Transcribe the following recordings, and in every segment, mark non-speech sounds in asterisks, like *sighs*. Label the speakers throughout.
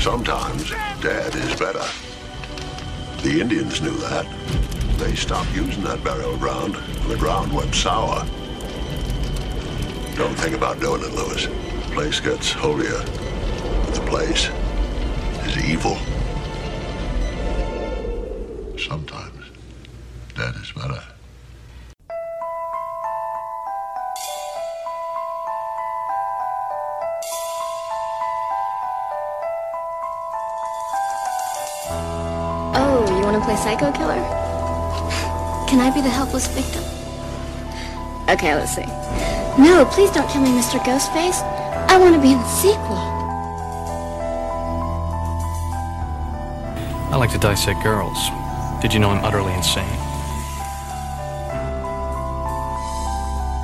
Speaker 1: Sometimes dead is better. The Indians knew that. They stopped using that burial ground, and the ground went sour. Don't think about doing it, Lewis. Place gets holier. But the place is evil. Sometimes dead is better.
Speaker 2: Oh, you want to play psycho killer? Can I be the helpless victim? Okay, let's see. No, please don't kill me, Mr. Ghostface. I want to be in the sequel.
Speaker 3: I like to dissect girls. Did you know I'm utterly insane?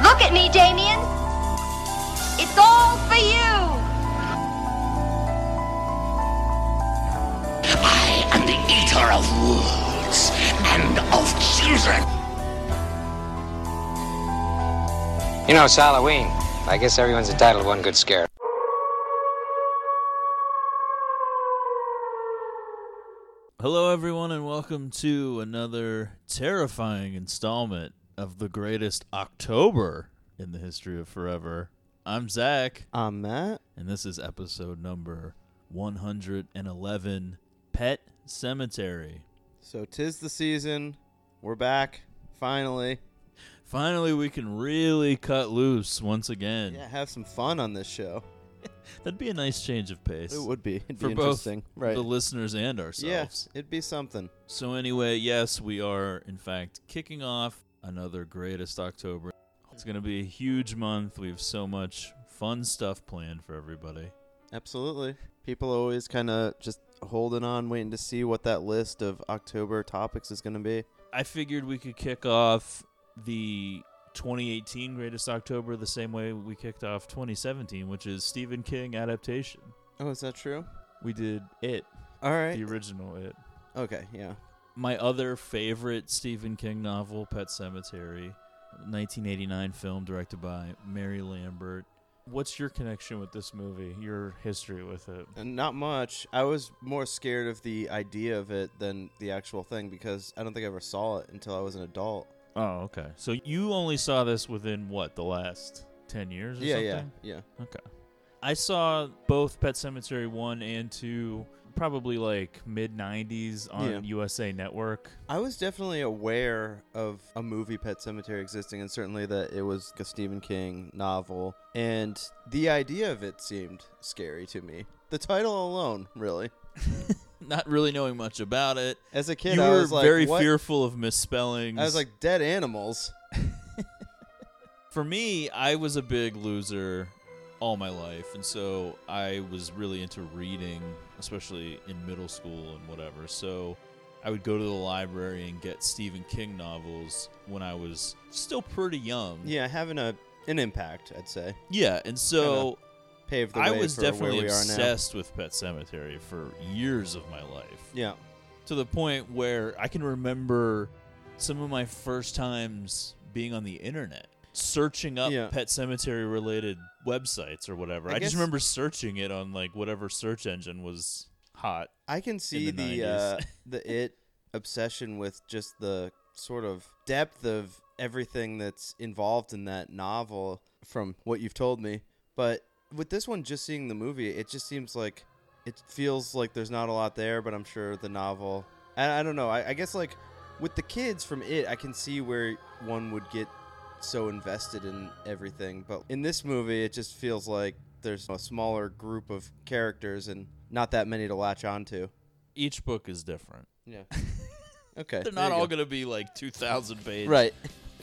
Speaker 4: Look at me, Damien. It's all for you.
Speaker 5: I am the eater of wolves and of children.
Speaker 6: You know, it's Halloween. I guess everyone's entitled to one good scare.
Speaker 7: Hello, everyone, and welcome to another terrifying installment of the greatest October in the history of forever. I'm Zach,
Speaker 8: I'm Matt.
Speaker 7: and this is episode number 111 Pet Cemetery.
Speaker 8: So tis the season. We're back finally.
Speaker 7: Finally, we can really cut loose once again.
Speaker 8: Yeah, have some fun on this show.
Speaker 7: That'd be a nice change of pace.
Speaker 8: It would be. It'd
Speaker 7: for
Speaker 8: be
Speaker 7: both
Speaker 8: interesting, right?
Speaker 7: the listeners and ourselves.
Speaker 8: Yes, it'd be something.
Speaker 7: So anyway, yes, we are in fact kicking off another greatest October. It's going to be a huge month. We have so much fun stuff planned for everybody.
Speaker 8: Absolutely. People always kind of just holding on, waiting to see what that list of October topics is going to be.
Speaker 7: I figured we could kick off the 2018 greatest October the same way we kicked off 2017, which is Stephen King adaptation.
Speaker 8: Oh, is that true?
Speaker 7: We did it,
Speaker 8: All right.
Speaker 7: the original it.
Speaker 8: Okay. Yeah.
Speaker 7: my other favorite Stephen King novel, Pet Cemetery, 1989 film directed by Mary Lambert. What's your connection with this movie? Your history with it?
Speaker 8: And not much. I was more scared of the idea of it than the actual thing because I don't think I ever saw it until I was an adult.
Speaker 7: Oh, okay. So you only saw this within what the last 10 years or
Speaker 8: yeah.
Speaker 7: something?
Speaker 8: Yeah. Yeah.
Speaker 7: Okay. I saw both Pet Cemetery 1 and 2 probably like mid 90s on
Speaker 8: Yeah.
Speaker 7: USA Network.
Speaker 8: I was definitely aware of a movie Pet Cemetery existing and certainly that it was a Stephen King novel and the idea of it seemed scary to me. The title alone, really.
Speaker 7: Not really knowing much about it.
Speaker 8: As a kid
Speaker 7: you
Speaker 8: I
Speaker 7: were
Speaker 8: was like
Speaker 7: very
Speaker 8: what?
Speaker 7: fearful of misspellings.
Speaker 8: I was like dead animals.
Speaker 7: For me, I was a big loser all my life, and so I was really into reading, especially in middle school and whatever. So I would go to the library and get Stephen King novels when I was still pretty young.
Speaker 8: Yeah, having a an impact, I'd say.
Speaker 7: Yeah, and so
Speaker 8: Paved the
Speaker 7: I
Speaker 8: way
Speaker 7: was
Speaker 8: for
Speaker 7: definitely
Speaker 8: where we
Speaker 7: obsessed with Pet Cemetery for years of my life.
Speaker 8: are now. Yeah.
Speaker 7: to the point where I can remember some of my first times being on the internet, searching up
Speaker 8: Yeah.
Speaker 7: pet cemetery related websites or whatever. I,
Speaker 8: I
Speaker 7: just
Speaker 8: guess-
Speaker 7: remember searching it on like whatever search engine was hot.
Speaker 8: I can see
Speaker 7: the
Speaker 8: the
Speaker 7: 90s.
Speaker 8: uh, the it obsession with just the sort of depth of everything that's involved in that novel from what you've told me. But with this one, just seeing the movie, it just seems like it feels like there's not a lot there. But I'm sure the novel. I, I don't know. I, I guess like with the kids from it, I can see where one would get so invested in everything. But in this movie, it just feels like there's a smaller group of characters and not that many to latch onto.
Speaker 7: Each book is different. *laughs*
Speaker 8: Yeah. okay.
Speaker 7: They're not all going to be like 2,000 page *laughs*
Speaker 8: Right.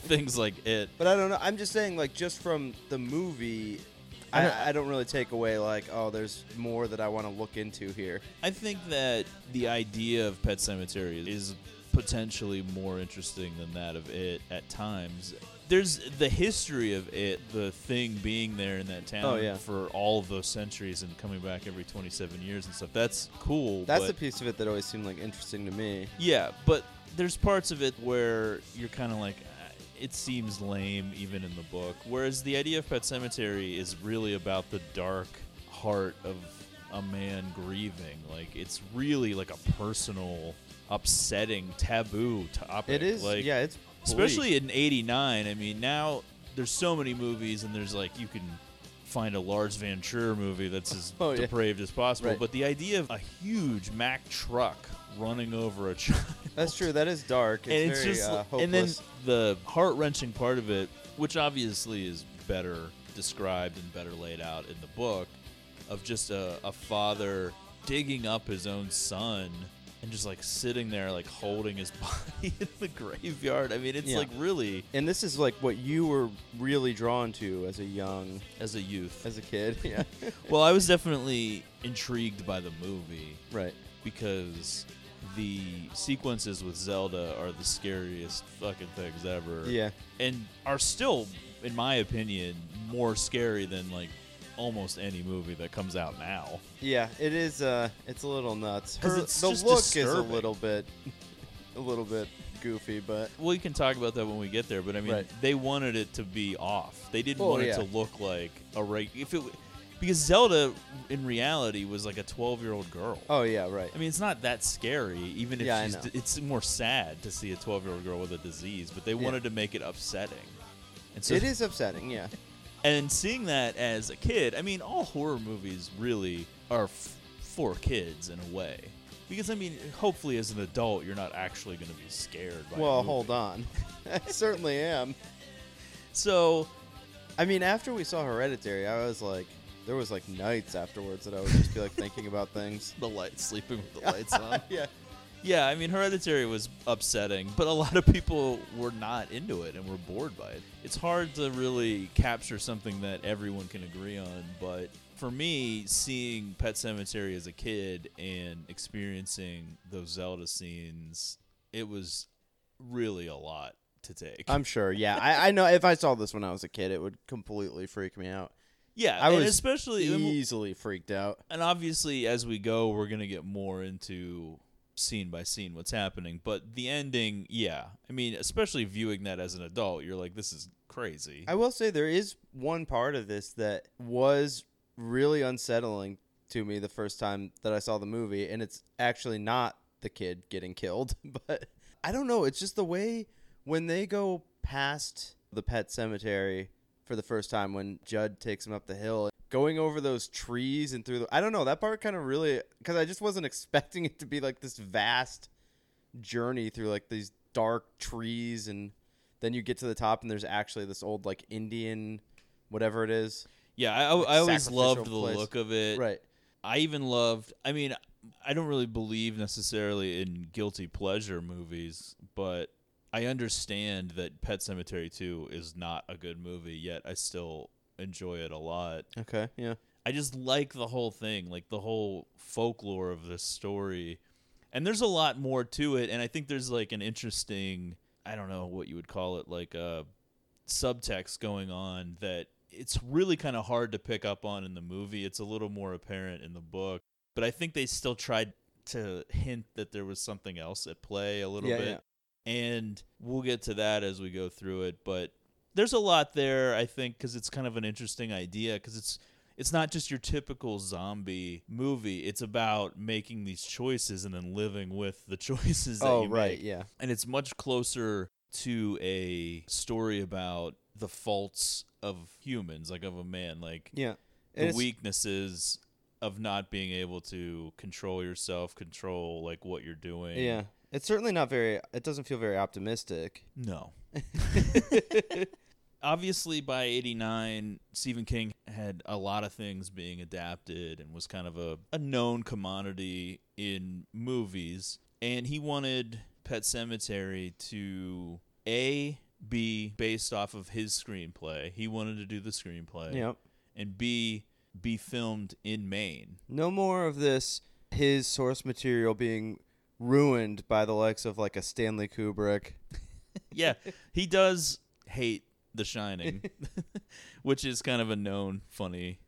Speaker 7: things like it.
Speaker 8: But I don't know. I'm just saying, like, just from the movie, I, I don't really take away, like, oh, there's more that I want to look into here.
Speaker 7: I think that the idea of Pet Cemetery is potentially more interesting than that of it at times. There's the history of it, the thing being there in that town
Speaker 8: Oh, yeah.
Speaker 7: for all of those centuries and coming back every 27 years and stuff. That's cool.
Speaker 8: That's
Speaker 7: but
Speaker 8: the piece of it that always seemed, like, interesting to me.
Speaker 7: yeah, but there's parts of it where you're kind of like, "Ah, it seems lame even in the book. Whereas the idea of Pet Cemetery is really about the dark heart of a man grieving. Like it's really like a personal, upsetting, taboo topic.
Speaker 8: It is.
Speaker 7: Like,
Speaker 8: yeah, it's bleak.
Speaker 7: especially in '89. I mean, now there's so many movies, and there's like you can find a Lars Van Trier movie that's as
Speaker 8: Oh, yeah.
Speaker 7: depraved as possible.
Speaker 8: Right.
Speaker 7: But the idea of a huge Mack truck running over a child,
Speaker 8: That's true. That is dark. *laughs* It's
Speaker 7: and it's
Speaker 8: very
Speaker 7: just
Speaker 8: uh, hopeless.
Speaker 7: and then the heart wrenching part of it, which obviously is better described and better laid out in the book, of just a, a father digging up his own son and just like sitting there like holding his *laughs* body in the graveyard. I mean, it's
Speaker 8: Yeah.
Speaker 7: like really
Speaker 8: and this is like what you were really drawn to as a young,
Speaker 7: as a youth.
Speaker 8: as a kid. *laughs* Yeah.
Speaker 7: well, I was definitely intrigued by the movie.
Speaker 8: right.
Speaker 7: because the sequences with Zelda are the scariest fucking things ever.
Speaker 8: Yeah.
Speaker 7: And are still, in my opinion, more scary than like almost any movie that comes out now.
Speaker 8: Yeah. It is. Uh, it's a little nuts.
Speaker 7: 'Cause
Speaker 8: Her-
Speaker 7: it's
Speaker 8: the
Speaker 7: just
Speaker 8: look is a
Speaker 7: disturbing.
Speaker 8: little
Speaker 7: *laughs*
Speaker 8: bit, a little bit goofy, but
Speaker 7: Well, we can talk about that when we get there, but I mean,
Speaker 8: Right.
Speaker 7: they wanted it to be off. They didn't
Speaker 8: Oh,
Speaker 7: want it
Speaker 8: yeah.
Speaker 7: to look like a reg- if it w- because Zelda in reality was like a 12-year-old girl.
Speaker 8: oh yeah, right.
Speaker 7: I mean, it's not that scary, even if
Speaker 8: Yeah, I
Speaker 7: she's.
Speaker 8: know.
Speaker 7: It's more sad to see a 12 year old girl with a disease, but they wanted to make it upsetting. And so,
Speaker 8: it is upsetting.
Speaker 7: *laughs*
Speaker 8: Yeah.
Speaker 7: And seeing that as a kid, I mean, all horror movies really are f- for kids in a way. Because, I mean, hopefully as an adult, you're not actually going to be scared by a
Speaker 8: Well,
Speaker 7: movie.
Speaker 8: hold on. *laughs* I certainly am.
Speaker 7: So,
Speaker 8: I mean, after we saw Hereditary, I was like, there was like nights afterwards that I would just be like thinking about things.
Speaker 7: the light, sleeping with the lights on.
Speaker 8: *laughs* Yeah.
Speaker 7: Yeah, I mean, Hereditary was upsetting, but a lot of people were not into it and were bored by it. It's hard to really capture something that everyone can agree on, but for me, seeing Pet Cemetery as a kid and experiencing those Zelda scenes, it was really a lot to take.
Speaker 8: I'm sure. Yeah, I, I know. If I saw this when I was a kid, it would completely freak me out.
Speaker 7: yeah,
Speaker 8: I
Speaker 7: and
Speaker 8: was
Speaker 7: especially
Speaker 8: easily freaked out.
Speaker 7: and obviously as we go we're going to get more into scene by scene what's happening but the ending yeah i mean especially viewing that as an adult you're like this is crazy
Speaker 8: I will say there is one part of this that was really unsettling to me the first time that I saw the movie, and it's actually not the kid getting killed, *laughs* but I don't know. It's just the way when they go past the pet cemetery for the first time when Judd takes him up the hill. Going over those trees and through the. I don't know. That part kind of really. Because I just wasn't *laughs* expecting it to be like this vast journey through like these dark trees and then you get to the top and there's actually this old like indian whatever it is
Speaker 7: yeah i, I-
Speaker 8: Like
Speaker 7: I always
Speaker 8: sacrificial
Speaker 7: loved the
Speaker 8: place.
Speaker 7: look of it
Speaker 8: right
Speaker 7: i even loved i mean i don't really believe necessarily in guilty pleasure movies but i understand that pet cemetery 2 is not a good movie yet i still enjoy it a lot
Speaker 8: okay yeah
Speaker 7: I just like the whole thing, like the whole folklore of this story. And there's a lot more to it, and I think there's like an interesting, I don't know what you would call it, like a subtext going on that it's really kind of hard to pick up on in the movie. It's a little more apparent in the book, but I think they still tried to hint that there was something else at play a little
Speaker 8: Yeah,
Speaker 7: bit. And we'll get to that as we go through it, but there's a lot there I think cuz it's kind of an interesting idea cuz it's it's not just your typical zombie movie. It's about making these choices and then living with the *laughs* choices that
Speaker 8: oh
Speaker 7: you
Speaker 8: right
Speaker 7: make
Speaker 8: yeah
Speaker 7: and it's much closer to a story about the faults of humans like of a man like
Speaker 8: yeah
Speaker 7: the weaknesses of not being able to control yourself control like what you're doing
Speaker 8: yeah it's certainly not very it doesn't feel very optimistic
Speaker 7: no *laughs* obviously by 89 stephen king had a lot of things being adapted and was kind of a, a known commodity in movies and he wanted pet cemetery to a be based off of his screenplay he wanted to do the screenplay
Speaker 8: yep
Speaker 7: and b be filmed in maine
Speaker 8: no more of this his source material being ruined by the likes of like a stanley kubrick
Speaker 7: yeah, he does hate The
Speaker 8: *laughs*
Speaker 7: Shining, which is kind of a known funny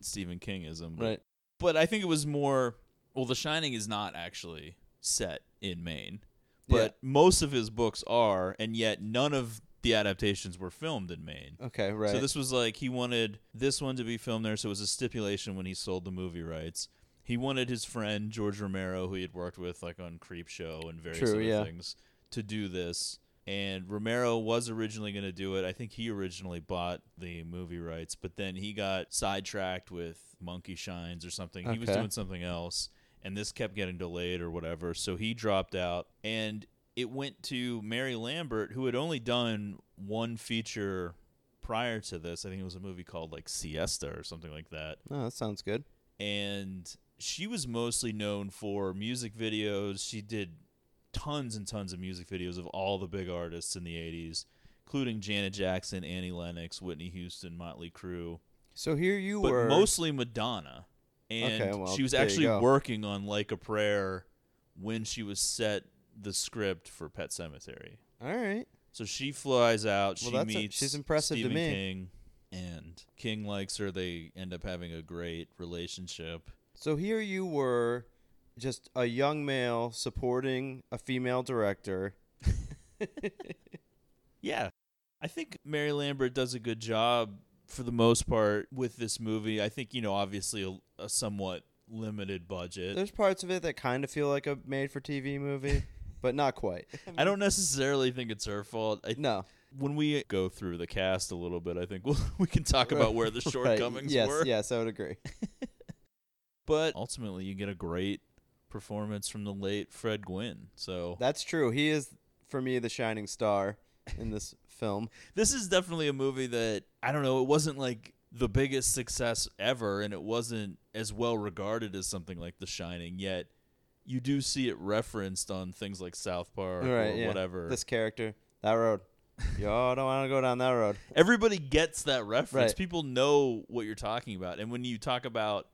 Speaker 7: Stephen Kingism. But,
Speaker 8: Right.
Speaker 7: But I think it was more well, The Shining is not actually set in Maine,
Speaker 8: Yeah.
Speaker 7: but most of his books are, and yet none of the adaptations were filmed in Maine.
Speaker 8: okay right
Speaker 7: So this was like he wanted this one to be filmed there, so it was a stipulation when he sold the movie rights. He wanted his friend George Romero, who he had worked with like on Creep Show and various
Speaker 8: True,
Speaker 7: other
Speaker 8: yeah.
Speaker 7: things, to do this. And Romero was originally going to do it. I think he originally bought the movie rights, but then he got sidetracked with Monkey Shines or something. He was
Speaker 8: Okay.
Speaker 7: doing something else, and this kept getting delayed or whatever. So he dropped out, and it went to Mary Lambert, who had only done one feature prior to this. I think it was a movie called like Siesta or something like that
Speaker 8: Oh, that sounds good.
Speaker 7: and she was mostly known for music videos. She did tons and tons of music videos of all the big artists in the 80s, including Janet Jackson, Annie Lennox, Whitney Houston, Motley Crue,
Speaker 8: So here you
Speaker 7: but
Speaker 8: were.
Speaker 7: mostly Madonna. And
Speaker 8: Okay, well,
Speaker 7: she was
Speaker 8: there you
Speaker 7: actually
Speaker 8: go.
Speaker 7: working on Like a Prayer when she was set the script for Pet Cemetery.
Speaker 8: All right.
Speaker 7: So she flies out.
Speaker 8: Well,
Speaker 7: she
Speaker 8: that's a-
Speaker 7: meets.
Speaker 8: she's impressive to
Speaker 7: Stephen
Speaker 8: me.
Speaker 7: King, and King likes her. They end up having a great relationship.
Speaker 8: So here you were, just a young male supporting a
Speaker 7: *laughs*
Speaker 8: female director.
Speaker 7: Yeah. I think Mary Lambert does a good job for the most part with this movie. I think, you know, obviously a, a somewhat limited budget.
Speaker 8: There's parts of it that kind of feel like a made-for-TV movie, but
Speaker 7: *laughs*
Speaker 8: not quite.
Speaker 7: I don't necessarily think it's her fault. I,
Speaker 8: No.
Speaker 7: When we go through the cast a little bit, I think *laughs* we'll, we can talk about where the
Speaker 8: *laughs* Right,
Speaker 7: shortcomings
Speaker 8: yes,
Speaker 7: were.
Speaker 8: Yes, I would agree.
Speaker 7: But ultimately, you get a great performance from the late Fred Gwynn. So
Speaker 8: That's true. He is, for me, the shining star in this film.
Speaker 7: this is definitely a movie that I don't know. It wasn't like the biggest success ever, and it wasn't as well regarded as something like The Shining. Yet you do see it referenced on things like South Park *laughs*
Speaker 8: right,
Speaker 7: or
Speaker 8: yeah.
Speaker 7: whatever.
Speaker 8: This character, that road. Y'all don't want to go down that road.
Speaker 7: Everybody gets that reference.
Speaker 8: Right.
Speaker 7: People know what you're talking about, and when you talk about,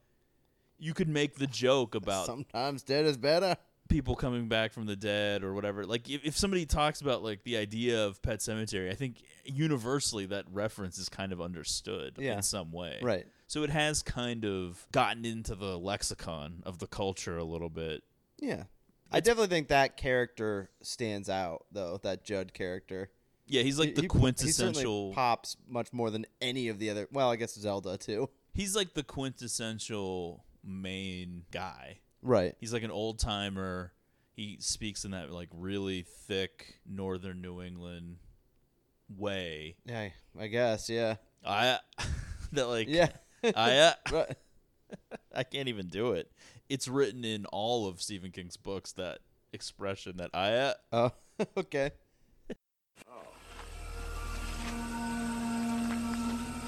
Speaker 7: you could make the joke about
Speaker 8: Sometimes dead is better.
Speaker 7: people coming back from the dead or whatever. Like if, if somebody talks about like the idea of Pet Cemetery, I think universally that reference is kind of understood
Speaker 8: Yeah.
Speaker 7: in some way.
Speaker 8: Right.
Speaker 7: So it has kind of gotten into the lexicon of the culture a little bit.
Speaker 8: Yeah. I definitely think that character stands out, though, that Judd character.
Speaker 7: Yeah, he's like
Speaker 8: He-
Speaker 7: the
Speaker 8: he- He
Speaker 7: quintessential
Speaker 8: certainly pops much more than any of the other. Well, I guess Zelda, too.
Speaker 7: He's like the quintessential main guy.
Speaker 8: Right.
Speaker 7: He's like an old timer. He speaks in that like really thick northern New England way.
Speaker 8: Yeah, I guess, yeah.
Speaker 7: I *laughs* that like
Speaker 8: Yeah.
Speaker 7: *laughs* I uh,
Speaker 8: *laughs* Right.
Speaker 7: I can't even do it. It's written in all of Stephen King's books that expression that I uh,
Speaker 8: Oh, *laughs* okay.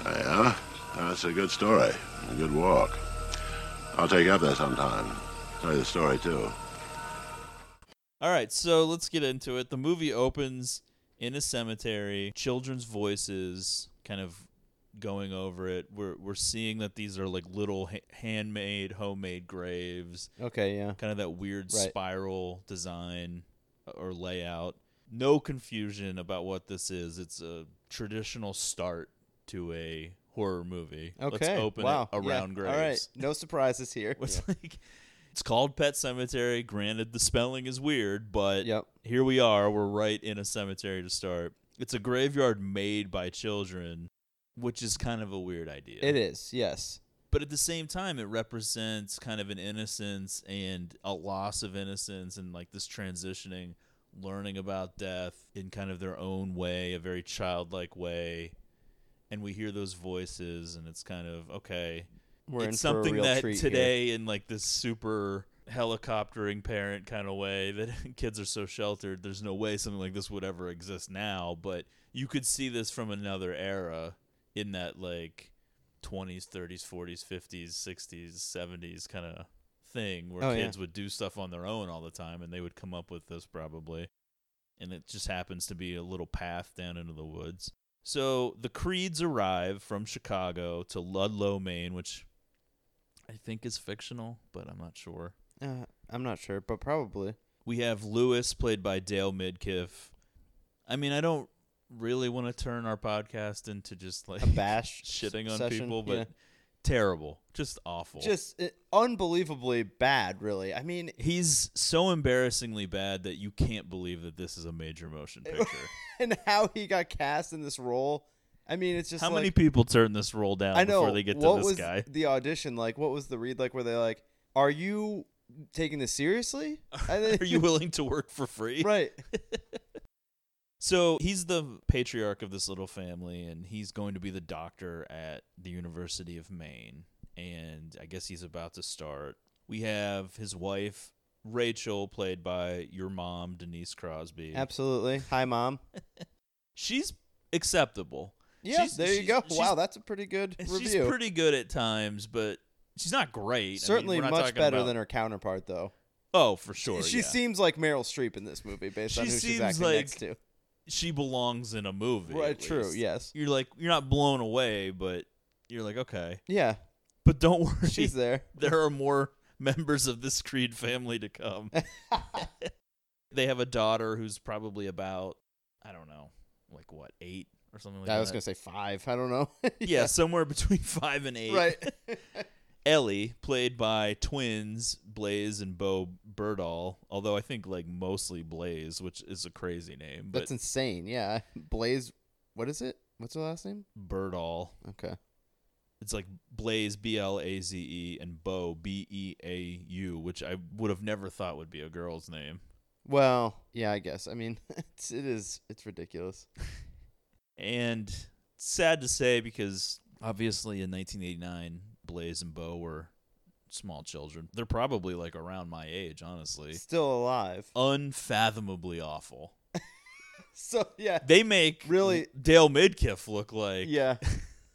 Speaker 1: Yeah, that's a good story. A good walk. I'll take you up there sometime. Tell you the story, too.
Speaker 7: All right, so let's get into it. The movie opens in a cemetery. Children's voices kind of going over it. We're we're seeing that these are like little ha- handmade, homemade graves.
Speaker 8: Okay, yeah.
Speaker 7: Kind of that weird
Speaker 8: Right.
Speaker 7: spiral design uh, or layout. No confusion about what this is. It's a traditional start to a horror movie.
Speaker 8: Okay.
Speaker 7: Let's open
Speaker 8: wow.
Speaker 7: it
Speaker 8: yeah,
Speaker 7: around graves.
Speaker 8: All right. No
Speaker 7: *laughs*
Speaker 8: surprises here.
Speaker 7: It's
Speaker 8: Yeah.
Speaker 7: like it's called Pet Cemetery. Granted, the spelling is weird, but
Speaker 8: Yep.
Speaker 7: here we are. We're right in a cemetery to start. It's a graveyard made by children, which is kind of a weird idea.
Speaker 8: It is, yes.
Speaker 7: But at the same time, it represents kind of an innocence and a loss of innocence and like this transitioning, learning about death in kind of their own way, a very childlike way. And we hear those voices, and it's kind of okay
Speaker 8: We're in
Speaker 7: it's
Speaker 8: for a
Speaker 7: something
Speaker 8: real
Speaker 7: that
Speaker 8: treat here.
Speaker 7: today in like this super helicoptering parent kind of way that *laughs* kids are so sheltered there's no way something like this would ever exist now but you could see this from another era in that like 20s 30s 40s 50s 60s 70s kind of thing where
Speaker 8: Oh, yeah.
Speaker 7: kids would do stuff on their own all the time and they would come up with this probably and it just happens to be a little path down into the woods so the Creeds arrive from Chicago to Ludlow, Maine, which I think is fictional, but I'm not sure.
Speaker 8: Uh, I'm not sure,
Speaker 7: *laughs*
Speaker 8: but probably.
Speaker 7: We have Lewis, played by Dale Midkiff. I mean, I don't really want to turn our podcast into just like
Speaker 8: A bash
Speaker 7: *laughs* shitting on
Speaker 8: session,
Speaker 7: people, but
Speaker 8: yeah.
Speaker 7: terrible, just awful.
Speaker 8: Just uh, unbelievably bad, really. I mean,
Speaker 7: he's so embarrassingly bad that you can't believe that this is a major motion picture.
Speaker 8: and how he got cast in this role. I mean, it's *laughs* just
Speaker 7: How
Speaker 8: like,
Speaker 7: many people turn this role down
Speaker 8: I know
Speaker 7: before they get
Speaker 8: what
Speaker 7: to this
Speaker 8: was
Speaker 7: guy?
Speaker 8: the audition like? What was the read like? Were they like, Are you taking
Speaker 7: *laughs*
Speaker 8: this seriously? I think- *laughs*
Speaker 7: Are you willing to work for free?
Speaker 8: right?
Speaker 7: So he's the patriarch of this little family, and he's going to be the doctor at the University of Maine. And I guess he's about to start. We have his wife, Rachel, played by your mom, Denise Crosby.
Speaker 8: Absolutely.
Speaker 7: *laughs*
Speaker 8: Hi, mom.
Speaker 7: She's acceptable.
Speaker 8: Yeah,
Speaker 7: She's-
Speaker 8: there you
Speaker 7: she's-
Speaker 8: go.
Speaker 7: she's-
Speaker 8: Wow, that's a pretty good
Speaker 7: She's
Speaker 8: review.
Speaker 7: pretty good at times, but she's not great.
Speaker 8: Certainly
Speaker 7: I mean, we're not
Speaker 8: much
Speaker 7: talking
Speaker 8: better
Speaker 7: about-
Speaker 8: than her counterpart, though.
Speaker 7: Oh, for sure.
Speaker 8: she
Speaker 7: yeah.
Speaker 8: seems like Meryl Streep in this movie, based on
Speaker 7: She
Speaker 8: who she's
Speaker 7: seems
Speaker 8: acting
Speaker 7: like-
Speaker 8: next to.
Speaker 7: she belongs in a movie. at
Speaker 8: Right, true,
Speaker 7: least.
Speaker 8: yes.
Speaker 7: You're like you're not blown away, but you're like okay.
Speaker 8: Yeah,
Speaker 7: But don't worry,
Speaker 8: she's there.
Speaker 7: *laughs* there are more members of this Creed family to
Speaker 8: *laughs*
Speaker 7: come. they have a daughter who's probably about I don't know, like what eight or something like that.
Speaker 8: I was gonna say *laughs* five. I don't know. *laughs*
Speaker 7: yeah, somewhere between *laughs* five and eight.
Speaker 8: right.
Speaker 7: *laughs* Ellie, played by twins Blaze and Bo Birdall, although I think like mostly Blaze, which is a crazy name, but
Speaker 8: That's insane. Yeah, *laughs* Blaze. What is it? What's her last name?
Speaker 7: Birdall.
Speaker 8: Okay.
Speaker 7: It's like Blaze B L A Z E and Bo B E A U, which I would have never thought would be a girl's name.
Speaker 8: Well, yeah, I guess. I mean, *laughs* it's, it is. It's ridiculous.
Speaker 7: And sad to say because obviously in 1989, Blaze and Bo were small children. They're probably like around my age, honestly.
Speaker 8: Still alive.
Speaker 7: Oh. Unfathomably awful.
Speaker 8: *laughs* So yeah,
Speaker 7: They make
Speaker 8: Really-
Speaker 7: Dale Midkiff look like *laughs*
Speaker 8: yeah.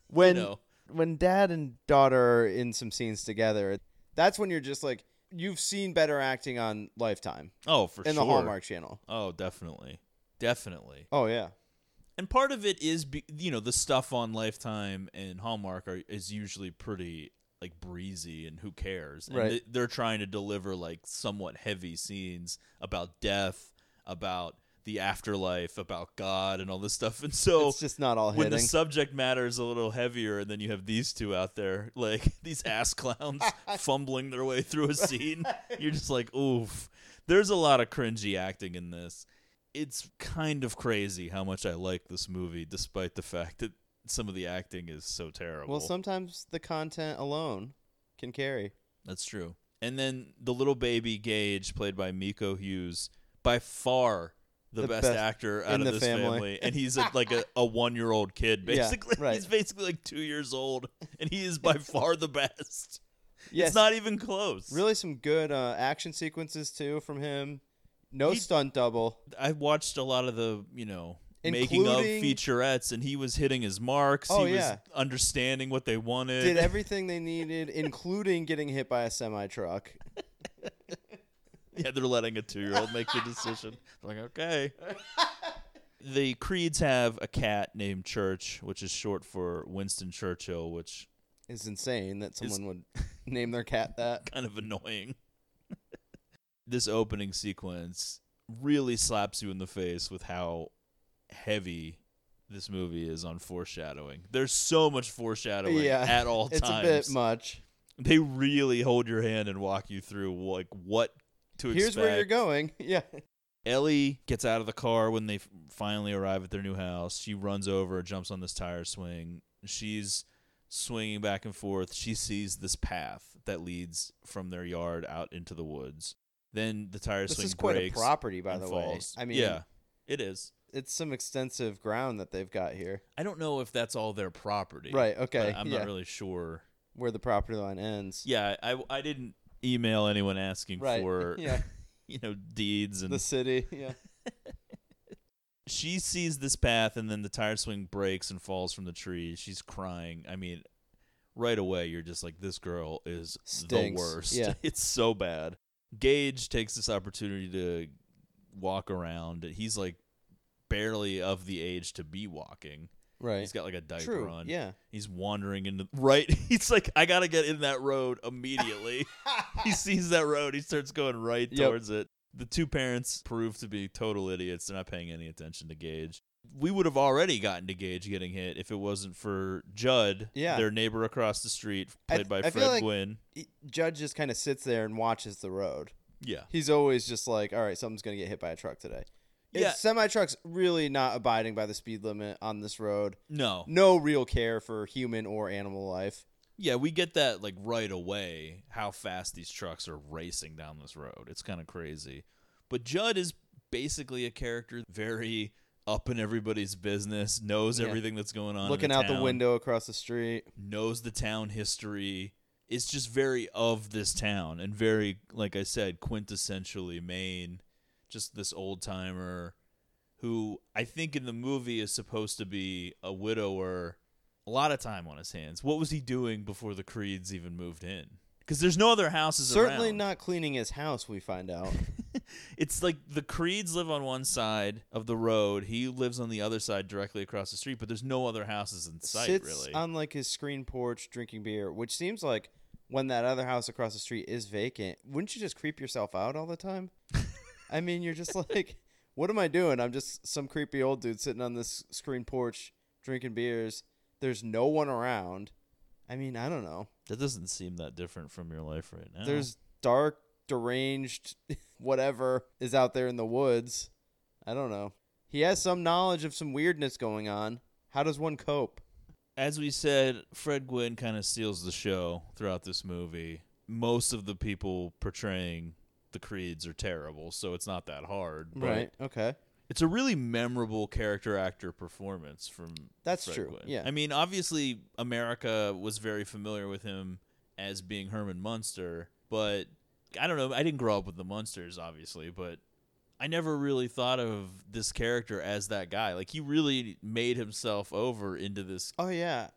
Speaker 8: When
Speaker 7: know.
Speaker 8: when dad and daughter are in some scenes together, that's when you're just like you've seen better acting on Lifetime
Speaker 7: oh for
Speaker 8: and
Speaker 7: sure
Speaker 8: the Hallmark Channel.
Speaker 7: Oh, definitely. Definitely.
Speaker 8: Oh yeah,
Speaker 7: And part of it is be, you know, the stuff on Lifetime and Hallmark are is usually pretty like breezy and who cares. And
Speaker 8: Right.
Speaker 7: they- they're trying to deliver like somewhat heavy scenes about death, about the afterlife, about God and all this stuff. *laughs* And so
Speaker 8: it's just not all
Speaker 7: when
Speaker 8: hitting.
Speaker 7: the subject matter is a little heavier and then you have these two out there like *laughs* these ass
Speaker 8: *laughs*
Speaker 7: clowns fumbling their way through a scene you're just like oof there's a lot of cringy acting in this it's kind of crazy how much i like this movie despite the fact that some of the acting is so terrible
Speaker 8: well, sometimes the content alone can carry.
Speaker 7: that's true and then the little baby gage played by miko hughes by far the,
Speaker 8: The
Speaker 7: best,
Speaker 8: best
Speaker 7: actor out
Speaker 8: in
Speaker 7: of
Speaker 8: the
Speaker 7: this
Speaker 8: family.
Speaker 7: family. and he's a, like a, a one-year-old kid
Speaker 8: Yeah,
Speaker 7: basically *laughs*
Speaker 8: right.
Speaker 7: he's basically like two years old and he is
Speaker 8: *laughs*
Speaker 7: by far the best
Speaker 8: Yes,
Speaker 7: it's not even close
Speaker 8: really some good uh, action sequences too from him. No
Speaker 7: He-
Speaker 8: stunt double.
Speaker 7: i watched a lot of the you know making of
Speaker 8: Including-
Speaker 7: featurettes and he was hitting his marks
Speaker 8: Oh,
Speaker 7: he
Speaker 8: yeah.
Speaker 7: was understanding what they wanted
Speaker 8: Did everything they needed, including getting hit by a semi truck.
Speaker 7: *laughs* Yeah, they're letting a two year old make the decision. They're like,
Speaker 8: *laughs*
Speaker 7: okay. the Creeds have a cat named Church, which is short for Winston Churchill, which *laughs*
Speaker 8: It's insane that someone would name their cat that.
Speaker 7: kind of annoying. *laughs* this opening sequence really slaps you in the face with how heavy this movie is on foreshadowing. There's so much foreshadowing
Speaker 8: Yeah,
Speaker 7: at all
Speaker 8: it's
Speaker 7: times.
Speaker 8: a bit much.
Speaker 7: they really hold your hand and walk you through like what to
Speaker 8: Here's
Speaker 7: expect.
Speaker 8: where you're going. *laughs* Yeah.
Speaker 7: Ellie gets out of the car when they f- finally arrive at their new house. She runs over, jumps on this tire swing. She's swinging back and forth. She sees this path that leads from their yard out into the woods. Then the tire
Speaker 8: This
Speaker 7: swing
Speaker 8: is quite a
Speaker 7: breaks
Speaker 8: property, by
Speaker 7: and
Speaker 8: the
Speaker 7: falls.
Speaker 8: way. I mean,
Speaker 7: yeah, it is.
Speaker 8: it's some extensive ground that they've got here
Speaker 7: I don't know if that's all their property.
Speaker 8: Right,
Speaker 7: but
Speaker 8: okay,
Speaker 7: I'm
Speaker 8: yeah.
Speaker 7: not really sure.
Speaker 8: where the property line ends.
Speaker 7: Yeah. I, I didn't email anyone asking
Speaker 8: Right.
Speaker 7: for
Speaker 8: *laughs* yeah.
Speaker 7: *laughs* you know deeds and
Speaker 8: The city. Yeah.
Speaker 7: she sees this path and then the tire swing breaks and falls from the tree. She's crying. I mean, right away you're just like this girl is
Speaker 8: Stinks.
Speaker 7: the worst.
Speaker 8: Yeah.
Speaker 7: *laughs* It's so bad. Gage takes this opportunity to walk around. He's like barely of the age to be walking.
Speaker 8: Right.
Speaker 7: He's got like a diaper
Speaker 8: True,
Speaker 7: on.
Speaker 8: yeah.
Speaker 7: He's wandering into right. *laughs* He's like, I gotta get in that road
Speaker 8: *laughs*
Speaker 7: immediately. he sees that road. He starts going right
Speaker 8: Yep.
Speaker 7: towards it. The two parents prove to be total idiots. They're not paying any attention to Gage. We would have already gotten to Gage getting hit if it wasn't for Judd,
Speaker 8: Yeah.
Speaker 7: their neighbor across the street,
Speaker 8: I-
Speaker 7: played by
Speaker 8: I feel
Speaker 7: Fred
Speaker 8: like-
Speaker 7: Gwynn.
Speaker 8: He- Judge just kind of sits there and watches the road.
Speaker 7: Yeah.
Speaker 8: He's always just like, all right, something's going to get hit by a truck today.
Speaker 7: Yeah.
Speaker 8: Semi trucks really not abiding by the speed limit on this road.
Speaker 7: No.
Speaker 8: no real care for human or animal life.
Speaker 7: yeah, we get that like right away how fast these trucks are racing down this road. It's kind of crazy. But Judd is basically a character very up in everybody's business, knows
Speaker 8: Yeah.
Speaker 7: everything that's going on, in
Speaker 8: Looking out the
Speaker 7: town,
Speaker 8: window across the street.
Speaker 7: knows the town history. It's just very of this town and very, like I said, quintessentially Maine. Just this old timer who I think in the movie is supposed to be a widower. A lot of time on his hands. What was he doing before the Creeds even moved in? Because there's no other houses
Speaker 8: Certainly
Speaker 7: around.
Speaker 8: not cleaning his house, we find out.
Speaker 7: *laughs* It's like the Creeds live on one side of the road. He lives on the other side, directly across the street. But there's no other houses in sight,
Speaker 8: Sits
Speaker 7: really.
Speaker 8: on like his screen porch drinking beer, which seems like when that other house across the street is vacant, wouldn't you just creep yourself out all the time? I mean, you're just like, what am I doing? I'm just some creepy old dude sitting on this screen porch drinking beers. There's no one around. I mean, I don't know.
Speaker 7: that doesn't seem that different from your life right now.
Speaker 8: There's dark, deranged, *laughs* whatever is out there in the woods. I don't know. He has some knowledge of some weirdness going on. How does one cope?
Speaker 7: as we said, Fred Gwynn kind of steals the show throughout this movie. Most of the people portraying the Creeds are terrible, so it's not that hard. But
Speaker 8: Okay.
Speaker 7: It's a really memorable character actor performance from
Speaker 8: That's
Speaker 7: Fred
Speaker 8: true,
Speaker 7: Gwynn.
Speaker 8: yeah.
Speaker 7: I mean, obviously America was very familiar with him as being Herman Munster, but I don't know, I didn't grow up with the Munsters obviously, but I never really thought of this character as that guy. Like he really made himself over into this
Speaker 8: Oh yeah.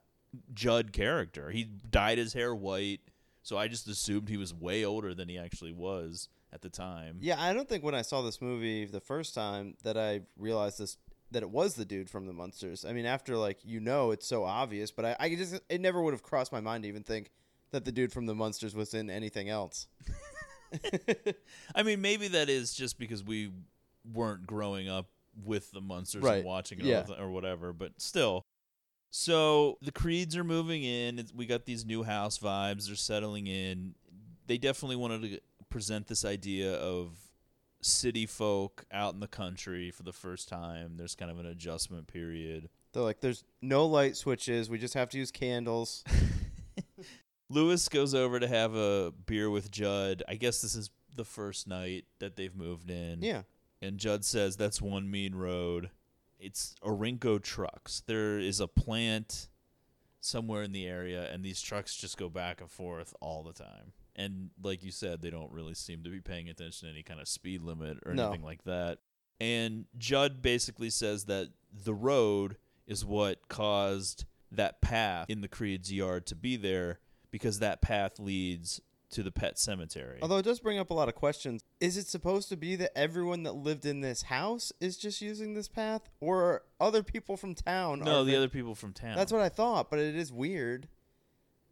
Speaker 7: Judd character. He dyed his hair white, so I just assumed he was way older than he actually was at the time.
Speaker 8: Yeah, I don't think when I saw this movie the first time that I realized this that it was the dude from the Munsters. I mean, after like you know, it's so obvious, but I, I just it never would have crossed my mind to even think that the dude from the Munsters was in anything else.
Speaker 7: I mean, maybe that is just because we weren't growing up with the monsters
Speaker 8: Right,
Speaker 7: and watching it
Speaker 8: yeah.
Speaker 7: all the- or whatever, but still. So the Creeds are moving in. It's- We got these new house vibes. They're settling in. They definitely wanted to present this idea of city folk out in the country for the first time. There's kind of an adjustment period.
Speaker 8: They're like, there's no light switches. We just have to
Speaker 7: *laughs*
Speaker 8: use candles.
Speaker 7: Lewis goes over to have a beer with Judd. I guess this is the first night that they've moved in.
Speaker 8: yeah.
Speaker 7: And Judd says that's one mean road. It's Orinco trucks. There is a plant somewhere in the area, and these trucks just go back and forth all the time. And like you said, they don't really seem to be paying attention to any kind of speed limit or
Speaker 8: No.
Speaker 7: anything like that. And Judd basically says that the road is what caused that path in the Creed's yard to be there because that path leads to the pet cemetery.
Speaker 8: Although it does bring up a lot of questions. Is it supposed to be that everyone that lived in this house is just using this path, or are other people from town?
Speaker 7: no,
Speaker 8: are
Speaker 7: the
Speaker 8: ven-
Speaker 7: other people from town.
Speaker 8: That's what I thought, but it is weird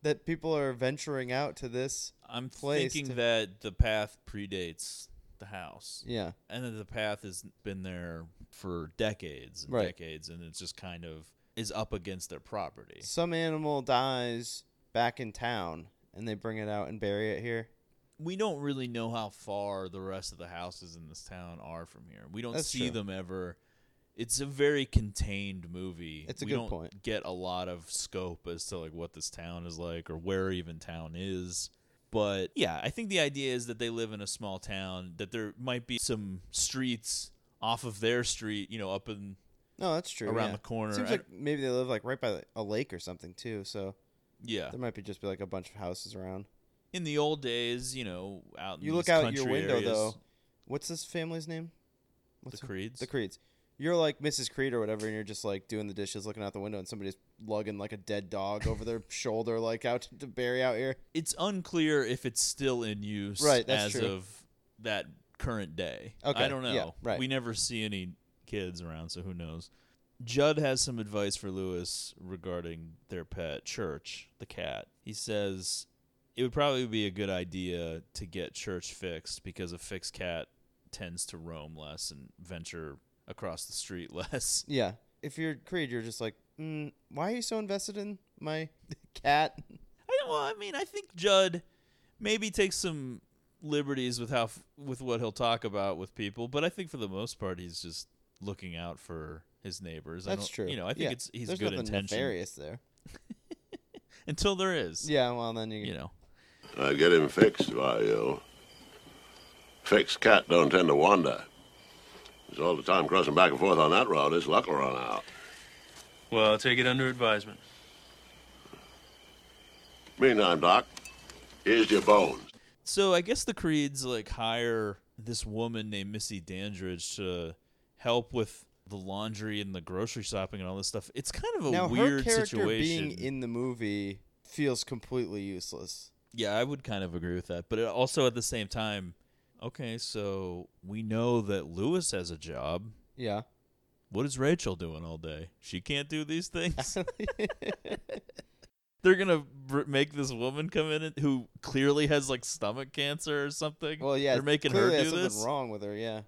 Speaker 8: that people are venturing out to this.
Speaker 7: I'm
Speaker 8: place
Speaker 7: thinking
Speaker 8: to-
Speaker 7: that the path predates the house,
Speaker 8: Yeah,
Speaker 7: and that the path has been there for decades and
Speaker 8: Right.
Speaker 7: decades, and it's just kind of is up against their property.
Speaker 8: some animal dies back in town, and they bring it out and bury it here.
Speaker 7: We don't really know how far the rest of the houses in this town are from here. We don't
Speaker 8: That's
Speaker 7: see
Speaker 8: true.
Speaker 7: them ever. It's a very contained movie.
Speaker 8: It's a
Speaker 7: we
Speaker 8: good
Speaker 7: don't
Speaker 8: point.
Speaker 7: Get a lot of scope as to like what this town is like or where even town is. But yeah, I think the idea is that they live in a small town, that there might be some streets off of their street, you know, up in
Speaker 8: No, that's true.
Speaker 7: Around
Speaker 8: yeah.
Speaker 7: the corner,
Speaker 8: Seems
Speaker 7: I-
Speaker 8: like maybe they live like right by a lake or something too. So
Speaker 7: yeah.
Speaker 8: there might be just be like a bunch of houses around.
Speaker 7: In the old days, you know, out in
Speaker 8: You
Speaker 7: Mm,
Speaker 8: look
Speaker 7: these
Speaker 8: out your
Speaker 7: country
Speaker 8: window
Speaker 7: areas,
Speaker 8: though. What's this family's name? What's
Speaker 7: the
Speaker 8: her-
Speaker 7: Creeds.
Speaker 8: The Creeds. You're like Mrs. Creed or whatever, and you're just like doing the dishes, looking out the window, and somebody's lugging like a dead dog over their *laughs* shoulder, like out to bury out here.
Speaker 7: it's unclear if it's still in use
Speaker 8: Right, that's
Speaker 7: as
Speaker 8: true.
Speaker 7: of that current day.
Speaker 8: Okay,
Speaker 7: I don't know.
Speaker 8: yeah, right.
Speaker 7: We never see any kids around, so who knows. Judd has some advice for Lewis regarding their pet, Church, the cat. He says it would probably be a good idea to get Church fixed because a fixed cat tends to roam less and venture across the street *laughs* less.
Speaker 8: Yeah. If you're Creed, you're just like, mm, why are you so invested in my *laughs* cat?
Speaker 7: I don't. Well, I mean, I think Judd maybe takes some liberties with how f- with what he'll talk about with people, but I think for the most part, he's just looking out for his neighbors. I
Speaker 8: That's
Speaker 7: don't-
Speaker 8: true.
Speaker 7: You know, I think
Speaker 8: Yeah.
Speaker 7: it's he's
Speaker 8: There's
Speaker 7: good
Speaker 8: nothing
Speaker 7: intention.
Speaker 8: nefarious there.
Speaker 7: until there is.
Speaker 8: Yeah, well, then you,
Speaker 7: You know.
Speaker 1: I Uh, get him fixed, Vario. Fixed cat don't tend to wander. He's all the time crossing back and forth on that road. His luck will run out.
Speaker 9: Well, I'll take it under advisement.
Speaker 1: Meantime, Doc, here's your bones.
Speaker 7: So I guess the Creeds like hire this woman named Missy Dandridge to help with the laundry and the grocery shopping and all this stuff. It's kind of a
Speaker 8: now
Speaker 7: weird
Speaker 8: her character
Speaker 7: situation.
Speaker 8: being in the movie feels completely useless.
Speaker 7: yeah, I would kind of agree with that, but it also at the same time, okay, so we know that Lewis has a job. *laughs*
Speaker 8: Yeah. *laughs*
Speaker 7: What is Rachel doing all day? She can't do these
Speaker 8: *laughs*
Speaker 7: things. They're gonna br- make this woman come in and- who clearly has like stomach cancer or something.
Speaker 8: Well, yeah.
Speaker 7: they're making her
Speaker 8: clearly has
Speaker 7: do
Speaker 8: something
Speaker 7: this.
Speaker 8: wrong with her. Yeah.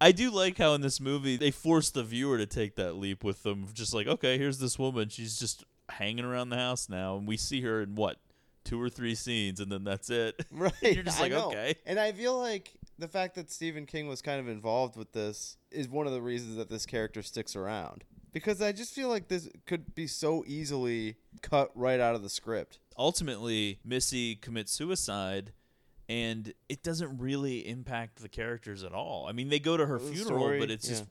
Speaker 7: I do like how in this movie they force the viewer to take that leap with them. Just like, okay, here's this woman. She's just hanging around the house now, and we see her in what two or three scenes, and then that's it. *laughs*
Speaker 8: *laughs* Right.
Speaker 7: You're just
Speaker 8: I
Speaker 7: like,
Speaker 8: know.
Speaker 7: okay.
Speaker 8: And I feel like the fact that Stephen King was kind of involved with this is one of the reasons that this character sticks around. Because I just feel like this could be so easily cut right out of the script.
Speaker 7: Ultimately, Missy commits suicide, and it doesn't really impact the characters at all. I mean, they go to her
Speaker 8: The
Speaker 7: funeral,
Speaker 8: story,
Speaker 7: but it's just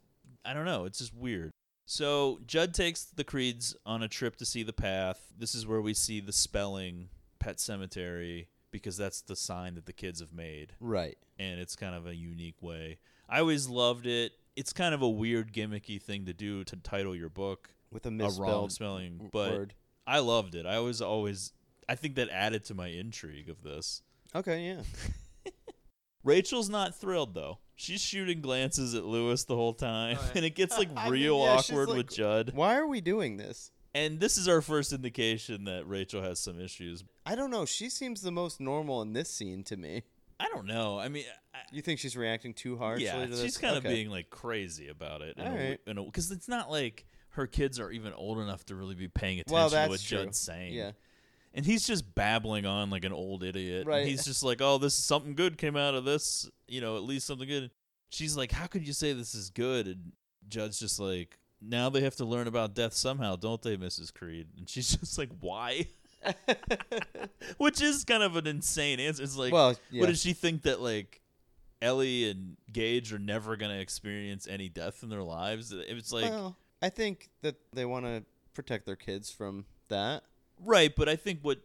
Speaker 8: yeah.
Speaker 7: I don't know. It's just weird. So Judd takes the Creeds on a trip to see the path. This is where we see the spelling Pet Cemetery because that's the sign that the kids have made.
Speaker 8: Right.
Speaker 7: and it's kind of a unique way. I always loved it. It's kind of a weird gimmicky thing to do to title your book
Speaker 8: With a
Speaker 7: a wrong
Speaker 8: misspelled
Speaker 7: spelling,
Speaker 8: w-
Speaker 7: but
Speaker 8: word.
Speaker 7: I loved it. I always always I think that added to my intrigue of this.
Speaker 8: Okay,
Speaker 7: *laughs*
Speaker 8: yeah.
Speaker 7: Rachel's not thrilled though. She's shooting glances at Lewis the whole time, and it gets like
Speaker 8: Oh, *laughs* I mean,
Speaker 7: real
Speaker 8: yeah, she's
Speaker 7: awkward
Speaker 8: like-
Speaker 7: with Judd.
Speaker 8: Why are we doing this?
Speaker 7: And this is our first indication that Rachel has some issues.
Speaker 8: I don't know. She seems the most normal in this scene to me.
Speaker 7: I don't know. I mean, I,
Speaker 8: You think she's reacting too harshly
Speaker 7: yeah,
Speaker 8: to this?
Speaker 7: she's kind of
Speaker 8: Okay.
Speaker 7: being like crazy about it.
Speaker 8: All right.
Speaker 7: Because it's not like her kids are even old enough to really be paying attention
Speaker 8: well,
Speaker 7: to
Speaker 8: that's
Speaker 7: what
Speaker 8: true.
Speaker 7: Judd's saying.
Speaker 8: Yeah.
Speaker 7: And he's just babbling on like an old idiot.
Speaker 8: Right.
Speaker 7: And he's just like, oh, this is something good came out of this. You know, at least something good. She's like, how could you say this is good? And Judd's just like, now they have to learn about death somehow, don't they, Mrs. Creed? And she's *laughs* just like,
Speaker 8: *laughs*
Speaker 7: why? Which is kind of an insane answer. It's like,
Speaker 8: Well, yeah.
Speaker 7: what does she think that like Ellie and Gage are never gonna experience any death in their lives? It's like
Speaker 8: well, I think that they want to protect their kids from that.
Speaker 7: right, but I think what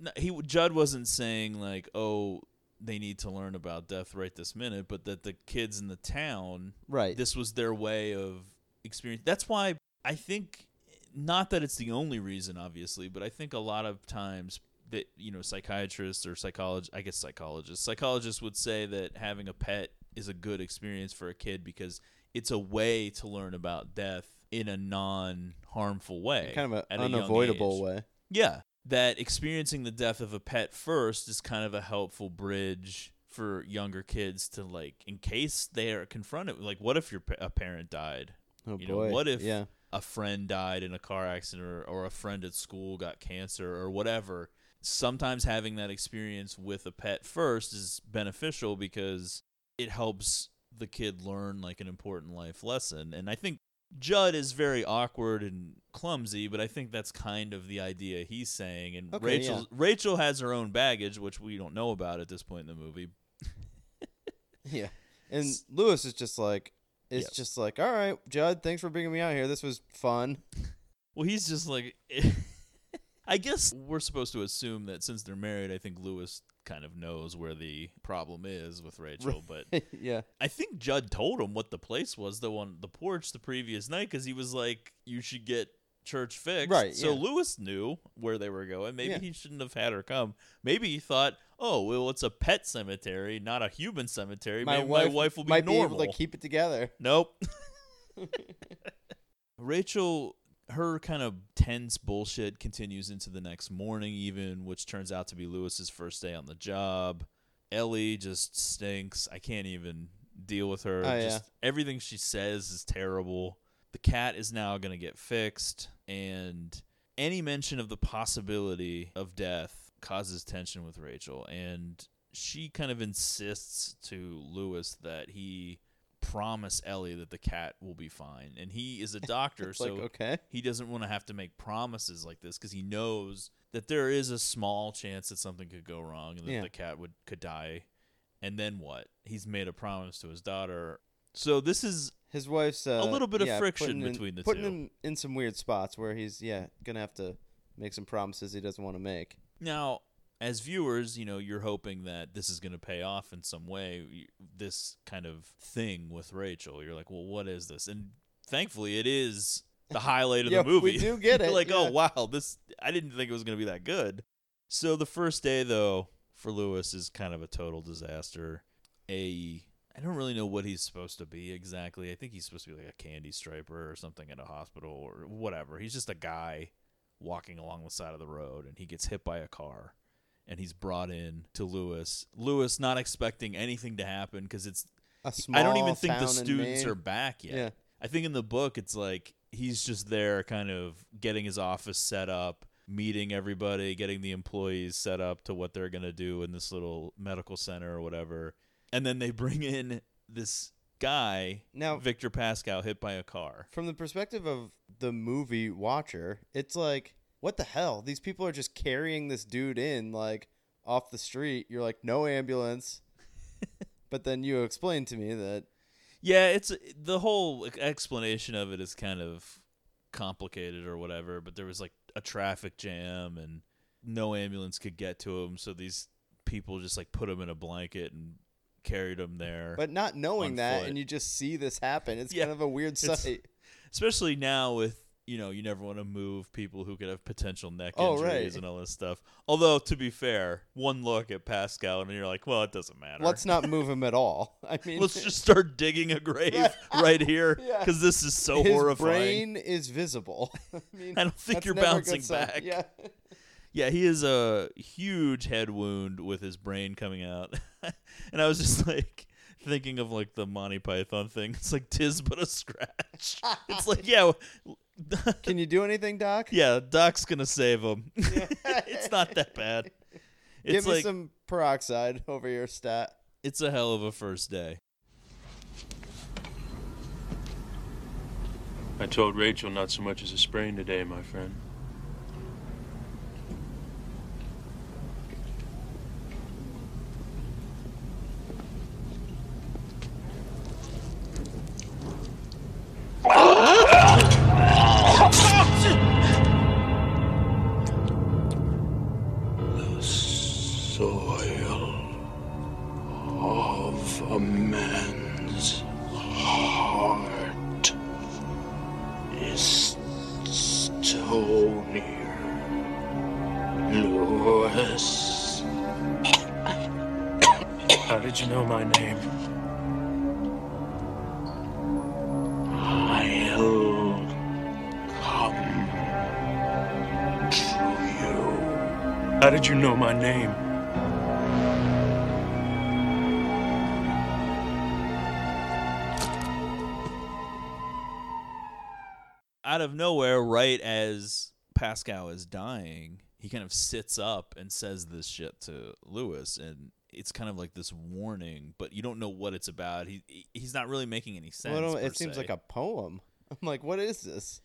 Speaker 7: n- he Judd wasn't saying like, oh, they need to learn about death right this minute, but that the kids in the town,
Speaker 8: Right.
Speaker 7: this was their way of experience. That's why I think not that it's the only reason, obviously, but I think a lot of times that you know psychiatrists or psychologists, I guess psychologists, psychologists would say that having a pet is a good experience for a kid because it's a way to learn about death in a non-harmful way,
Speaker 8: kind of
Speaker 7: at
Speaker 8: an
Speaker 7: a young
Speaker 8: unavoidable
Speaker 7: age.
Speaker 8: way.
Speaker 7: Yeah. That experiencing the death of a pet first is kind of a helpful bridge for younger kids to like in case they are confronted like what if your pa- a parent died?
Speaker 8: Oh
Speaker 7: you
Speaker 8: boy.
Speaker 7: know, what if
Speaker 8: Yeah. *laughs*
Speaker 7: a friend died in a car accident or, or a friend at school got cancer or whatever? Sometimes having that experience with a pet first is beneficial because it helps the kid learn like an important life lesson. And I think Judd is very awkward and clumsy, but I think that's kind of the idea he's saying. And
Speaker 8: Okay,
Speaker 7: Rachel
Speaker 8: yeah.
Speaker 7: Rachel has her own baggage, which we don't know about at this point in the movie.
Speaker 8: Yeah. And Lewis is just like, it's
Speaker 7: Yes.
Speaker 8: just like, all right, Judd, thanks for bringing me out here. This was fun.
Speaker 7: Well, he's just like *laughs* I guess we're supposed to assume that since they're married, I think Lewis kind of knows where the problem is with
Speaker 8: *laughs*
Speaker 7: Rachel, but
Speaker 8: yeah.
Speaker 7: I think Judd told him what the place was though on the porch the previous night because he was like, "You should get church fixed."
Speaker 8: Right,
Speaker 7: So
Speaker 8: yeah.
Speaker 7: Lewis knew where they were going. Maybe
Speaker 8: Yeah.
Speaker 7: he shouldn't have had her come. Maybe he thought, "Oh, well, it's a pet cemetery, not a human cemetery. Maybe my wife will be
Speaker 8: might
Speaker 7: normal."
Speaker 8: be able to keep it together. *laughs*
Speaker 7: Nope. *laughs* Rachel, her kind of tense bullshit continues into the next morning, even, which turns out to be Lewis's first day on the job. Ellie just stinks. I can't even deal with her.
Speaker 8: Oh, yeah.
Speaker 7: just everything she says is terrible. The cat is now going to get fixed, and any mention of the possibility of death causes tension with Rachel, and she kind of insists to Lewis that he promise Ellie that the cat will be fine. And he
Speaker 8: *laughs*
Speaker 7: is a doctor,
Speaker 8: It's
Speaker 7: so
Speaker 8: like, okay.
Speaker 7: he doesn't want to have to make promises like this because he knows that there is a small chance that something could go wrong and that
Speaker 8: Yeah.
Speaker 7: the cat would could die. And then what? He's made a promise to his daughter. So this is
Speaker 8: His wife's uh,
Speaker 7: little bit of
Speaker 8: yeah,
Speaker 7: friction
Speaker 8: putting in-
Speaker 7: between the
Speaker 8: putting
Speaker 7: two.
Speaker 8: him in some weird spots where he's yeah gonna have to make some promises he doesn't want to make.
Speaker 7: Now, as viewers, you know, you're hoping that this is going to pay off in some way, y- this kind of thing with Rachel. You're like, well, what is this? And thankfully, it is
Speaker 8: *laughs*
Speaker 7: the highlight of
Speaker 8: Yeah,
Speaker 7: the
Speaker 8: we
Speaker 7: movie. *laughs*
Speaker 8: do get
Speaker 7: You're
Speaker 8: it,
Speaker 7: like, oh,
Speaker 8: yeah.
Speaker 7: wow, this, I didn't think it was going to be that good. So the first day, though, for Lewis is kind of a total disaster. A. I don't really know what he's supposed to be exactly. I think he's supposed to be like a candy striper or something at a hospital or whatever. He's just a guy walking along the side of the road and he gets hit by a car and he's brought in to Lewis. Lewis not expecting anything to happen because it's
Speaker 8: A small
Speaker 7: I don't even think the
Speaker 8: town in
Speaker 7: students
Speaker 8: Maine.
Speaker 7: are back yet.
Speaker 8: Yeah.
Speaker 7: I think in the book it's like he's just there kind of getting his office set up, meeting everybody, getting the employees set up to what they're going to do in this little medical center or whatever. And then they bring in this guy,
Speaker 8: Now-
Speaker 7: Victor Pascal hit by a car.
Speaker 8: from the perspective of the movie watcher. It's like what the hell? These people are just carrying this dude in like off the street. You're like
Speaker 7: *laughs*
Speaker 8: no ambulance, but then you explain to me that
Speaker 7: Yeah, it's the whole e-, explanation of it is kind of complicated or whatever, but there was like a traffic jam and no ambulance could get to him, so these people just like put him in a blanket and carried him there.
Speaker 8: But not knowing
Speaker 7: on
Speaker 8: that,
Speaker 7: foot.
Speaker 8: and you just see this happen, it's
Speaker 7: Yeah,
Speaker 8: kind of a weird
Speaker 7: it's- *laughs*
Speaker 8: sight.
Speaker 7: especially now with you know you never want to move people who could have potential neck
Speaker 8: Oh,
Speaker 7: injuries
Speaker 8: right.
Speaker 7: and all this stuff. Although to be fair, one look at Pascal and you're like, well, it doesn't matter.
Speaker 8: Let's not move him at all. I mean, *laughs*
Speaker 7: Let's just start digging a grave right here
Speaker 8: Yeah.
Speaker 7: because this is so
Speaker 8: *laughs* his
Speaker 7: horrifying.
Speaker 8: brain is visible. *laughs* I mean,
Speaker 7: I don't think
Speaker 8: that's
Speaker 7: you're
Speaker 8: never a good
Speaker 7: bouncing
Speaker 8: sign.
Speaker 7: back.
Speaker 8: Yeah, *laughs*
Speaker 7: Yeah, he has a huge head wound with his brain coming out. *laughs* and I was just like thinking of like the Monty Python thing. It's like tis but a scratch. It's like, yeah, w-
Speaker 8: can you do anything, Doc?
Speaker 7: *laughs* yeah, Doc's going to save him. *laughs* it's not that bad.
Speaker 8: Give
Speaker 7: It's
Speaker 8: me
Speaker 7: like
Speaker 8: some peroxide over your stat.
Speaker 7: it's a hell of a first day.
Speaker 9: I told Rachel not so much as a sprain today, my friend.
Speaker 5: Soil of a man's heart is stonier, Lewis.
Speaker 9: How did you know my name?
Speaker 5: I'll come to you.
Speaker 9: How did you know my name?
Speaker 7: Out of nowhere, right as Pascal is dying, he kind of sits up and says this shit to Lewis and it's kind of like this warning, but you don't know what it's about. He he- he's not really making any sense.
Speaker 8: Well,
Speaker 7: per
Speaker 8: it seems
Speaker 7: se.
Speaker 8: like a poem. *laughs* I'm like, what is this?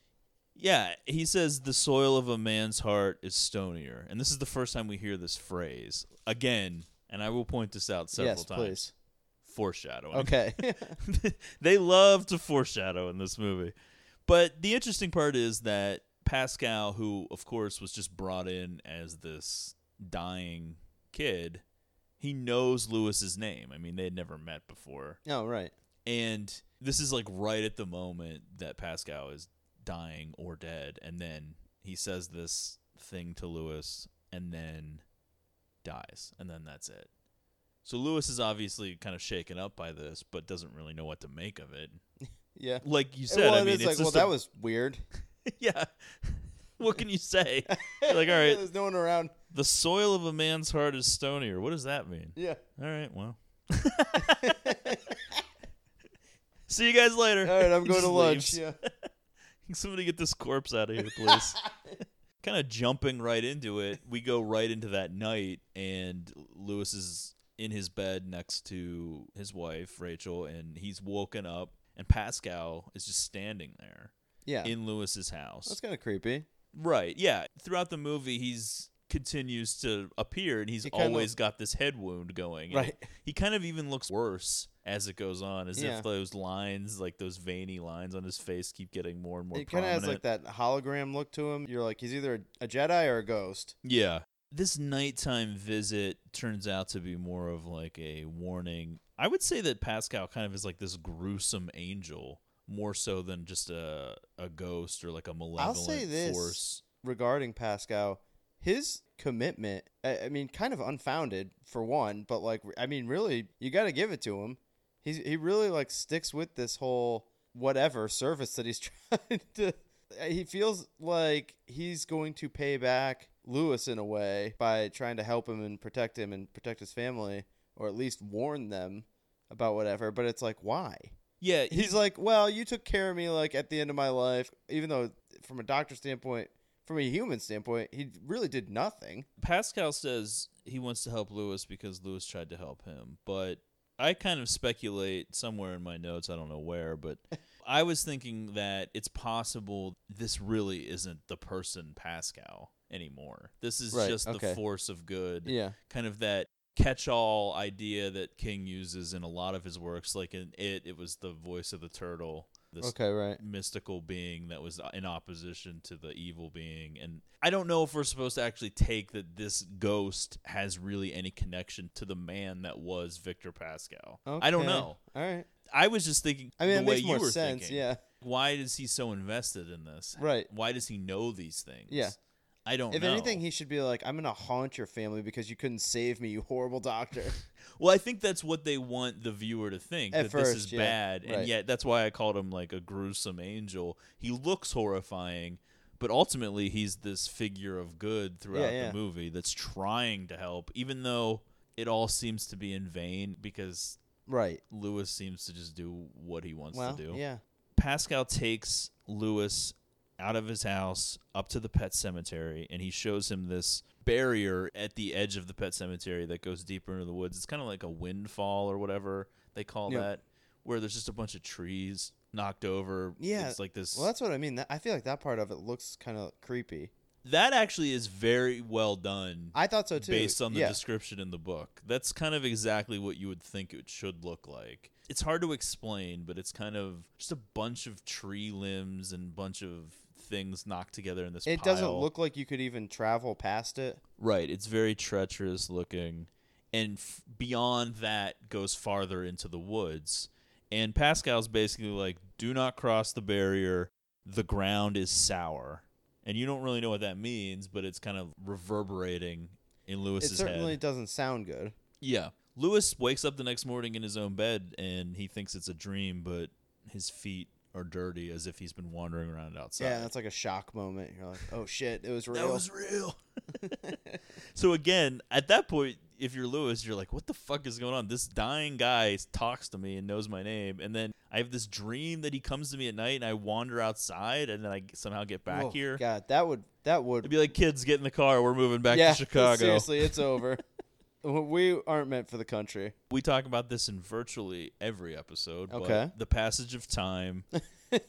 Speaker 7: Yeah, he says the soil of a man's heart is stonier, and this is the first time we hear this phrase again. And I will point this out several
Speaker 8: yes,
Speaker 7: times. *laughs*
Speaker 8: please.
Speaker 7: Foreshadowing.
Speaker 8: Okay. *laughs*
Speaker 7: *laughs* they love to foreshadow in this movie. But the interesting part is that Pascal, who of course was just brought in as this dying kid, he knows Lewis's name. I mean, they had never met before.
Speaker 8: oh, right.
Speaker 7: And this is like right at the moment that Pascal is dying or dead. And then he says this thing to Lewis and then dies. And then that's it. So Lewis is obviously kind of shaken up by this, but doesn't really know what to make of it.
Speaker 8: Yeah.
Speaker 7: Like you said,
Speaker 8: well,
Speaker 7: I
Speaker 8: it
Speaker 7: mean,
Speaker 8: is
Speaker 7: it's
Speaker 8: like, well,
Speaker 7: just
Speaker 8: that
Speaker 7: a-
Speaker 8: was weird.
Speaker 7: *laughs* yeah. *laughs* what can you
Speaker 8: *laughs*
Speaker 7: say? You're like, all right,
Speaker 8: There's no one around.
Speaker 7: the soil of a man's heart is stonier. What does that mean?
Speaker 8: Yeah.
Speaker 7: All right, well. See you guys later.
Speaker 8: All right,
Speaker 7: *laughs*
Speaker 8: I'm
Speaker 7: He
Speaker 8: going
Speaker 7: just
Speaker 8: to lunch.
Speaker 7: leaves.
Speaker 8: Yeah.
Speaker 7: Can *laughs* somebody get this corpse out of here, please?
Speaker 8: *laughs*
Speaker 7: kind of jumping right into it, we go right into that night, and Lewis is in his bed next to his wife Rachel, and he's woken up, and Pascal is just standing there
Speaker 8: Yeah.
Speaker 7: in Lewis's house.
Speaker 8: That's kind of creepy.
Speaker 7: Right. Yeah. Throughout the movie, he's continues to appear, and he's
Speaker 8: He kinda-
Speaker 7: always got this head wound going. and
Speaker 8: Right.
Speaker 7: it- He kind of even looks worse as it goes on, as
Speaker 8: Yeah.
Speaker 7: if those lines, like those veiny lines on his face, keep getting more and more.
Speaker 8: It kind of has
Speaker 7: prominent.
Speaker 8: like that hologram look to him. You're like, he's either a Jedi or a ghost.
Speaker 7: Yeah. This nighttime visit turns out to be more of like a warning. I would say that Pascal kind of is like this gruesome angel, more so than just a a ghost or like a malevolent
Speaker 8: I'll say this
Speaker 7: force.
Speaker 8: regarding Pascal, his commitment, I, I mean, kind of unfounded for one, but like, I mean, really, you got to give it to him. He's, he really like sticks with this whole whatever service that he's *laughs* trying to. uh, He feels like he's going to pay back Lewis in a way by trying to help him and protect him and protect his family, or at least warn them about whatever. But it's like, why?
Speaker 7: Yeah,
Speaker 8: he's like, well, you took care of me like at the end of my life, even though from a doctor standpoint, from a human standpoint, he really did nothing.
Speaker 7: Pascal says he wants to help Lewis because Lewis tried to help him, but I kind of speculate somewhere in my notes, I don't know where, but I was thinking that it's possible this really isn't the person Pascal anymore. This is
Speaker 8: Right,
Speaker 7: just
Speaker 8: okay.
Speaker 7: the force of good.
Speaker 8: Yeah.
Speaker 7: Kind of that catch-all idea that King uses in a lot of his works like in it it was the voice of the turtle. This
Speaker 8: right.
Speaker 7: mystical being that was uh, in opposition to the evil being and i don't know if we're supposed to actually take that this ghost has really any connection to the man that was victor pascal i don't know
Speaker 8: All right.
Speaker 7: i was just thinking
Speaker 8: I mean,
Speaker 7: the
Speaker 8: it
Speaker 7: way
Speaker 8: makes
Speaker 7: you
Speaker 8: more
Speaker 7: were
Speaker 8: sense,
Speaker 7: thinking.
Speaker 8: yeah.
Speaker 7: why is he so invested in this
Speaker 8: Right.
Speaker 7: why does he know these things
Speaker 8: Yeah.
Speaker 7: i don't
Speaker 8: If
Speaker 7: know
Speaker 8: anything, he should be like, I'm gonna haunt your family because you couldn't save me, you horrible doctor.
Speaker 7: *laughs* Well, I think that's what they want the viewer to think
Speaker 8: At
Speaker 7: that
Speaker 8: first,
Speaker 7: this is
Speaker 8: yeah,
Speaker 7: bad,
Speaker 8: right.
Speaker 7: and yet that's why I called him like a gruesome angel. He looks horrifying, but ultimately he's this figure of good throughout
Speaker 8: yeah.
Speaker 7: the movie that's trying to help, even though it all seems to be in vain because
Speaker 8: right.
Speaker 7: Lewis seems to just do what he wants
Speaker 8: Well,
Speaker 7: to do.
Speaker 8: yeah.
Speaker 7: Pascal takes Lewis out of his house up to the pet cemetery and he shows him this barrier at the edge of the pet cemetery that goes deeper into the woods. It's kind of like a windfall or whatever they call
Speaker 8: Yeah.
Speaker 7: that, where there's just a bunch of trees knocked over.
Speaker 8: Yeah.
Speaker 7: It's like this.
Speaker 8: Well, that's what I mean. That- I feel like that part of it looks kind of creepy.
Speaker 7: that actually is very well done.
Speaker 8: I thought so too.
Speaker 7: Based on the
Speaker 8: yeah.
Speaker 7: description in the book, that's kind of exactly what you would think it should look like. It's hard to explain, but it's kind of just a bunch of tree limbs and bunch of things knocked together in this.
Speaker 8: It doesn't
Speaker 7: pile.
Speaker 8: look like you could even travel past it.
Speaker 7: right. It's very treacherous looking, and f- beyond that goes farther into the woods. And Pascal's basically like, "Do not cross the barrier. The ground is sour." And you don't really know what that means, but it's kind of reverberating in Lewis's
Speaker 8: it certainly
Speaker 7: head.
Speaker 8: doesn't sound good.
Speaker 7: Yeah. Lewis wakes up the next morning in his own bed and he thinks it's a dream, but his feet are dirty as if he's been wandering around outside.
Speaker 8: Yeah, that's like a shock moment. You're like, oh shit, it was real.
Speaker 7: That was
Speaker 8: *laughs*
Speaker 7: real. *laughs* so again, at that point, if you're Lewis, you're like, what the fuck is going on? This dying guy talks to me and knows my name, and then I have this dream that he comes to me at night, and I wander outside, and then I somehow get back
Speaker 8: Oh,
Speaker 7: here.
Speaker 8: God, that would that would
Speaker 7: I'd be like, kids, get in the car. We're moving back
Speaker 8: yeah,
Speaker 7: to Chicago. *laughs*
Speaker 8: Seriously, it's over. we aren't meant for the country. *laughs*
Speaker 7: we talk about this in virtually every episode.
Speaker 8: Okay.
Speaker 7: But the passage of time.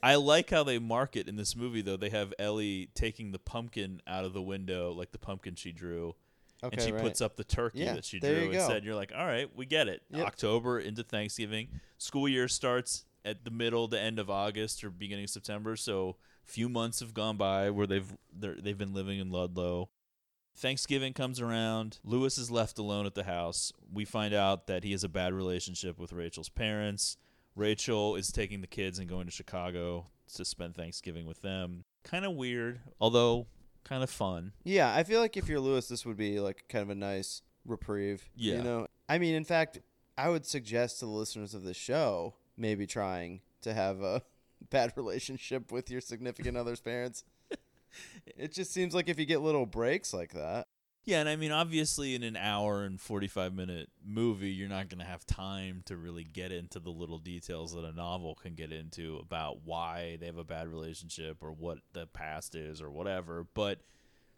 Speaker 7: I like how they mark it in this movie, though. They have Ellie taking the pumpkin out of the window, like the pumpkin she drew,
Speaker 8: Okay,
Speaker 7: and she
Speaker 8: right.
Speaker 7: puts up the turkey
Speaker 8: Yeah,
Speaker 7: that she
Speaker 8: there
Speaker 7: drew
Speaker 8: you
Speaker 7: and
Speaker 8: go.
Speaker 7: said, "You're like, all right, we get it.
Speaker 8: Yep.
Speaker 7: October into Thanksgiving. School year starts at the middle, to end of August or beginning of September. So few months have gone by where they've they're- they've been living in Ludlow. Thanksgiving comes around. Lewis is left alone at the house. We find out that he has a bad relationship with Rachel's parents. Rachel is taking the kids and going to Chicago to spend Thanksgiving with them. Kind of weird, although kind of fun.
Speaker 8: Yeah, I feel like if you're Lewis, this would be like kind of a nice reprieve.
Speaker 7: Yeah.
Speaker 8: You know, I mean, in fact, I would suggest to the listeners of this show maybe trying to have a *laughs* bad relationship with your significant other's
Speaker 7: *laughs*
Speaker 8: parents. It just seems like if you get little breaks like that,
Speaker 7: Yeah, and I mean, obviously, in an hour and 45 minute movie, you're not going to have time to really get into the little details that a novel can get into about why they have a bad relationship or what the past is or whatever. But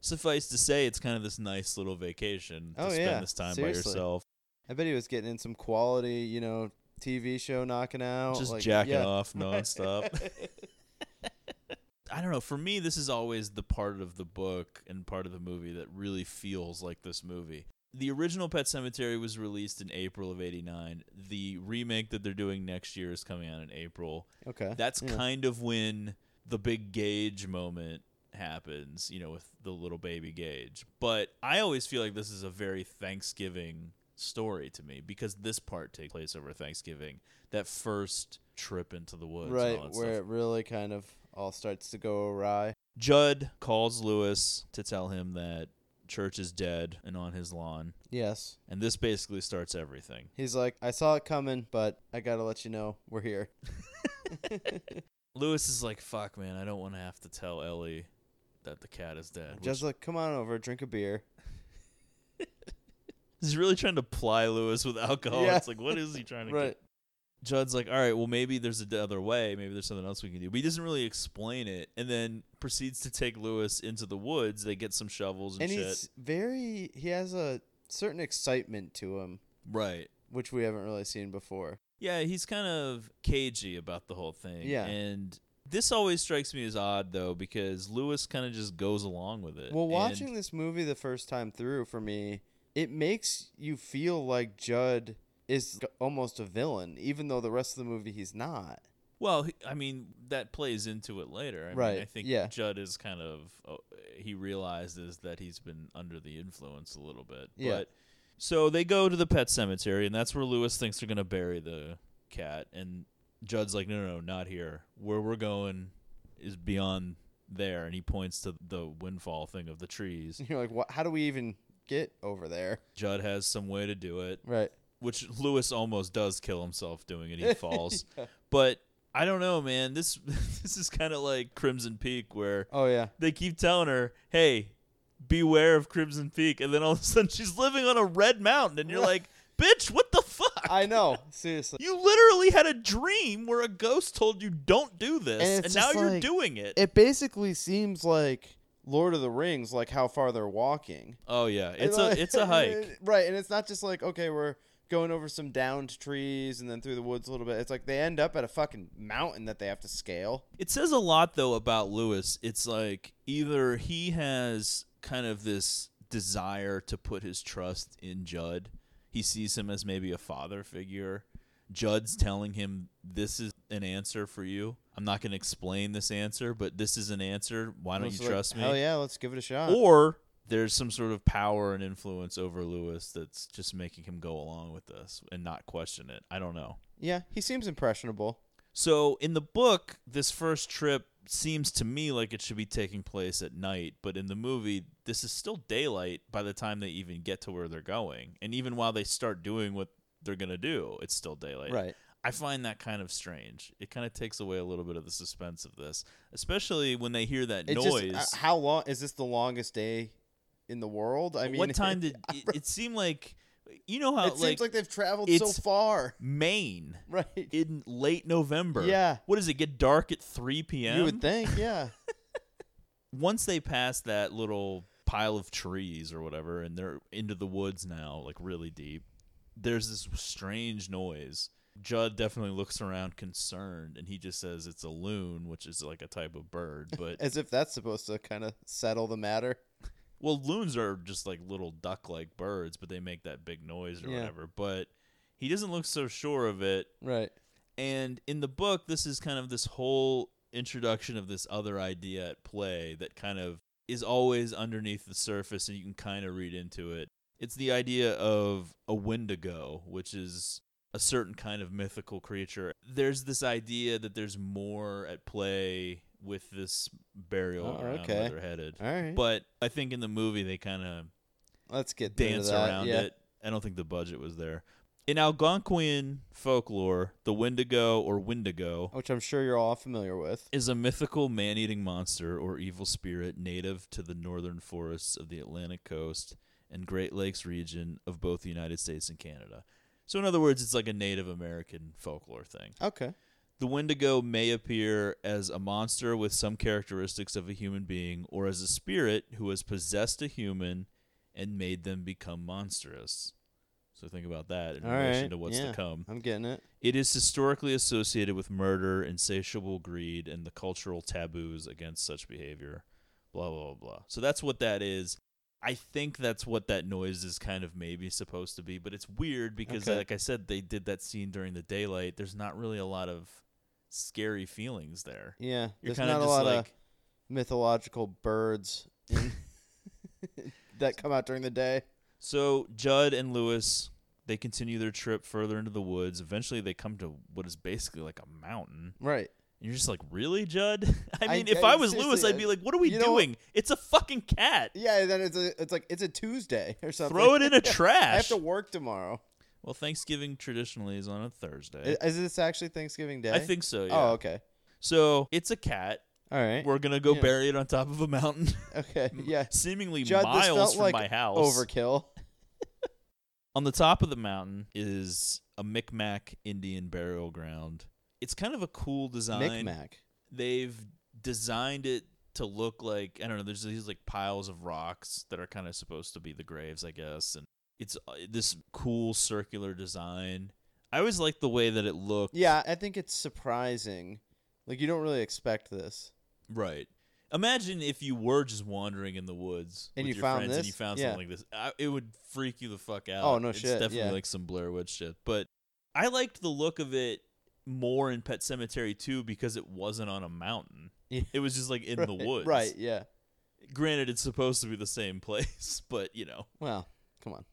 Speaker 7: suffice to say, it's kind of this nice little vacation to
Speaker 8: Oh,
Speaker 7: spend
Speaker 8: yeah,
Speaker 7: this time
Speaker 8: seriously.
Speaker 7: by yourself.
Speaker 8: I bet he was getting in some quality, you know, TV show knocking out.
Speaker 7: just
Speaker 8: like,
Speaker 7: jacking
Speaker 8: yeah.
Speaker 7: off nonstop. I don't know. For me, this is always the part of the book and part of the movie that really feels like this movie. The original Pet Cemetery was released in April of '89. The remake that they're doing next year is coming out in April.
Speaker 8: *laughs* Okay.
Speaker 7: That's
Speaker 8: yeah.
Speaker 7: kind of when the big Gage moment happens, you know, with the little baby Gage. But I always feel like this is a very Thanksgiving story to me because this part takes place over Thanksgiving. That first trip into the woods, and all
Speaker 8: right
Speaker 7: that
Speaker 8: where
Speaker 7: stuff.
Speaker 8: it really kind of all starts to go awry.
Speaker 7: Judd calls Lewis to tell him that Church is dead and on his lawn,
Speaker 8: Yes.
Speaker 7: and this basically starts everything.
Speaker 8: He's like, I saw it coming, but I gotta let you know
Speaker 7: *laughs*
Speaker 8: we're here.
Speaker 7: Lewis is like, "Fuck, man, I don't want to have to tell Ellie that the cat is dead." which-
Speaker 8: Just like, come on over, drink
Speaker 7: *laughs*
Speaker 8: a beer.
Speaker 7: He's really trying to ply Lewis with alcohol.
Speaker 8: Yeah.
Speaker 7: Oh, It's like, what is he trying
Speaker 8: *laughs*
Speaker 7: to
Speaker 8: Right.
Speaker 7: get? Judd's like, all right, well, maybe there's a other way. Maybe there's something else we can do. But he doesn't really explain it and then proceeds to take Lewis into the woods. They get some shovels and,
Speaker 8: And
Speaker 7: shit.
Speaker 8: he's very he has a certain excitement to him,
Speaker 7: Right.
Speaker 8: which we haven't really seen before.
Speaker 7: Yeah, he's kind of cagey about the whole thing.
Speaker 8: Yeah.
Speaker 7: And this always strikes me as odd, though, because Lewis kind of just goes along with it.
Speaker 8: Well,
Speaker 7: And-
Speaker 8: watching this movie the first time through for me, it makes you feel like Judd is almost a villain, even though the rest of the movie he's not. *laughs*
Speaker 7: Well, he- I mean, that plays into it later. I
Speaker 8: Right,
Speaker 7: Mean, I think
Speaker 8: yeah.
Speaker 7: Judd is kind of oh, he realizes that he's been under the influence a little bit.
Speaker 8: Yeah.
Speaker 7: But so they go to the pet cemetery, and that's where Lewis thinks they're gonna bury the cat. And Judd's like, "No, no, no, not here. Where we're going is beyond there." And he points to the windfall thing of the trees.
Speaker 8: You're like, what? How do we even get over there?
Speaker 7: Judd has some way to do it
Speaker 8: Right.
Speaker 7: which Lewis almost does kill himself doing
Speaker 8: *laughs*
Speaker 7: it. He falls, but I don't know, man. This *laughs* this is kind of like Crimson Peak, where
Speaker 8: Oh yeah.
Speaker 7: they keep telling her, "Hey, beware of Crimson Peak," and then all of a sudden she's living on a red mountain, and you're like, "Bitch, what the fuck?"
Speaker 8: I know. *laughs* Seriously.
Speaker 7: you literally had a dream where a ghost told you don't do this,
Speaker 8: And
Speaker 7: and,
Speaker 8: it's
Speaker 7: now
Speaker 8: just
Speaker 7: you're
Speaker 8: like-
Speaker 7: doing it.
Speaker 8: It basically seems like Lord of the Rings, like how far they're walking.
Speaker 7: Oh yeah, it's
Speaker 8: And,
Speaker 7: a
Speaker 8: like-
Speaker 7: it's
Speaker 8: *laughs*
Speaker 7: a hike.
Speaker 8: right? And it's not just like okay, we're going over some downed trees and then through the woods a little bit. It's like they end up at a fucking mountain that they have to scale.
Speaker 7: It says a lot though about Lewis. It's like either he has kind of this desire to put his trust in Judd. He sees him as maybe a father figure. Judd's telling him this is an answer for you. I'm not going to explain this answer, but this is an answer. Why don't
Speaker 8: It's
Speaker 7: you
Speaker 8: like,
Speaker 7: trust me?
Speaker 8: Hell yeah, let's give it a shot.
Speaker 7: Or there's some sort of power and influence over Lewis that's just making him go along with this and not question it. I don't know.
Speaker 8: yeah, he seems impressionable.
Speaker 7: So in the book, this first trip seems to me like it should be taking place at night, but in the movie, this is still daylight by the time they even get to where they're going. And even while they start doing what they're going to do, it's still daylight.
Speaker 8: Right.
Speaker 7: I find that kind of strange. It kind of takes away a little bit of the suspense of this, especially when they hear that
Speaker 8: It just-
Speaker 7: noise.
Speaker 8: uh, how long is this? The longest day in the world? I mean, *laughs*
Speaker 7: what time did it, it seemed like you know how
Speaker 8: it seems like they've traveled so
Speaker 7: it's-
Speaker 8: far. *laughs*
Speaker 7: Maine
Speaker 8: Right.
Speaker 7: in late November.
Speaker 8: Yeah.
Speaker 7: What does it get dark at 3 p.m.?
Speaker 8: You would think, yeah.
Speaker 7: once they pass that little pile of trees or whatever and they're into the woods now like really deep there's this strange noise judd definitely looks around concerned and he just says it's a loon which is like a type of bird *laughs* but
Speaker 8: As if that's supposed to kind of settle the matter.
Speaker 7: well loons are just like little duck like birds but they make that big noise or
Speaker 8: Yeah.
Speaker 7: whatever but he doesn't look so sure of it
Speaker 8: Right.
Speaker 7: And in the book, this is kind of this whole introduction of this other idea at play that kind of is always underneath the surface and you can kind of read into it. It's the idea of a wendigo, which is a certain kind of mythical creature. There's this idea that there's more at play with this burial
Speaker 8: Oh,
Speaker 7: around
Speaker 8: okay.
Speaker 7: where they're headed.
Speaker 8: All right.
Speaker 7: But I think in the movie they kind of
Speaker 8: Let's get into
Speaker 7: dance
Speaker 8: that,
Speaker 7: around
Speaker 8: yeah.
Speaker 7: it. I don't think the budget was there. In Algonquin folklore, the Wendigo or Wendigo
Speaker 8: which I'm sure you're all familiar with.
Speaker 7: is a mythical man eating monster or evil spirit native to the northern forests of the Atlantic coast and Great Lakes region of both the United States and Canada. So, in other words, it's like a Native American folklore thing.
Speaker 8: Okay.
Speaker 7: The Wendigo may appear as a monster with some characteristics of a human being or as a spirit who has possessed a human and made them become monstrous. So think about that in
Speaker 8: All
Speaker 7: relation
Speaker 8: right.
Speaker 7: to what's
Speaker 8: yeah,
Speaker 7: to come.
Speaker 8: I'm getting it.
Speaker 7: It is historically associated with murder, insatiable greed, and the cultural taboos against such behavior. Blah, blah, blah, blah. So that's what that is. I think that's what that noise is kind of maybe supposed to be, but it's weird because,
Speaker 8: Okay.
Speaker 7: like I said, they did that scene during the daylight. There's not really a lot of scary feelings there.
Speaker 8: Yeah.
Speaker 7: You're
Speaker 8: There's
Speaker 7: kind of
Speaker 8: not a
Speaker 7: just
Speaker 8: lot
Speaker 7: like,
Speaker 8: of mythological birds
Speaker 7: *laughs*
Speaker 8: in- *laughs* that come out during the day.
Speaker 7: So Judd and Lewis, they continue their trip further into the woods. Eventually, they come to what is basically like a mountain.
Speaker 8: Right.
Speaker 7: And you're just like, really, Judd? *laughs* I
Speaker 8: I-
Speaker 7: mean, if
Speaker 8: I-
Speaker 7: I was Lewis,
Speaker 8: seriously,
Speaker 7: I'd be like, what are we
Speaker 8: you know what?
Speaker 7: doing? It's a fucking cat.
Speaker 8: Yeah, and then it's a, it's like it's a Tuesday or something.
Speaker 7: Throw it in a
Speaker 8: *laughs* I have
Speaker 7: trash.
Speaker 8: to work tomorrow.
Speaker 7: Well, Thanksgiving traditionally is on a Thursday.
Speaker 8: Is, is this actually Thanksgiving Day?
Speaker 7: I think so, yeah.
Speaker 8: Oh, okay.
Speaker 7: So it's a cat.
Speaker 8: All right.
Speaker 7: We're going to go
Speaker 8: Eh, Yeah.
Speaker 7: bury it on top of a mountain,
Speaker 8: *laughs*
Speaker 7: *laughs*
Speaker 8: okay. Yeah.
Speaker 7: seemingly
Speaker 8: Judd, this
Speaker 7: miles
Speaker 8: felt
Speaker 7: from
Speaker 8: like
Speaker 7: my house.
Speaker 8: Overkill.
Speaker 7: On the top of the mountain is a Micmac Indian burial ground. It's kind of a cool design.
Speaker 8: Micmac.
Speaker 7: they've designed it to look like I don't know. There's these like piles of rocks that are kind of supposed to be the graves, I guess, and it's uh, this cool circular design. I always liked the way that it looked.
Speaker 8: Yeah, I think it's surprising. Like you don't really expect this.
Speaker 7: right. Imagine if you were just wandering in the woods
Speaker 8: And
Speaker 7: with
Speaker 8: you
Speaker 7: your
Speaker 8: found
Speaker 7: friends and
Speaker 8: this?
Speaker 7: you found
Speaker 8: Yeah.
Speaker 7: something like this. I, it would freak you the fuck out.
Speaker 8: Oh, no
Speaker 7: it's
Speaker 8: shit,
Speaker 7: Definitely
Speaker 8: yeah.
Speaker 7: like some Blair Witch shit. But I liked the look of it more in Pet Cemetery too because it wasn't on a mountain.
Speaker 8: Yeah.
Speaker 7: It was just like *laughs* in the
Speaker 8: Right,
Speaker 7: woods.
Speaker 8: Right, yeah.
Speaker 7: granted it's supposed to be the same place *laughs* but you know
Speaker 8: Well, come on.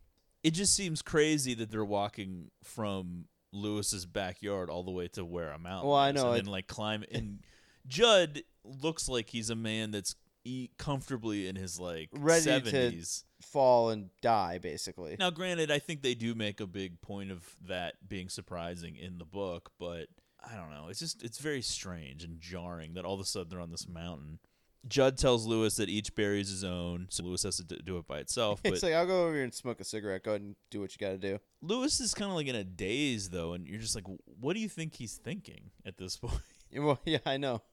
Speaker 7: it just seems crazy that they're walking from lewis's backyard all the way to where i'm out
Speaker 8: Well, I know,
Speaker 7: and
Speaker 8: it-
Speaker 7: then, like climb and judd looks like he's a man that's e- comfortably in his like
Speaker 8: Ready to-
Speaker 7: 70s
Speaker 8: Fall and die basically.
Speaker 7: now granted i think they do make a big point of that being surprising in the book but i don't know it's just it's very strange and jarring that all of a sudden they're on this mountain Judd tells Lewis that each buries his own, so Lewis has to d- do it by itself. But
Speaker 8: *laughs* *laughs* it's like I'll go over here and smoke a cigarette. Go ahead and do what you got to do.
Speaker 7: Lewis is kind of like in a daze though, and you're just like, what do you think he's thinking at this *laughs* point?
Speaker 8: Yeah, Well, *laughs* yeah, I know.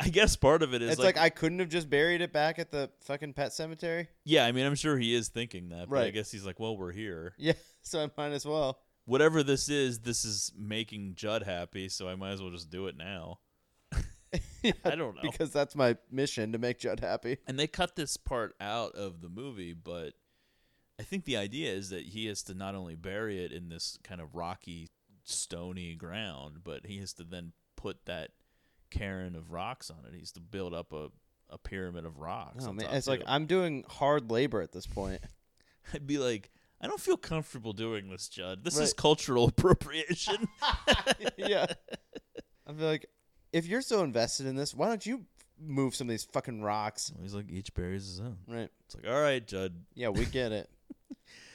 Speaker 7: I guess part of it is
Speaker 8: It's, like, I couldn't have just buried it back at the fucking pet cemetery. *laughs*
Speaker 7: yeah, I mean, I'm sure he is thinking that, but I
Speaker 8: Right.
Speaker 7: guess he's like, well, we're here.
Speaker 8: Yeah, so I might as well.
Speaker 7: Whatever this is, this is making Judd happy, so I might as well just do it
Speaker 8: *laughs*
Speaker 7: now. *laughs* I don't know.
Speaker 8: because that's my mission to make Judd happy.
Speaker 7: and they cut this part out of the movie, but I think the idea is that he has to not only bury it in this kind of rocky, stony ground, but he has to then put that cairn of rocks on it. He's to build up a, a pyramid of rocks.
Speaker 8: Oh
Speaker 7: on
Speaker 8: man,
Speaker 7: top,
Speaker 8: it's like
Speaker 7: too.
Speaker 8: I'm doing hard labor at this point.
Speaker 7: *laughs* I'd be like, I don't feel comfortable doing this, Judd. This is
Speaker 8: Right.
Speaker 7: cultural *laughs*
Speaker 8: *laughs*
Speaker 7: appropriation.
Speaker 8: yeah, I feel like if you're so invested in this, why don't you move some of these fucking rocks?
Speaker 7: He's like, each buries his own.
Speaker 8: Right?
Speaker 7: It's like, all right, Judd.
Speaker 8: Yeah, we get *laughs* it. *laughs*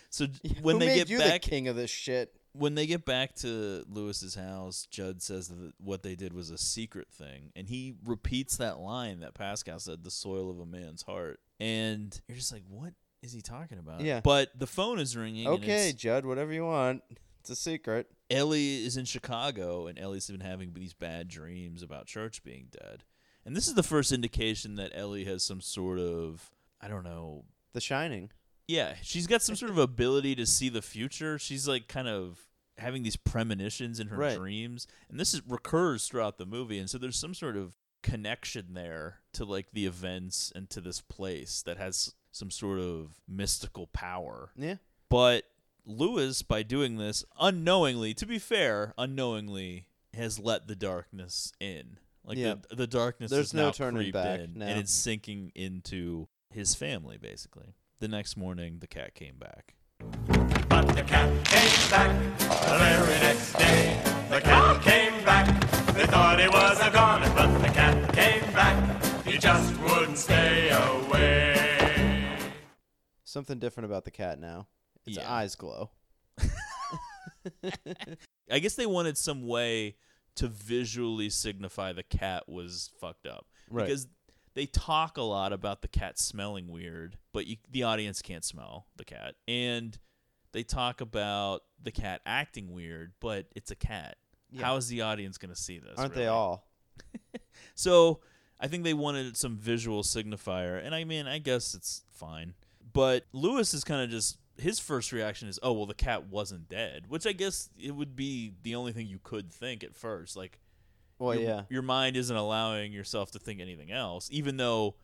Speaker 7: So when
Speaker 8: Who
Speaker 7: they
Speaker 8: made
Speaker 7: get
Speaker 8: you
Speaker 7: back,
Speaker 8: the king of this shit?
Speaker 7: when they get back to Lewis's house, Judd says that what they did was a secret thing, and he repeats that line that Pascal said, "The soil of a man's heart," and you're just like, "What is he talking about?"
Speaker 8: Yeah.
Speaker 7: But the phone is ringing. and
Speaker 8: Okay,
Speaker 7: it's-
Speaker 8: Judd, whatever you want. It's a secret.
Speaker 7: Ellie is in Chicago, and Ellie's been having these bad dreams about Church being dead, and this is the first indication that Ellie has some sort of I don't know
Speaker 8: The Shining.
Speaker 7: yeah, she's got some sort of ability to see the future. She's like kind of having these premonitions in her
Speaker 8: Right.
Speaker 7: dreams, and this is, recurs throughout the movie. And so there's some sort of connection there to like the events and to this place that has some sort of mystical power.
Speaker 8: Yeah.
Speaker 7: But Lewis, by doing this unknowingly, to be fair, unknowingly has let the darkness in. Like
Speaker 8: Yeah.
Speaker 7: the, the darkness
Speaker 8: There's
Speaker 7: has
Speaker 8: no
Speaker 7: now
Speaker 8: turning
Speaker 7: creeped
Speaker 8: back
Speaker 7: in,
Speaker 8: now.
Speaker 7: and it's sinking into his family basically. The next morning, the cat came back.
Speaker 10: But the cat came back the very next day. The cat came back. They thought he was a goner, but the cat came back. He just wouldn't stay away.
Speaker 8: Something different about the cat now. Its
Speaker 7: Yeah.
Speaker 8: eyes glow.
Speaker 7: I guess they wanted some way to visually signify the cat was fucked up
Speaker 8: Right.
Speaker 7: because they talk a lot about the cat smelling weird, but you, the audience can't smell the cat, and they talk about the cat acting weird, but it's a cat.
Speaker 8: Yeah.
Speaker 7: How is the audience going to see this?
Speaker 8: Aren't they
Speaker 7: really?
Speaker 8: all?
Speaker 7: So I think they wanted some visual signifier, and I mean, I guess it's fine. But Lewis is kind of just his first reaction is, "Oh well, the cat wasn't dead," which I guess it would be the only thing you could think at first. Like,
Speaker 8: Well,
Speaker 7: your,
Speaker 8: yeah.
Speaker 7: your mind isn't allowing yourself to think anything else, even though,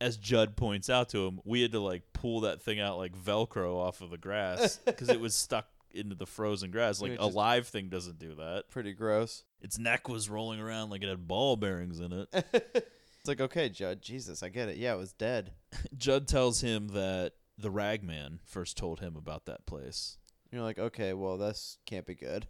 Speaker 7: as Judd points out to him, we had to like pull that thing out like Velcro off of the grass because it was stuck into the frozen grass.
Speaker 8: And
Speaker 7: Like
Speaker 8: it
Speaker 7: a
Speaker 8: just-
Speaker 7: live thing doesn't do that.
Speaker 8: Pretty gross. *laughs*
Speaker 7: Its neck was rolling around like it had ball bearings in it.
Speaker 8: It's like, okay, Judd, Jesus, I get it. Yeah, it was dead.
Speaker 7: Judd tells him that the ragman first told him about that
Speaker 8: *laughs*
Speaker 7: place.
Speaker 8: You're like, okay, well, this can't be good.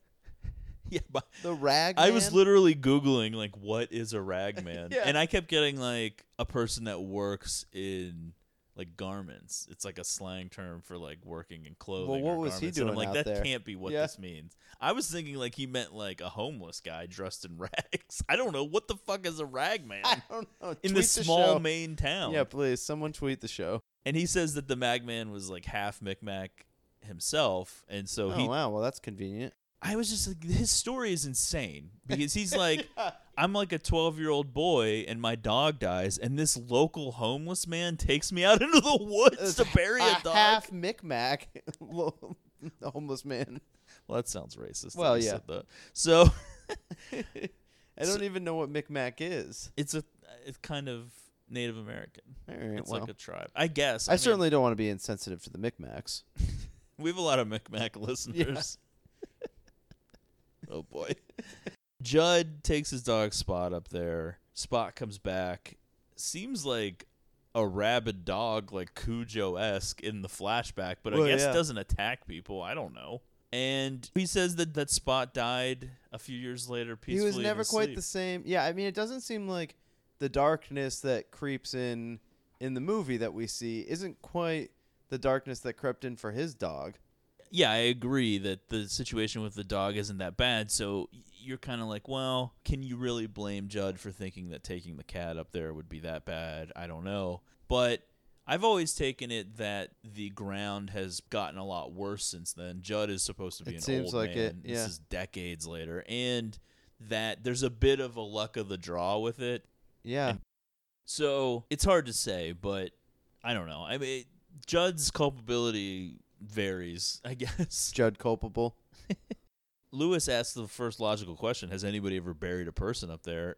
Speaker 7: Yeah, but
Speaker 8: The rag.
Speaker 7: I was literally googling like what is a ragman,
Speaker 8: *laughs* Yeah.
Speaker 7: and I kept getting like a person that works in like garments. It's like a slang term for like working in clothing.
Speaker 8: Well, what
Speaker 7: or
Speaker 8: was he
Speaker 7: garments. And
Speaker 8: doing
Speaker 7: I'm like
Speaker 8: out
Speaker 7: that
Speaker 8: there?"
Speaker 7: can't be what
Speaker 8: Yeah.
Speaker 7: this means. I was thinking like he meant like a homeless guy dressed in *laughs* rags. I don't know what the fuck is a
Speaker 8: *laughs*
Speaker 7: ragman
Speaker 8: *laughs* I don't know.
Speaker 7: in
Speaker 8: Tweet
Speaker 7: this
Speaker 8: the
Speaker 7: small
Speaker 8: show.
Speaker 7: main town.
Speaker 8: Yeah, please, someone tweet the show.
Speaker 7: And he says that the magman was like half Micmac himself, and so
Speaker 8: oh
Speaker 7: he
Speaker 8: wow, well that's convenient.
Speaker 7: I was just like, his story is
Speaker 8: *laughs*
Speaker 7: insane because he's like, I'm like a 12 year old boy and my dog dies, and this local homeless man takes me out *laughs* into the woods to bury a dog.
Speaker 8: half Micmac, *laughs* lo- homeless man.
Speaker 7: Well, that sounds racist. that
Speaker 8: Well,
Speaker 7: I
Speaker 8: yeah.
Speaker 7: said that. So *laughs*
Speaker 8: I don't even know what Micmac is.
Speaker 7: it's a it's kind of Native American.
Speaker 8: All right,
Speaker 7: It's
Speaker 8: well,
Speaker 7: like a tribe, I guess.
Speaker 8: I
Speaker 7: mean,
Speaker 8: certainly don't want to be insensitive to the Micmacs.
Speaker 7: we have a lot of Micmac *laughs* listeners. oh boy, Judd takes his dog Spot up there. Spot comes back. Seems like a rabid dog, like Cujo esque in the flashback, but
Speaker 8: Well,
Speaker 7: I guess
Speaker 8: yeah.
Speaker 7: doesn't attack people. I don't know. And he says that that Spot died a few years later
Speaker 8: He
Speaker 7: peacefully.
Speaker 8: was
Speaker 7: in
Speaker 8: never
Speaker 7: his
Speaker 8: quite
Speaker 7: sleep.
Speaker 8: the same. Yeah, I mean, it doesn't seem like the darkness that creeps in in the movie that we see isn't quite the darkness that crept in for his dog.
Speaker 7: yeah, I agree that the situation with the dog isn't that bad. So y- you're kind of like, well, can you really blame Judd for thinking that taking the cat up there would be that bad? I don't know. But I've always taken it that the ground has gotten a lot worse since then. Judd is supposed to be
Speaker 8: It
Speaker 7: an
Speaker 8: seems
Speaker 7: old
Speaker 8: like
Speaker 7: man.
Speaker 8: it, yeah.
Speaker 7: This is decades later, and that there's a bit of a luck of the draw with it.
Speaker 8: Yeah,
Speaker 7: So it's hard to say, but I don't know. I mean, Judd's culpability varies, *laughs* I guess.
Speaker 8: Judd culpable.
Speaker 7: Lewis asks the first logical question Has anybody ever buried a person up there?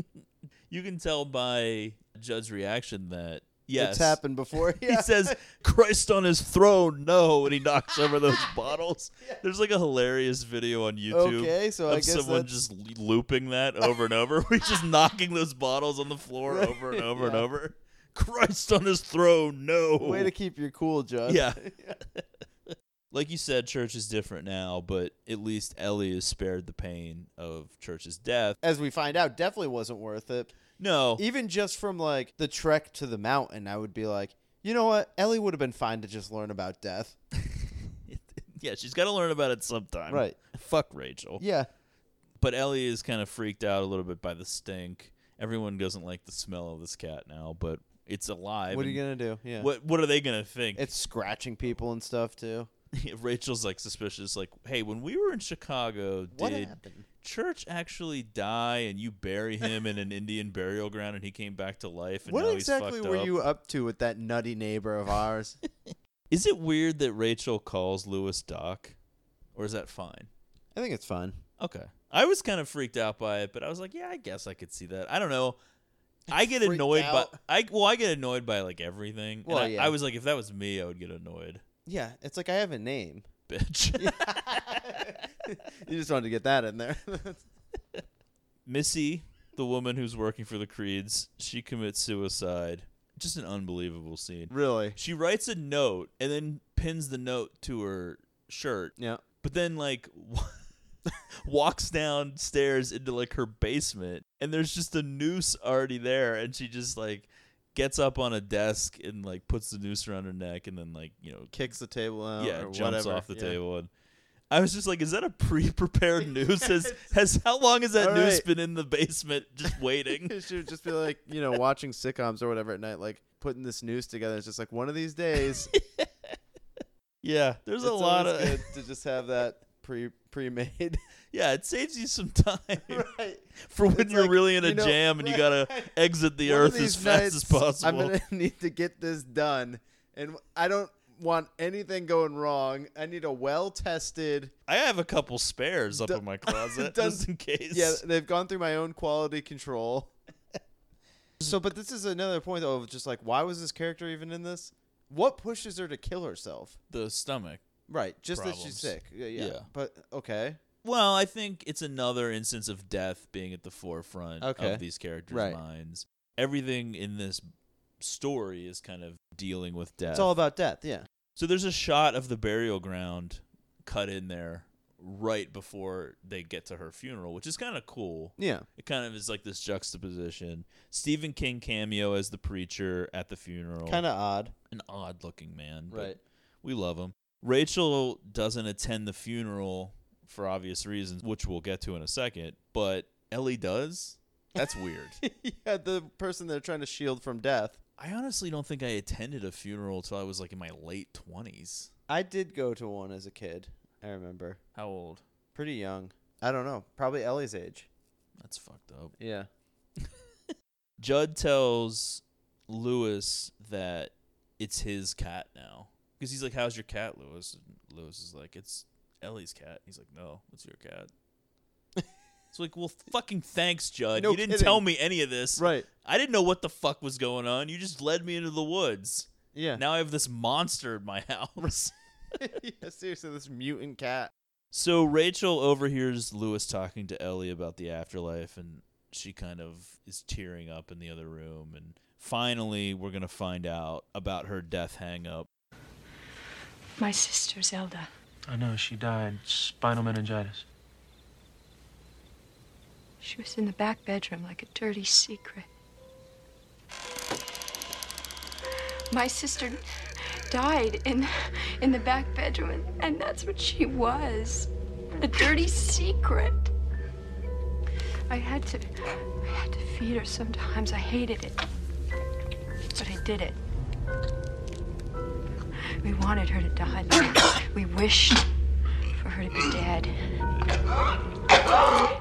Speaker 7: *laughs* you can tell by Judd's reaction that yes.
Speaker 8: It's happened before.
Speaker 7: *laughs* He says, Christ on his throne, no, and he knocks over those *laughs* bottles. There's like a hilarious video on YouTube
Speaker 8: Okay, so
Speaker 7: of
Speaker 8: I guess
Speaker 7: someone
Speaker 8: that's-
Speaker 7: just l- looping that over and over. *laughs* We're
Speaker 8: *laughs*
Speaker 7: just knocking those bottles on the floor
Speaker 8: Right, *laughs*
Speaker 7: over and over and
Speaker 8: yeah.
Speaker 7: over. Christ on his throne, no.
Speaker 8: *laughs* Way to keep your
Speaker 7: *laughs*
Speaker 8: cool, Judd.
Speaker 7: Yeah. like you said, church is different now, but at least Ellie is spared the pain of church's death.
Speaker 8: As we find out, definitely wasn't worth it.
Speaker 7: No.
Speaker 8: Even just from like the trek to the mountain, I would be like, you know what? Ellie would have been fine to just learn about death.
Speaker 7: yeah, she's got to learn about it sometime.
Speaker 8: Right.
Speaker 7: Fuck Rachel.
Speaker 8: Yeah.
Speaker 7: But Ellie is kind of freaked out a little bit by the stink. Everyone doesn't like the smell of this cat now, but it's alive.
Speaker 8: what are
Speaker 7: and
Speaker 8: you gonna do? Yeah.
Speaker 7: What What are they gonna think? *laughs*
Speaker 8: It's scratching people and stuff too.
Speaker 7: Rachel's like suspicious. Like, hey, when we were in Chicago,
Speaker 8: What
Speaker 7: did
Speaker 8: happened?
Speaker 7: Church actually die and you bury him in an Indian burial ground and he came back to life? And
Speaker 8: What
Speaker 7: now
Speaker 8: exactly
Speaker 7: he's fucked
Speaker 8: were
Speaker 7: up?
Speaker 8: you up to with that nutty neighbor of ours?
Speaker 7: Is it weird that Rachel calls Lewis Doc, or is that fine?
Speaker 8: *laughs* I think it's fun.
Speaker 7: Okay, I was kind of freaked out by it, but I was like, yeah, I guess I could see that. I don't know. I get
Speaker 8: Freaked
Speaker 7: annoyed by
Speaker 8: out.
Speaker 7: I well, I get annoyed by like everything. and
Speaker 8: Well,
Speaker 7: I,
Speaker 8: yeah.
Speaker 7: I was like, if that was me, I would get annoyed, *laughs*
Speaker 8: Yeah, it's like I have a *laughs* name.
Speaker 7: bitch.
Speaker 8: You just wanted to get that in there.
Speaker 7: *laughs*
Speaker 8: *laughs*
Speaker 7: Missy, the woman who's working for the Creeds, she commits suicide. Just an unbelievable scene.
Speaker 8: really?
Speaker 7: She writes a note and then pins the note to her shirt.
Speaker 8: Yeah.
Speaker 7: but then like *laughs* walks downstairs into like her basement and there's just a noose already there and she just like gets up on a desk and like puts the noose around her neck and then like you know
Speaker 8: Kicks the table out.
Speaker 7: yeah
Speaker 8: Oh, or
Speaker 7: jumps
Speaker 8: whatever.
Speaker 7: off the
Speaker 8: Yeah. *laughs*
Speaker 7: table and I was just like, is that a pre-prepared noose? Has, has how long has that
Speaker 8: All
Speaker 7: noose
Speaker 8: right.
Speaker 7: been in the
Speaker 8: *laughs*
Speaker 7: basement just waiting?
Speaker 8: she would just be like, you know, watching sitcoms or whatever at night, like putting this news together. It's just like one of these *laughs* days.
Speaker 7: yeah, there's
Speaker 8: it's
Speaker 7: a lot of
Speaker 8: always
Speaker 7: *laughs*
Speaker 8: good to just have that pre pre made.
Speaker 7: yeah. It saves you some time
Speaker 8: *laughs*
Speaker 7: *laughs*
Speaker 8: right.
Speaker 7: for when
Speaker 8: It's
Speaker 7: you're
Speaker 8: like,
Speaker 7: really in a
Speaker 8: you know,
Speaker 7: jam and you
Speaker 8: right,
Speaker 7: gotta
Speaker 8: *laughs* right.
Speaker 7: exit the
Speaker 8: One of
Speaker 7: earth as
Speaker 8: these
Speaker 7: fast
Speaker 8: nights, *laughs*
Speaker 7: as possible.
Speaker 8: I'm gonna need to get this done, and I don't. want anything going wrong. I need a well tested.
Speaker 7: I have a couple spares up in my
Speaker 8: *laughs*
Speaker 7: closet just in case.
Speaker 8: Yeah, they've gone through my own quality control. *laughs* so, but this is another point though of just like, why was this character even in this? What pushes her to kill herself?
Speaker 7: The stomach.
Speaker 8: Right, just that
Speaker 7: Problems.
Speaker 8: she's sick. Yeah, yeah.
Speaker 7: Yeah.
Speaker 8: But okay,
Speaker 7: Well, I think it's another instance of death being at the forefront
Speaker 8: Okay.
Speaker 7: of these characters'
Speaker 8: Right.
Speaker 7: minds. Everything in this story is kind of dealing with death.
Speaker 8: it's all about death. Yeah.
Speaker 7: So there's a shot of the burial ground cut in there right before they get to her funeral, which is kind of cool.
Speaker 8: Yeah.
Speaker 7: It kind of is like this juxtaposition. Stephen King cameo as the preacher at the funeral.
Speaker 8: Kind of odd.
Speaker 7: an odd looking man, but
Speaker 8: Right.
Speaker 7: we love him. Rachel doesn't attend the funeral for obvious reasons, which we'll get to in a second, but Ellie does. That's weird.
Speaker 8: *laughs* yeah, the person they're trying to shield from death.
Speaker 7: I honestly don't think I attended a funeral till I was like in my late 20s.
Speaker 8: I did go to one as a kid. I remember.
Speaker 7: How old?
Speaker 8: Pretty young. I don't know. Probably Ellie's age.
Speaker 7: That's fucked up.
Speaker 8: Yeah.
Speaker 7: Judd tells Lewis that it's his cat now. Because he's like, How's your cat, Lewis? And Lewis is like, It's Ellie's cat. He's like, No, it's your cat. it's like, Well, fucking thanks, Judd.
Speaker 8: No
Speaker 7: you didn't
Speaker 8: kidding.
Speaker 7: tell me any of this.
Speaker 8: Right.
Speaker 7: I didn't know what the fuck was going on. You just led me into the woods.
Speaker 8: Yeah.
Speaker 7: Now I have this monster in my *laughs* house.
Speaker 8: *laughs* yeah, seriously, this mutant cat.
Speaker 7: So Rachel overhears Lewis talking to Ellie about the afterlife, and she kind of is tearing up in the other room. And finally, we're going to find out about her death hang up.
Speaker 11: My sister Zelda.
Speaker 9: I know, she died. Spinal meningitis.
Speaker 11: She was in the back bedroom like a dirty secret. My sister died in in the back bedroom, and, and that's what she was. A dirty secret. I had to I had to feed her sometimes. I hated it. But I did it. We wanted her to die. we wished for her to be dead.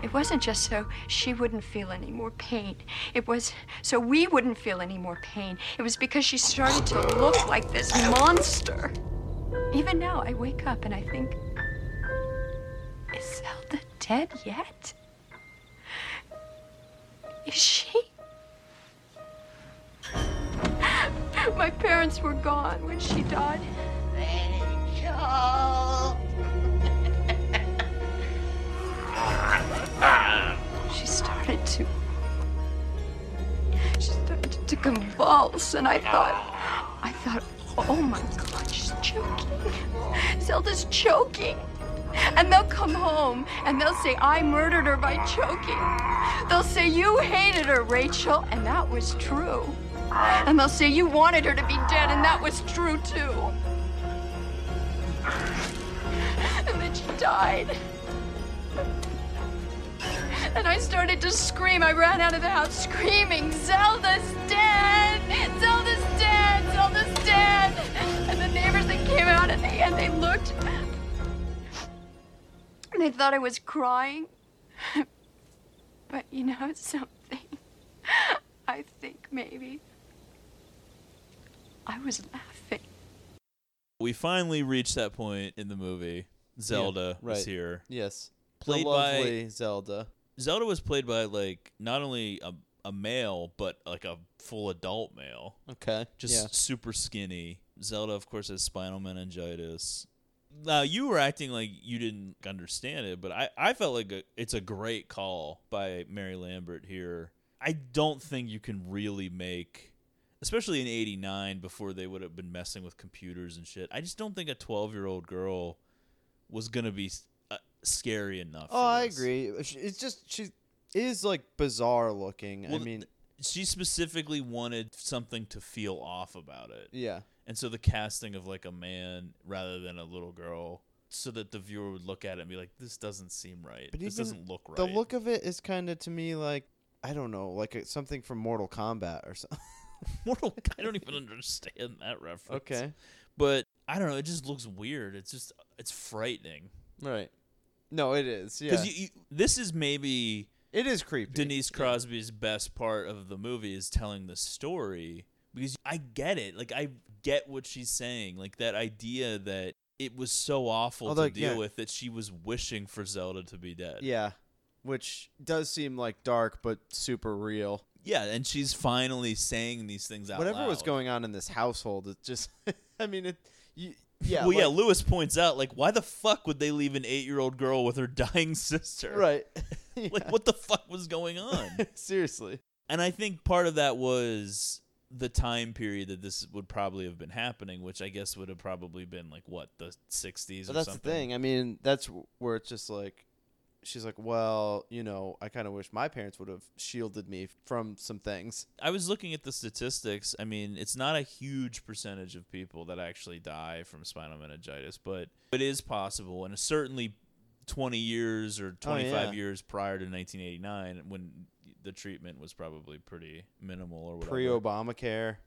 Speaker 11: It wasn't just so she wouldn't feel any more pain. It was so we wouldn't feel any more pain. It was because she started to look like this monster. Even now, I wake up and I think, is Zelda dead yet? Is she? *gasps* My parents were gone when she died. She started to. She started to convulse, and I thought, I thought, oh my God, she's choking. Zelda's choking. And they'll come home and they'll say, I murdered her by choking. They'll say, You hated her, Rachel, and that was true. And they'll say, You wanted her to be dead, and that was true too. And then she died. And I started to scream. I ran out of the house screaming, Zelda's dead! Zelda's dead! Zelda's dead! And the neighbors that came out and they and they looked and they thought I was crying. But you know something? I think maybe I was laughing.
Speaker 7: We finally reach that point in the movie. Zelda
Speaker 8: Yeah, right.
Speaker 7: is here.
Speaker 8: Yes.
Speaker 7: Played
Speaker 8: the lovely Zelda.
Speaker 7: Zelda was played by, like, not only a, a male, but, like, a full adult male.
Speaker 8: Okay.
Speaker 7: Just
Speaker 8: yeah.
Speaker 7: super skinny. Zelda, of course, has spinal meningitis. Now you were acting like you didn't understand it, but I, I felt like a, it's a great call by Mary Lambert here. I don't think you can really make, especially in '89 before they would have been messing with computers and shit. I just don't think a 12 year old girl was gonna be uh, scary enough.
Speaker 8: Oh,
Speaker 7: for
Speaker 8: I
Speaker 7: this.
Speaker 8: agree. She- It's just she is like bizarre looking.
Speaker 7: Well,
Speaker 8: I mean,
Speaker 7: She specifically wanted something to feel off about it.
Speaker 8: yeah.
Speaker 7: And so the casting of like a man rather than a little girl, so that the viewer would look at it and be like, "This doesn't seem right.
Speaker 8: But
Speaker 7: this
Speaker 8: even
Speaker 7: doesn't look right."
Speaker 8: The look of it is kind of to me like I don't know, like it's something from Mortal Kombat or something.
Speaker 7: *laughs* *laughs* Mortal, I don't
Speaker 8: *laughs*
Speaker 7: even understand that reference.
Speaker 8: Okay.
Speaker 7: but I don't know. It just looks weird. It's just it's frightening
Speaker 8: Right. No, it is. Yeah.
Speaker 7: because you, you, this is maybe
Speaker 8: it is creepy.
Speaker 7: Denise Crosby's best part of the movie is telling the story, because I get it. Like I get what she's saying. Like that idea that it was so awful
Speaker 8: Although,
Speaker 7: to deal
Speaker 8: yeah.
Speaker 7: with that she was wishing for Zelda to be dead.
Speaker 8: Yeah, which does seem like dark but super real.
Speaker 7: Yeah, and she's finally saying these things out
Speaker 8: Whatever
Speaker 7: loud.
Speaker 8: was going on in this household, it just *laughs* I mean it you, yeah.
Speaker 7: well, yeah.
Speaker 8: like-
Speaker 7: Lewis points out, like, why the fuck would they leave an eight-year-old girl with her *laughs* dying sister?
Speaker 8: Right.
Speaker 7: *laughs*
Speaker 8: *laughs*
Speaker 7: Like, what the fuck was going on?
Speaker 8: Seriously.
Speaker 7: And I think part of that was the time period that this would probably have been happening, which I guess would have probably been like what the '60s
Speaker 8: But
Speaker 7: or
Speaker 8: that's
Speaker 7: something.
Speaker 8: the thing. I mean, that's where it's just like she's like, "Well, you know, I kind of wish my parents would have shielded me from some things."
Speaker 7: I was looking at the statistics. I mean, it's not a huge percentage of people that actually die from spinal meningitis, but it is possible, and certainly 20 years or 25
Speaker 8: yeah.
Speaker 7: years prior to 1989, when the treatment was probably pretty minimal or whatever.
Speaker 8: Pre-Obamacare.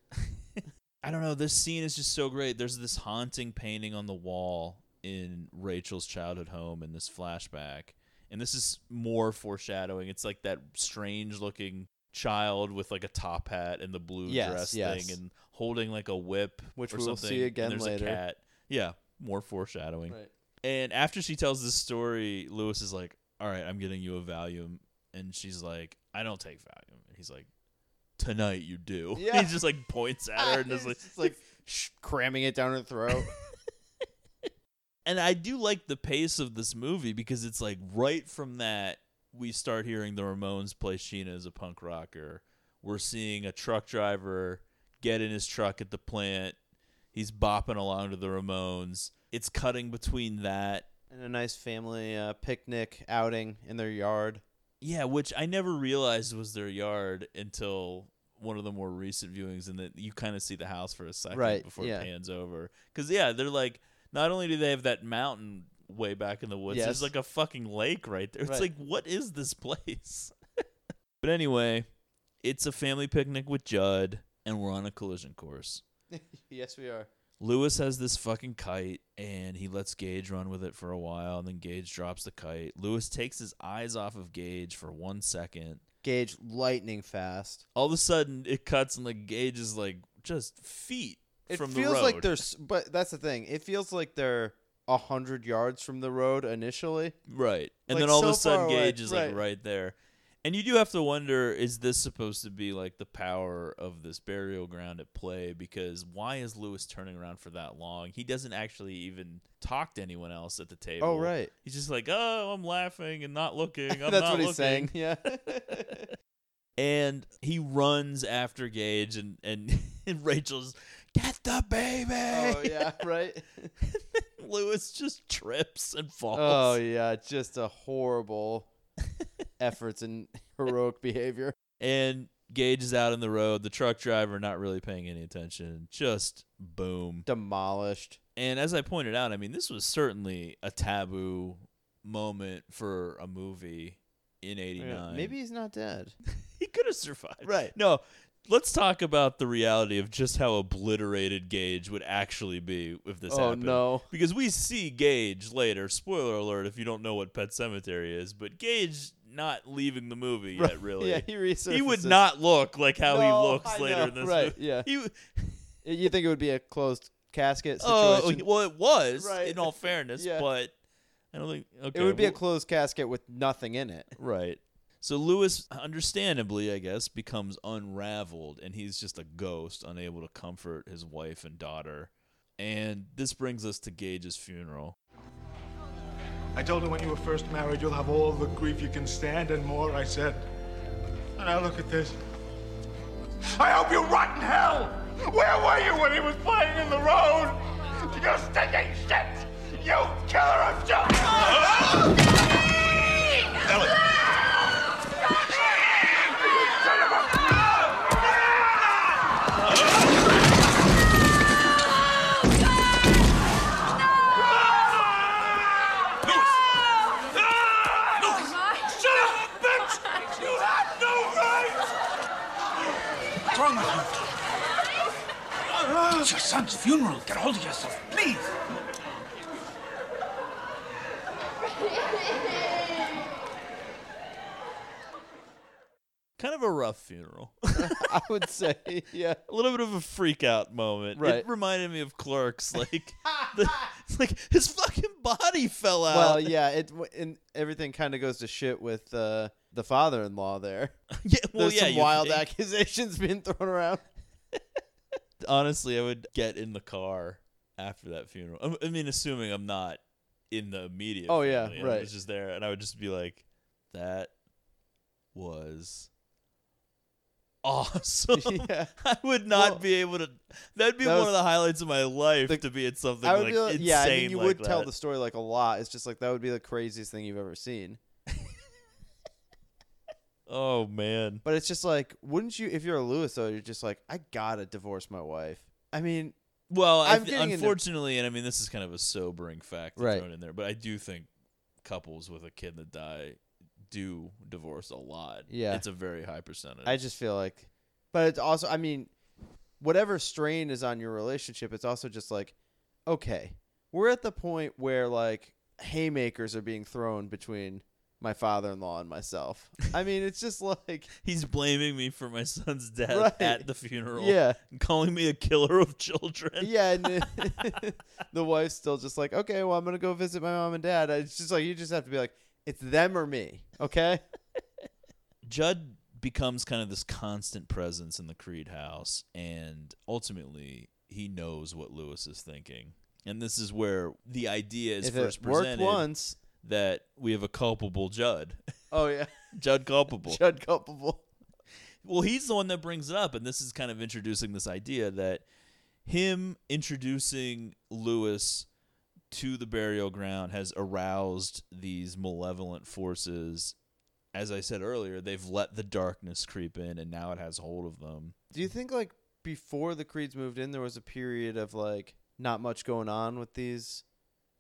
Speaker 7: I don't know. This scene is just so great. There's this haunting painting on the wall in Rachel's childhood home in this flashback. And this is more foreshadowing. It's like that strange looking child with like a top hat and the blue
Speaker 8: Yes,
Speaker 7: dress
Speaker 8: yes.
Speaker 7: thing and holding like a whip
Speaker 8: Which
Speaker 7: or
Speaker 8: we will
Speaker 7: something.
Speaker 8: see again
Speaker 7: and there's
Speaker 8: later.
Speaker 7: A cat. Yeah, more foreshadowing.
Speaker 8: Right.
Speaker 7: And after she tells this story, Lewis is like, "All right, I'm getting you a Valium." And she's like, "I don't take Valium." And he's like, "Tonight you do." *laughs*
Speaker 8: Yeah.
Speaker 7: he just like points at
Speaker 8: *laughs*
Speaker 7: her and is like,
Speaker 8: It's like sh- cramming it down her throat.
Speaker 7: and I do like the pace of this movie because it's like right from that we start hearing the Ramones play Sheena as a punk rocker. We're seeing a truck driver get in his truck at the plant. He's bopping along to the Ramones. It's cutting between that.
Speaker 8: and a nice family uh, picnic outing in their yard.
Speaker 7: Yeah, which I never realized was their yard until one of the more recent viewings, and that you kind of see the house for a second
Speaker 8: Right,
Speaker 7: before
Speaker 8: yeah.
Speaker 7: it pans over. Because yeah, they're like, not only do they have that mountain way back in the woods,
Speaker 8: Yes.
Speaker 7: there's like a fucking lake right there. It's
Speaker 8: Right.
Speaker 7: like, what is this place? *laughs* but anyway, it's a family picnic with Judd, and we're on a collision course.
Speaker 8: *laughs* yes, we are.
Speaker 7: Lewis has this fucking kite and he lets Gage run with it for a while and then Gage drops the kite. Lewis takes his eyes off of Gage for one second.
Speaker 8: Gage lightning fast.
Speaker 7: All of a sudden it cuts and like Gage is like just feet
Speaker 8: It
Speaker 7: from
Speaker 8: feels
Speaker 7: the road.
Speaker 8: like they're, s- but that's the thing. It feels like they're a hundred yards from the road initially.
Speaker 7: Right. And
Speaker 8: Like,
Speaker 7: then all of a
Speaker 8: so far
Speaker 7: sudden
Speaker 8: away.
Speaker 7: Gage is like
Speaker 8: Right.
Speaker 7: right there. And you do have to wonder is this supposed to be like the power of this burial ground at play? Because why is Lewis turning around for that long? He doesn't actually even talk to anyone else at the table.
Speaker 8: Oh, right.
Speaker 7: He's just like, oh, I'm laughing and not
Speaker 8: *laughs*
Speaker 7: looking. I'm
Speaker 8: that's
Speaker 7: not
Speaker 8: what
Speaker 7: looking.
Speaker 8: he's saying. Yeah.
Speaker 7: *laughs* And he runs after Gage, and, and, *laughs* and Rachel's, get the baby.
Speaker 8: oh yeah. *laughs* Right.
Speaker 7: *laughs* Lewis just trips and falls.
Speaker 8: Oh yeah. Just a horrible *laughs* efforts and heroic behavior.
Speaker 7: and Gage is out on the road. The truck driver not really paying any attention. Just boom.
Speaker 8: Demolished.
Speaker 7: And as I pointed out, I mean, this was certainly a taboo moment for a movie in '89.
Speaker 8: Yeah, Maybe he's not dead.
Speaker 7: *laughs* he could have survived.
Speaker 8: Right.
Speaker 7: No, let's talk about the reality of just how obliterated Gage would actually be if this
Speaker 8: Oh,
Speaker 7: happened.
Speaker 8: no.
Speaker 7: Because we see Gage later. Spoiler alert if you don't know what Pet Cemetery is, but Gage not leaving the movie
Speaker 8: *laughs* Right.
Speaker 7: yet, really.
Speaker 8: Yeah, he
Speaker 7: He would
Speaker 8: resurfaces.
Speaker 7: not look like how
Speaker 8: No,
Speaker 7: he looks
Speaker 8: I
Speaker 7: later
Speaker 8: know,
Speaker 7: in this
Speaker 8: right,
Speaker 7: movie. *laughs*
Speaker 8: yeah.
Speaker 7: He
Speaker 8: *laughs*
Speaker 7: w-
Speaker 8: Y- You think it would be a closed casket
Speaker 7: oh,
Speaker 8: situation?
Speaker 7: well, it was,
Speaker 8: Right.
Speaker 7: in all fairness,
Speaker 8: Yeah.
Speaker 7: but I don't think. Okay,
Speaker 8: it would be a
Speaker 7: well-
Speaker 8: closed casket with nothing
Speaker 7: *laughs*
Speaker 8: in it.
Speaker 7: Right. So Lewis, understandably, I guess, becomes unraveled and he's just a ghost, unable to comfort his wife and daughter. And this brings us to Gage's funeral.
Speaker 12: I told her when you were first married, you'll have all the grief you can stand and more, I said. And now look at this. I hope you rot in hell! Where were you when he was playing in the road? You stinking shit! You killer of children!
Speaker 13: What's wrong with you? It's your son's funeral. Get a hold of yourself, please.
Speaker 7: kind of a rough funeral.
Speaker 8: *laughs* I would say, yeah,
Speaker 7: a little bit of a freak out moment. It
Speaker 8: Right.
Speaker 7: reminded me of
Speaker 8: *laughs*
Speaker 7: Clerks, like, the, it's like his fucking body fell out. *laughs*
Speaker 8: Well, yeah, it w- and everything kind of goes to shit with uh, the father-in-law there.
Speaker 7: yeah, *laughs* well,
Speaker 8: There's
Speaker 7: yeah,
Speaker 8: some
Speaker 7: you *laughs*
Speaker 8: wild
Speaker 7: think.
Speaker 8: accusations being
Speaker 7: *laughs*
Speaker 8: thrown around.
Speaker 7: honestly, I would get in the car after that funeral. I- I mean, assuming I'm not in the immediate.
Speaker 8: Oh, yeah,
Speaker 7: family, and I
Speaker 8: right.
Speaker 7: was just there, and I would just be like, "That was awesome."
Speaker 8: *laughs* Yeah.
Speaker 7: *laughs* I would not be able to. That'd be
Speaker 8: that
Speaker 7: one
Speaker 8: was-
Speaker 7: of the highlights of my life to be at something like,
Speaker 8: be
Speaker 7: insane.
Speaker 8: yeah, I mean, you
Speaker 7: like
Speaker 8: would tell
Speaker 7: that.
Speaker 8: the story like a lot. It's just like that would be the craziest thing you've ever seen.
Speaker 7: oh man,
Speaker 8: But it's just like, wouldn't you, if you're a Lewis though, you're just like, I gotta divorce my wife. I mean,
Speaker 7: Well, I
Speaker 8: I'm
Speaker 7: th-
Speaker 8: getting into-
Speaker 7: unfortunately, and I mean this is kind of a sobering fact to
Speaker 8: Right.
Speaker 7: thrown in there, but I do think couples with a kid that die do divorce a lot.
Speaker 8: Yeah.
Speaker 7: it's a very high percentage.
Speaker 8: I just feel like, but it's also, I mean, whatever strain is on your relationship, it's also just like, okay, we're at the point where like haymakers are being thrown between my father-in-law and myself. I mean, it's just *laughs* like
Speaker 7: he's blaming me for my *laughs* son's death
Speaker 8: Right.
Speaker 7: at the funeral. *laughs*
Speaker 8: Yeah.
Speaker 7: and calling me a killer of children.
Speaker 8: yeah, and the, *laughs* the wife's still just like, okay, well, I'm gonna go visit my mom and dad. It's just like you just have to be like, it's them or me, okay?
Speaker 7: Judd becomes kind of this constant presence in the Creed house, and ultimately he knows what Lewis is thinking. And this is where the idea is
Speaker 8: If it
Speaker 7: first
Speaker 8: worked
Speaker 7: presented
Speaker 8: once-
Speaker 7: that we have a culpable Judd.
Speaker 8: Oh yeah,
Speaker 7: Judd
Speaker 8: *laughs*
Speaker 7: culpable.
Speaker 8: Judd culpable.
Speaker 7: Well, he's the one that brings it up, and this is kind of introducing this idea that him introducing Lewis to the burial ground has aroused these malevolent forces. As I said earlier, they've let the darkness creep in, and now it has hold of them.
Speaker 8: Do you think like before the Creeds moved in, there was a period of like not much going on with these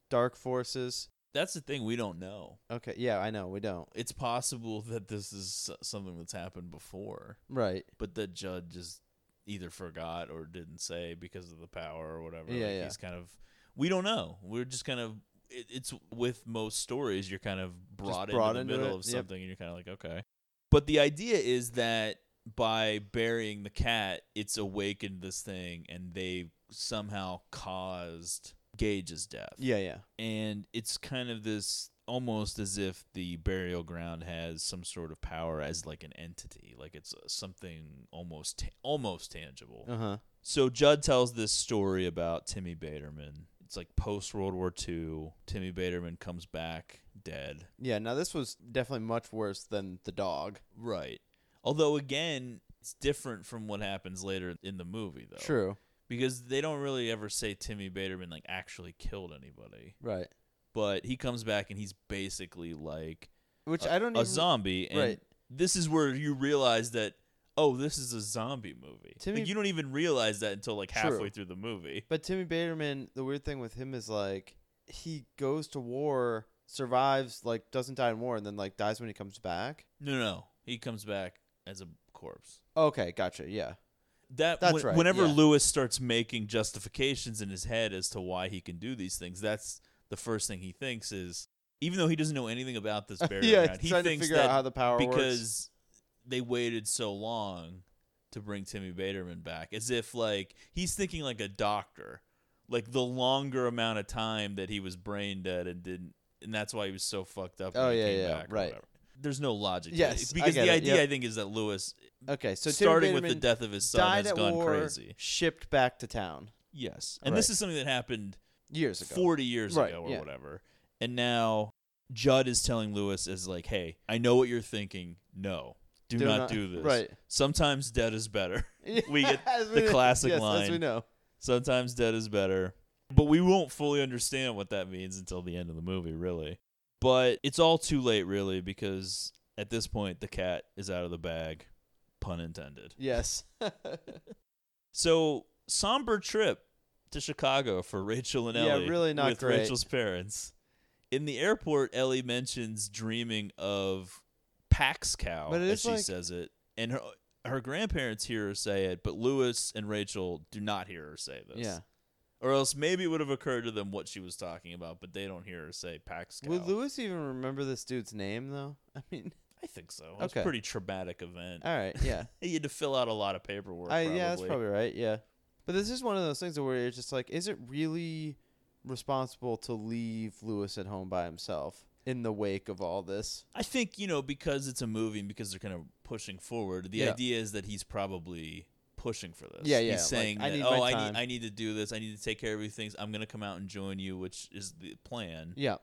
Speaker 8: dark forces?
Speaker 7: That's the thing we don't know.
Speaker 8: Okay, yeah, I know we don't.
Speaker 7: It's possible that this is s- something that's happened before,
Speaker 8: Right.
Speaker 7: but that Judd just either forgot or didn't say because of the power or whatever.
Speaker 8: Yeah,
Speaker 7: like
Speaker 8: yeah.
Speaker 7: He's kind of. We don't know. We're just kind of. It, it's with most stories, you're kind of brought,
Speaker 8: brought
Speaker 7: into
Speaker 8: into
Speaker 7: the middle
Speaker 8: it,
Speaker 7: of
Speaker 8: yep.
Speaker 7: something, and you're kind of like, okay. But the idea is that by burying the cat, it's awakened this thing, and they somehow caused Gage's death.
Speaker 8: Yeah, yeah.
Speaker 7: And it's kind of this almost as if the burial ground has some sort of power as like an entity, like it's uh, something almost ta- almost tangible.
Speaker 8: Uh-huh.
Speaker 7: So Judd tells this story about Timmy Baderman. It's like post World War II. Timmy Baderman comes back dead.
Speaker 8: Yeah. Now this was definitely much worse than the dog.
Speaker 7: Right. Although again, it's different from what happens later in the movie though.
Speaker 8: True.
Speaker 7: Because they don't really ever say Timmy Baderman like actually killed anybody.
Speaker 8: Right.
Speaker 7: But he comes back and he's basically like
Speaker 8: Which
Speaker 7: I
Speaker 8: I don't
Speaker 7: a
Speaker 8: even-
Speaker 7: zombie and
Speaker 8: Right.
Speaker 7: this is where you realize that oh, this is a zombie movie.
Speaker 8: Timmy-
Speaker 7: like, you don't even realize that until like
Speaker 8: True.
Speaker 7: halfway through the movie.
Speaker 8: But Timmy Baderman, the weird thing with him is like he goes to war, survives, like doesn't die in war, and then like dies when he comes back.
Speaker 7: No, no. He comes back as a corpse.
Speaker 8: Okay, gotcha. Yeah.
Speaker 7: That
Speaker 8: That's
Speaker 7: when-
Speaker 8: right,
Speaker 7: Whenever
Speaker 8: yeah.
Speaker 7: Lewis starts making justifications in his head as to why he can do these things, that's the first thing he thinks is, even though he doesn't know anything about
Speaker 8: *laughs*
Speaker 7: this burial
Speaker 8: Yeah,
Speaker 7: ground, he
Speaker 8: trying to
Speaker 7: thinks
Speaker 8: figure out
Speaker 7: that
Speaker 8: how the power works.
Speaker 7: because they waited so long to bring Timmy Baderman back, as if like he's thinking like a doctor, like the longer amount of time that he was brain dead and didn't, and that's why he was so fucked up.
Speaker 8: Oh,
Speaker 7: when he
Speaker 8: yeah,
Speaker 7: came
Speaker 8: yeah,
Speaker 7: back or
Speaker 8: right.
Speaker 7: whatever. There's no logic. to
Speaker 8: Yes,
Speaker 7: it,
Speaker 8: I
Speaker 7: because
Speaker 8: get
Speaker 7: the
Speaker 8: it,
Speaker 7: idea
Speaker 8: yep.
Speaker 7: I think is that Lewis.
Speaker 8: Okay, so Timmy
Speaker 7: starting with the
Speaker 8: Baderman
Speaker 7: death of his son
Speaker 8: died
Speaker 7: has
Speaker 8: at
Speaker 7: gone
Speaker 8: war,
Speaker 7: crazy.
Speaker 8: Shipped back to town.
Speaker 7: Yes. And this
Speaker 8: Right.
Speaker 7: is something that happened
Speaker 8: Years ago.
Speaker 7: 40 years
Speaker 8: Right,
Speaker 7: ago or
Speaker 8: yeah.
Speaker 7: whatever. And now Judd is telling Lewis is like, "Hey, I know what you're thinking. No. Do,
Speaker 8: Do
Speaker 7: not,
Speaker 8: not-
Speaker 7: do this.
Speaker 8: right.
Speaker 7: Sometimes dead is better." *laughs* we get
Speaker 8: *laughs* As
Speaker 7: the
Speaker 8: we-
Speaker 7: classic
Speaker 8: yes, as
Speaker 7: line.
Speaker 8: we know.
Speaker 7: Sometimes dead is better. But we won't fully understand what that means until the end of the movie, really. But it's all too late really because at this point the cat is out of the bag, pun intended.
Speaker 8: Yes. *laughs*
Speaker 7: So somber trip to Chicago for Rachel and
Speaker 8: Yeah,
Speaker 7: Ellie.
Speaker 8: really not
Speaker 7: with
Speaker 8: great.
Speaker 7: Rachel's parents. In the airport, Ellie mentions dreaming of Pax Cow,
Speaker 8: But it
Speaker 7: as
Speaker 8: is
Speaker 7: she
Speaker 8: like-
Speaker 7: says it, and her her grandparents hear her say it, but Lewis and Rachel do not hear her say this.
Speaker 8: Yeah.
Speaker 7: Or else maybe it would have occurred to them what she was talking about, but they don't hear her say Pax Cow.
Speaker 8: Would Lewis even remember this dude's name though? *laughs* I mean,
Speaker 7: I think so. It was
Speaker 8: Okay.
Speaker 7: a pretty traumatic event.
Speaker 8: All right, yeah.
Speaker 7: *laughs* you had to fill out a lot of paperwork.
Speaker 8: I,
Speaker 7: probably.
Speaker 8: yeah, that's probably right. Yeah, but this is one of those things where it's just like, is it really responsible to leave Lewis at home by himself in the wake of all this?
Speaker 7: I think you know because it's a movie and because they're kind of pushing forward. The
Speaker 8: Yeah.
Speaker 7: idea is that he's probably pushing for this.
Speaker 8: Yeah, yeah, like,
Speaker 7: He's saying
Speaker 8: I
Speaker 7: that,
Speaker 8: need
Speaker 7: oh,
Speaker 8: my
Speaker 7: I
Speaker 8: time."
Speaker 7: need, I need to do this. I need to take care of these things. I'm gonna come out and join you, which is the plan.
Speaker 8: Yeah.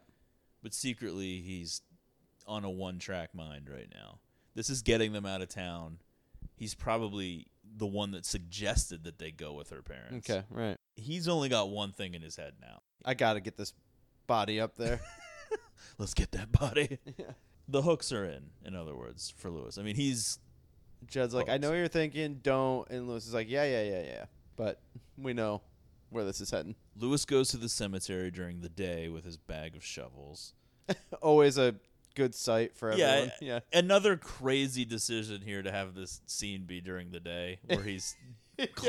Speaker 7: But secretly, he's on a one-track mind right now. This is getting them out of town. He's probably the one that suggested that they go with her parents.
Speaker 8: Okay, right.
Speaker 7: He's only got one thing in his head now.
Speaker 8: I gotta get this body up there. *laughs*
Speaker 7: Let's get that body. *laughs* The hooks are in, in other words, for Lewis. I mean, he's
Speaker 8: Judd's like, I know what you're thinking, don't. And Lewis is like, yeah, yeah, yeah, yeah. But we know where this is heading.
Speaker 7: Lewis goes to the cemetery during the day with his bag of shovels.
Speaker 8: Always a good sight for everyone.
Speaker 7: Yeah, Another crazy decision here to have this scene be during the day, where
Speaker 8: *laughs*
Speaker 7: he's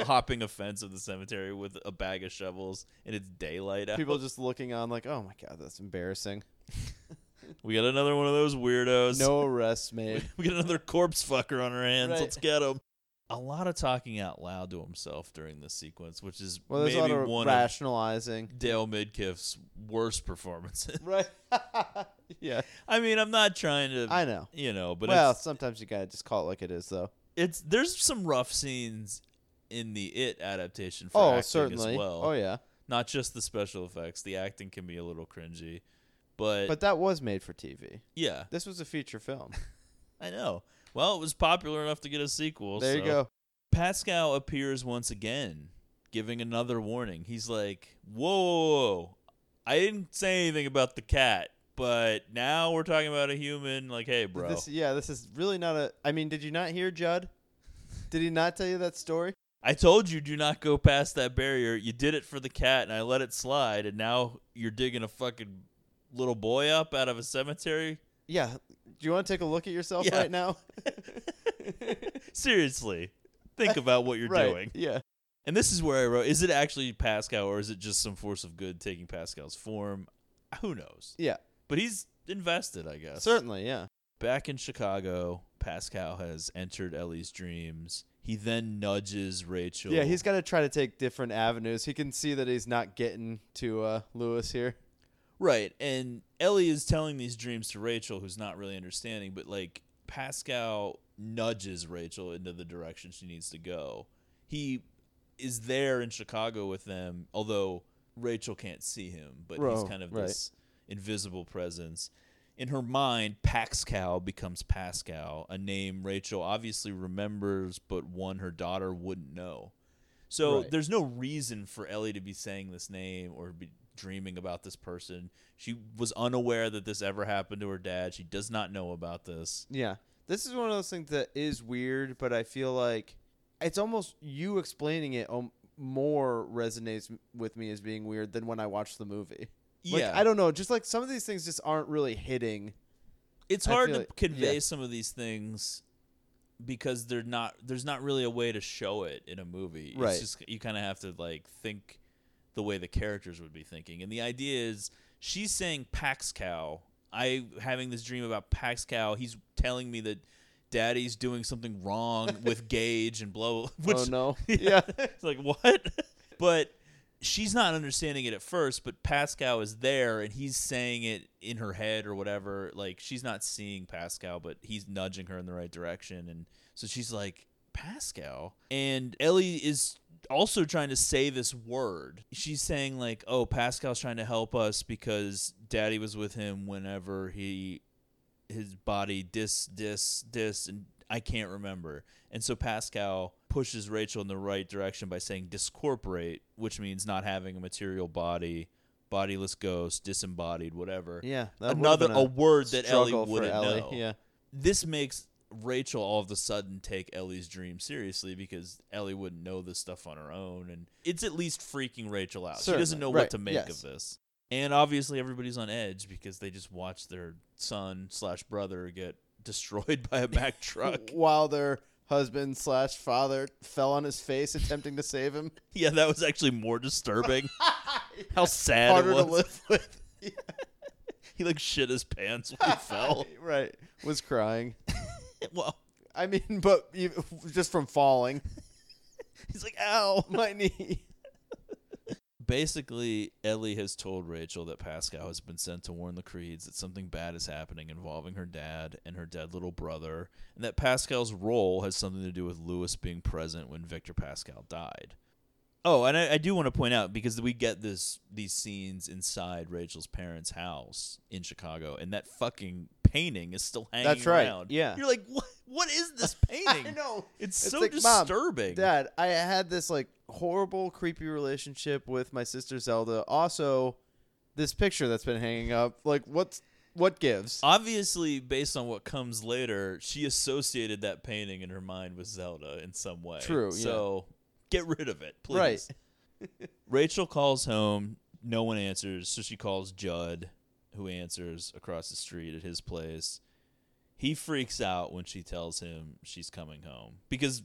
Speaker 7: hopping a fence of the cemetery with a bag of shovels, and it's daylight out.
Speaker 8: People just looking on like, oh my god, that's embarrassing.
Speaker 7: we got another one of those weirdos. *laughs*
Speaker 8: No arrests made.
Speaker 7: we got another corpse fucker on our hands.
Speaker 8: Right.
Speaker 7: Let's get him. A lot of talking out loud to himself during this sequence, which is
Speaker 8: Well, there's
Speaker 7: maybe
Speaker 8: a lot of
Speaker 7: one
Speaker 8: rationalizing.
Speaker 7: *laughs* of Dale Midkiff's worst performances. *laughs*
Speaker 8: Right. *laughs* yeah.
Speaker 7: I mean, I'm not trying to.
Speaker 8: I know.
Speaker 7: You know, but
Speaker 8: well,
Speaker 7: it's,
Speaker 8: sometimes you gotta just call it like it is, though.
Speaker 7: it's there's some rough scenes in the It adaptation for
Speaker 8: Oh,
Speaker 7: acting
Speaker 8: certainly.
Speaker 7: as well.
Speaker 8: Oh, yeah.
Speaker 7: not just the special effects. The acting can be a little cringy, but,
Speaker 8: But that was made for TV.
Speaker 7: yeah,
Speaker 8: This was a feature film.
Speaker 7: I know. Well, it was popular enough to get a sequel.
Speaker 8: There you
Speaker 7: so-
Speaker 8: go.
Speaker 7: Pascal appears once again, giving another warning. He's like, "Whoa, whoa, whoa. I didn't say anything about the cat, but now we're talking about a human. Like, hey, bro,
Speaker 8: This, yeah, this is really not a. I mean, did you not hear Judd? Did he not tell you that story?
Speaker 7: I told you do not go past that barrier. You did it for the cat, and I let it slide, and now you're digging a fucking little boy up out of a cemetery.
Speaker 8: Yeah. Do you want to take a look at yourself
Speaker 7: Yeah.
Speaker 8: right now?
Speaker 7: Seriously,
Speaker 8: *laughs*
Speaker 7: think about what *laughs* you're
Speaker 8: Right,
Speaker 7: doing.
Speaker 8: yeah.
Speaker 7: And this is where I wrote: Is it actually Pascal, or is it just some force of good taking Pascal's form? Who knows?
Speaker 8: Yeah.
Speaker 7: But he's invested, I guess.
Speaker 8: Certainly, yeah.
Speaker 7: Back in Chicago, Pascal has entered Ellie's dreams. He then nudges Rachel.
Speaker 8: Yeah, he's got to try to take different avenues. He can see that he's not getting to uh, Lewis here.
Speaker 7: Right. And Ellie is telling these dreams to Rachel, who's not really understanding, but like Pascal nudges Rachel into the direction she needs to go. He is there in Chicago with them, although Rachel can't see him, but he's
Speaker 8: Right,
Speaker 7: kind of
Speaker 8: right.
Speaker 7: this invisible presence. In her mind, Paxcal becomes Pascal, a name Rachel obviously remembers, but one her daughter wouldn't know. So
Speaker 8: Right.
Speaker 7: there's no reason for Ellie to be saying this name or be dreaming about this person. She was unaware that this ever happened to her dad. She does not know about this.
Speaker 8: Yeah. This is one of those things that is weird, but I feel like it's almost you explaining it um, more resonates m- with me as being weird than when I watch the movie. Like,
Speaker 7: Yeah.
Speaker 8: I don't know. Just like some of these things just aren't really hitting.
Speaker 7: It's
Speaker 8: I
Speaker 7: hard
Speaker 8: feel
Speaker 7: to
Speaker 8: like-
Speaker 7: convey
Speaker 8: yeah.
Speaker 7: some of these things because they're not there's not really a way to show it in a movie.
Speaker 8: Right.
Speaker 7: It's just you kind of have to like think the way the characters would be thinking. And the idea is she's saying Paxcal. I having this dream about Paxcal. He's telling me that daddy's doing something wrong
Speaker 8: *laughs*
Speaker 7: with Gage and blow *laughs* which
Speaker 8: oh,
Speaker 7: *laughs*
Speaker 8: no.
Speaker 7: yeah. it's like what? *laughs* But she's not understanding it at first, but Pascal is there and he's saying it in her head or whatever. Like she's not seeing Pascal, but he's nudging her in the right direction and so she's like Pascal and Ellie is also trying to say this word. She's saying like, "Oh, Pascal's trying to help us because daddy was with him whenever he his body dis dis dis and I can't remember. And so Pascal pushes Rachel in the right direction by saying discorporate, which means not having a material body, bodiless ghost, disembodied, whatever.
Speaker 8: Yeah, that would've
Speaker 7: another
Speaker 8: been
Speaker 7: a,
Speaker 8: a
Speaker 7: word that Ellie
Speaker 8: struggle for
Speaker 7: wouldn't
Speaker 8: Ellie,
Speaker 7: know. *laughs*
Speaker 8: yeah.
Speaker 7: this makes Rachel all of a sudden take Ellie's dream seriously because Ellie wouldn't know this stuff on her own, and it's at least freaking Rachel out. she doesn't
Speaker 8: Certainly,
Speaker 7: know
Speaker 8: right,
Speaker 7: what to make
Speaker 8: yes.
Speaker 7: of this. And obviously, everybody's on edge because they just watched their son slash brother get *laughs* destroyed by a Mack
Speaker 8: *laughs*
Speaker 7: truck.
Speaker 8: While their husband slash father fell on his face attempting to save
Speaker 7: *laughs*
Speaker 8: him.
Speaker 7: Yeah, that
Speaker 8: *laughs*
Speaker 7: was actually more disturbing. How sad
Speaker 8: Harder
Speaker 7: it was.
Speaker 8: to live with.
Speaker 7: he like shit his pants when
Speaker 8: *laughs*
Speaker 7: he fell.
Speaker 8: right. Was crying.
Speaker 7: well,
Speaker 8: I mean, but you, just from falling.
Speaker 7: *laughs* He's like, ow,
Speaker 8: *laughs* my knee.
Speaker 7: Basically, Ellie has told Rachel that Pascal has been sent to warn the Creeds that something bad is happening involving her dad and her dead little brother, and that Pascal's role has something to do with Lewis being present when Victor Pascal died. Oh, and I, I do want to point out because we get this these scenes inside Rachel's parents' house in Chicago, and that fucking painting is still hanging
Speaker 8: That's right.
Speaker 7: around.
Speaker 8: Yeah.
Speaker 7: you're like, what? What is this painting?
Speaker 8: *laughs* I know.
Speaker 7: It's, so
Speaker 8: like, "Mom,
Speaker 7: disturbing.
Speaker 8: Dad, I had this like horrible, creepy relationship with my sister Zelda. Also, this picture that's been hanging up. Like, what's what gives?
Speaker 7: Uh, Obviously, based on what comes later, she associated that painting in her mind with Zelda in some way.
Speaker 8: True, yeah.
Speaker 7: So get rid of it, please.
Speaker 8: Right.
Speaker 7: *laughs* Rachel calls home. No one answers, so she calls Judd, who answers across the street at his place. He freaks out when she tells him she's coming home because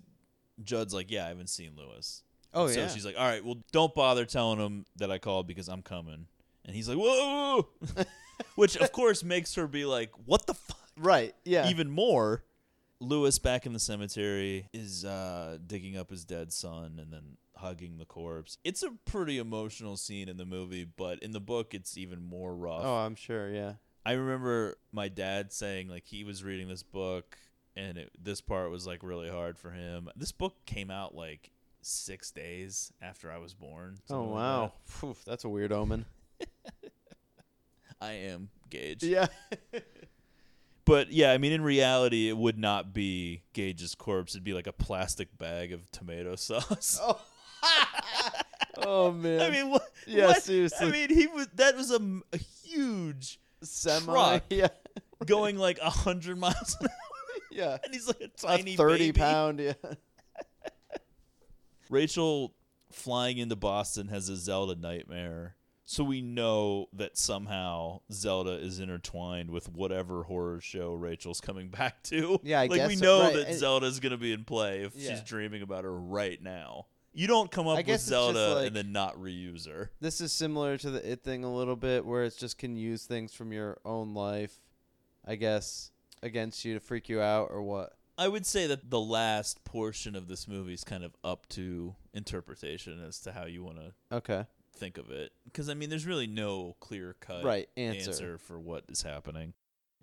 Speaker 7: Judd's like, "Yeah, I haven't seen Lewis."
Speaker 8: Oh,
Speaker 7: And so
Speaker 8: yeah.
Speaker 7: she's like, "All right, well, don't bother telling him that I called because I'm coming." And he's like, "Whoa!" *laughs* Which of course makes her be like, "What the fuck?"
Speaker 8: Right. Yeah.
Speaker 7: Even more, Lewis back in the cemetery is uh, digging up his dead son and then hugging the corpse. It's a pretty emotional scene in the movie, but in the book, it's even more rough.
Speaker 8: Oh, I'm sure. Yeah.
Speaker 7: I remember my dad saying like he was reading this book and it, this part was like really hard for him. This book came out like six days after I was born.
Speaker 8: Oh
Speaker 7: something like
Speaker 8: wow. Phew, that's a weird omen.
Speaker 7: that. I am Gage. *laughs*
Speaker 8: yeah.
Speaker 7: But yeah, I mean, in reality, it would not be Gage's corpse. It'd be like a plastic bag of tomato *laughs* sauce.
Speaker 8: Oh. oh man.
Speaker 7: I mean, what?
Speaker 8: Yeah,
Speaker 7: what? I
Speaker 8: seriously.
Speaker 7: mean, he was. That was a, m- a huge
Speaker 8: semi.
Speaker 7: truck
Speaker 8: *laughs* Yeah.
Speaker 7: going like hundred miles an hour, *laughs*
Speaker 8: Yeah.
Speaker 7: and he's like a
Speaker 8: A
Speaker 7: tiny
Speaker 8: thirty
Speaker 7: baby.
Speaker 8: pound. Yeah.
Speaker 7: Rachel flying into Boston has a Zelda nightmare. So we know that somehow Zelda is intertwined with whatever horror show Rachel's coming *laughs* back to.
Speaker 8: Yeah, I
Speaker 7: like we
Speaker 8: guess so,
Speaker 7: know
Speaker 8: right,
Speaker 7: that
Speaker 8: and-
Speaker 7: Zelda's going to be in play if
Speaker 8: Yeah.
Speaker 7: she's dreaming about her right now. You don't come up
Speaker 8: guess
Speaker 7: with
Speaker 8: it's just
Speaker 7: Zelda
Speaker 8: like-
Speaker 7: and then not reuse her.
Speaker 8: This is similar to the it thing a little bit, where it's just can use things from your own life, I guess, against you to freak you out or what.
Speaker 7: I would say that the last portion of this movie is kind of up to interpretation as to how you want to
Speaker 8: Okay.
Speaker 7: think of it because I mean, there's really no clear cut
Speaker 8: Right, answer.
Speaker 7: for what is happening.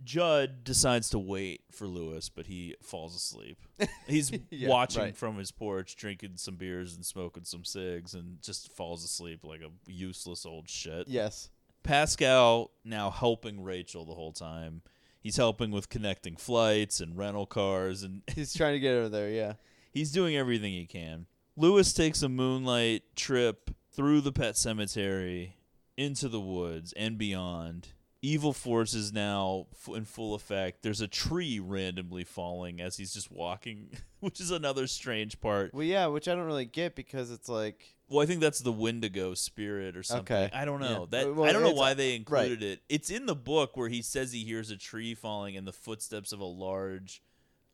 Speaker 7: Judd decides to wait for Lewis, but he falls
Speaker 8: *laughs*
Speaker 7: asleep. He's
Speaker 8: Yeah,
Speaker 7: watching
Speaker 8: right.
Speaker 7: from his porch, drinking some beers and smoking some cigs, and just falls asleep like a useless old shit.
Speaker 8: Yes.
Speaker 7: Pascal now helping Rachel the whole time. He's helping with connecting flights and rental cars, and
Speaker 8: He's trying to get over there, yeah.
Speaker 7: He's doing everything he can. Lewis takes a moonlight trip through the pet cemetery, into the woods, and beyond. Evil force is now f- in full effect. There's a tree randomly falling as he's just walking, *laughs* which is another strange part.
Speaker 8: Well, yeah, which I don't really get because it's like
Speaker 7: Well, I think that's the Wendigo spirit or something.
Speaker 8: Okay.
Speaker 7: I don't know.
Speaker 8: Yeah.
Speaker 7: That
Speaker 8: Well,
Speaker 7: I don't know
Speaker 8: it's-
Speaker 7: why they
Speaker 8: right.
Speaker 7: included it. It's in the book where he says he hears a tree falling and the footsteps of a large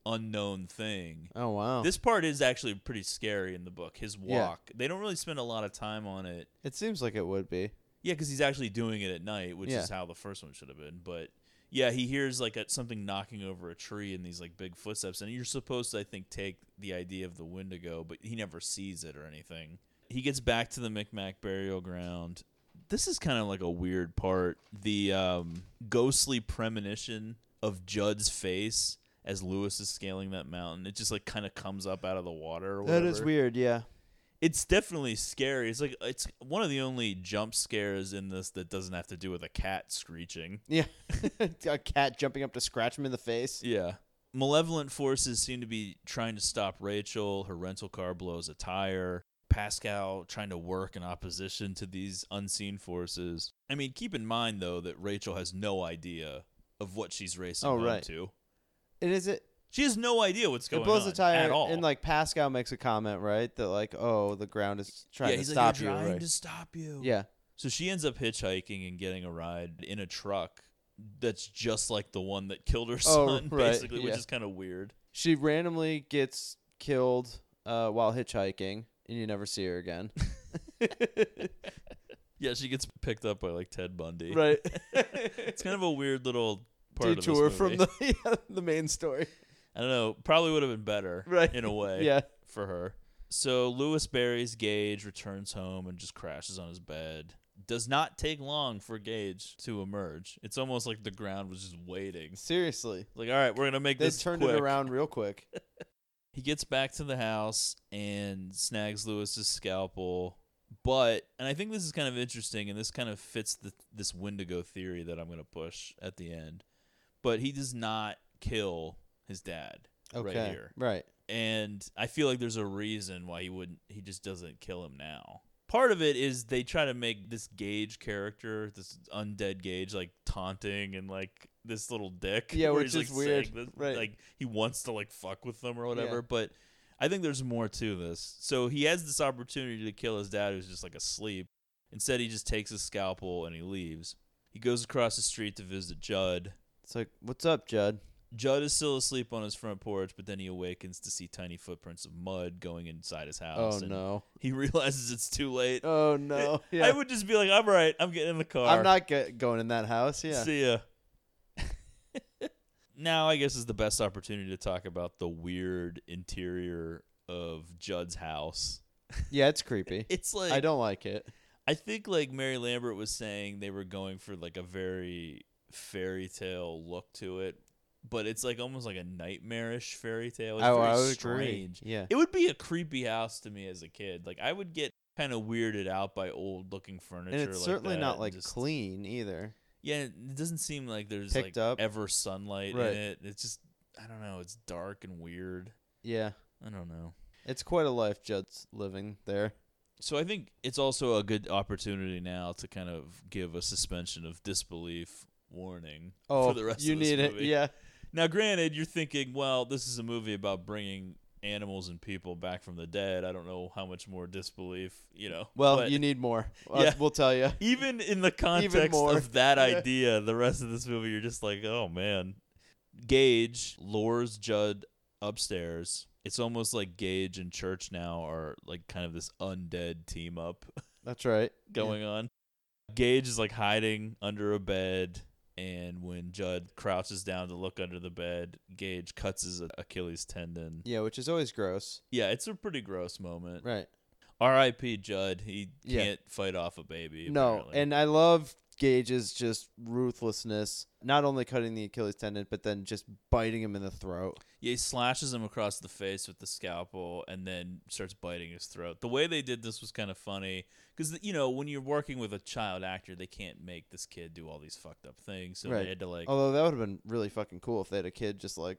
Speaker 7: unknown thing.
Speaker 8: oh wow.
Speaker 7: This part is actually pretty scary in the book. His
Speaker 8: Yeah.
Speaker 7: walk. They don't really spend a lot of time on it.
Speaker 8: it seems like it would be.
Speaker 7: Yeah, because he's actually doing it at night, which
Speaker 8: Yeah.
Speaker 7: is how the first one should have been. But yeah, he hears like a, something knocking over a tree and these like big footsteps, and you're supposed to, I think, take the idea of the Wendigo, but he never sees it or anything. He gets back to the Micmac burial ground. This is kind of like a weird part. The um, ghostly premonition of Judd's face as Lewis is scaling that mountain. It just like kind of comes up out of the water. Or
Speaker 8: That is
Speaker 7: whatever
Speaker 8: weird, yeah.
Speaker 7: it's definitely scary. It's like it's one of the only jump scares in this that doesn't have to do with a cat screeching.
Speaker 8: *laughs* Yeah. a cat jumping up to scratch him in the face.
Speaker 7: Yeah. Malevolent forces seem to be trying to stop Rachel. Her rental car blows a tire. Pascal trying to work in opposition to these unseen forces. I mean, keep in mind though that Rachel has no idea of what she's racing
Speaker 8: Oh,
Speaker 7: home
Speaker 8: right.
Speaker 7: to.
Speaker 8: And is it
Speaker 7: She has no idea what's going
Speaker 8: it blows
Speaker 7: on
Speaker 8: the tire
Speaker 7: at all.
Speaker 8: and like Pascal makes a comment, right? That like, oh, the ground is trying
Speaker 7: yeah,
Speaker 8: to
Speaker 7: he's
Speaker 8: stop
Speaker 7: like, You're
Speaker 8: you.
Speaker 7: trying
Speaker 8: right?
Speaker 7: to stop you.
Speaker 8: yeah.
Speaker 7: So she ends up hitchhiking and getting a ride in a truck that's just like the one that killed her son,
Speaker 8: Oh, right,
Speaker 7: basically, which
Speaker 8: yeah.
Speaker 7: is kind of weird.
Speaker 8: She randomly gets killed
Speaker 7: *laughs*
Speaker 8: uh, while hitchhiking and you never see her again.
Speaker 7: Yeah, she gets picked up by like Ted Bundy.
Speaker 8: *laughs* *laughs* Right.
Speaker 7: *laughs* it's kind of a weird little part
Speaker 8: Detour
Speaker 7: of this
Speaker 8: from
Speaker 7: movie.
Speaker 8: the *laughs* yeah, the main story.
Speaker 7: I don't know. Probably would have been better,
Speaker 8: *laughs* Right.
Speaker 7: In a way,
Speaker 8: Yeah.
Speaker 7: for her. So Lewis buries Gage, returns home, and just crashes on his bed. Does not take long for Gage to emerge. It's almost like the ground was just waiting.
Speaker 8: Seriously.
Speaker 7: Like, all right, we're gonna make
Speaker 8: They
Speaker 7: this.
Speaker 8: turned
Speaker 7: quick.
Speaker 8: it around real quick.
Speaker 7: He gets back to the house and snags Lewis's scalpel. But and I think this is kind of interesting, and this kind of fits the, this Wendigo theory that I'm going to push at the end. But he does not kill his dad *laughs* right
Speaker 8: Okay,
Speaker 7: here,
Speaker 8: right.
Speaker 7: And I feel like there's a reason why he wouldn't. He just doesn't kill him now. Part of it is they try to make this Gage character, this undead Gage, like taunting and like this little dick.
Speaker 8: Yeah,
Speaker 7: where
Speaker 8: which
Speaker 7: he's,
Speaker 8: is
Speaker 7: like,
Speaker 8: weird,
Speaker 7: saying this-
Speaker 8: right.
Speaker 7: Like he wants to like fuck with them or whatever.
Speaker 8: Yeah.
Speaker 7: But I think there's more to this. So he has this opportunity to kill his dad, who's just like asleep. Instead, he just takes his scalpel and he leaves. He goes across the street to visit Judd.
Speaker 8: It's like, what's up, Judd?
Speaker 7: Judd is still asleep on his front porch, but then he awakens to see tiny footprints of mud going inside his house.
Speaker 8: Oh,
Speaker 7: and
Speaker 8: no.
Speaker 7: He *laughs* realizes it's too late.
Speaker 8: Oh no.
Speaker 7: *laughs*
Speaker 8: Yeah.
Speaker 7: I would just be like, I'm right. I'm getting in the car. *laughs*
Speaker 8: I'm not go- going in that house. Yeah.
Speaker 7: See ya. *laughs* now I guess is the best opportunity to talk about the weird interior of Judd's house.
Speaker 8: Yeah, it's creepy.
Speaker 7: It's like
Speaker 8: I don't like it.
Speaker 7: I think like Mary Lambert was saying they were going for like a very fairy tale look to it, but it's like almost like a nightmarish fairy tale. It's
Speaker 8: Oh,
Speaker 7: very
Speaker 8: I would agree.
Speaker 7: strange.
Speaker 8: Yeah.
Speaker 7: It would be a creepy house to me as a kid. Like I would get kind of weirded out by old looking furniture.
Speaker 8: And it's
Speaker 7: like
Speaker 8: certainly
Speaker 7: that
Speaker 8: not
Speaker 7: and
Speaker 8: like
Speaker 7: just-
Speaker 8: clean either.
Speaker 7: Yeah, it doesn't seem like there's like
Speaker 8: Picked up.
Speaker 7: ever sunlight
Speaker 8: Right.
Speaker 7: in it. It's just I don't know, it's dark and weird.
Speaker 8: Yeah.
Speaker 7: I don't know.
Speaker 8: It's quite a life Judd's living there.
Speaker 7: So I think it's also a good opportunity now to kind of give a suspension of disbelief warning
Speaker 8: Oh,
Speaker 7: for the rest
Speaker 8: you
Speaker 7: of this
Speaker 8: need it,
Speaker 7: movie.
Speaker 8: yeah.
Speaker 7: Now, granted, you're thinking, well, this is a movie about bringing animals and people back from the dead. I don't know how much more disbelief, you know.
Speaker 8: Well,
Speaker 7: but-
Speaker 8: you need more.
Speaker 7: *laughs*
Speaker 8: Uh, We'll tell you.
Speaker 7: Even in the context
Speaker 8: more.
Speaker 7: of that
Speaker 8: *laughs* Yeah.
Speaker 7: idea, the rest of this movie, you're just like, oh man. Gage lures Judd upstairs. It's almost like Gage and Church now are like kind of this undead team up
Speaker 8: That's right.
Speaker 7: going on. Gage is like hiding under a bed, and when Judd crouches down to look under the bed, Gage cuts his Achilles tendon.
Speaker 8: Yeah, which is always gross.
Speaker 7: Yeah, it's a pretty gross moment.
Speaker 8: Right.
Speaker 7: R.I.P. Judd. He
Speaker 8: Yeah.
Speaker 7: can't fight off a baby.
Speaker 8: No,
Speaker 7: apparently.
Speaker 8: and I love Gage's just ruthlessness. Not only cutting the Achilles tendon, but then just biting him in the throat.
Speaker 7: Yeah, he slashes him across the face with the scalpel and then starts biting his throat. The way they did this was kind of funny because, you know, when you're working with a child actor, they can't make this kid do all these fucked up things. So
Speaker 8: right.
Speaker 7: they had to, like,
Speaker 8: Although that would have been really fucking cool if they had a kid just like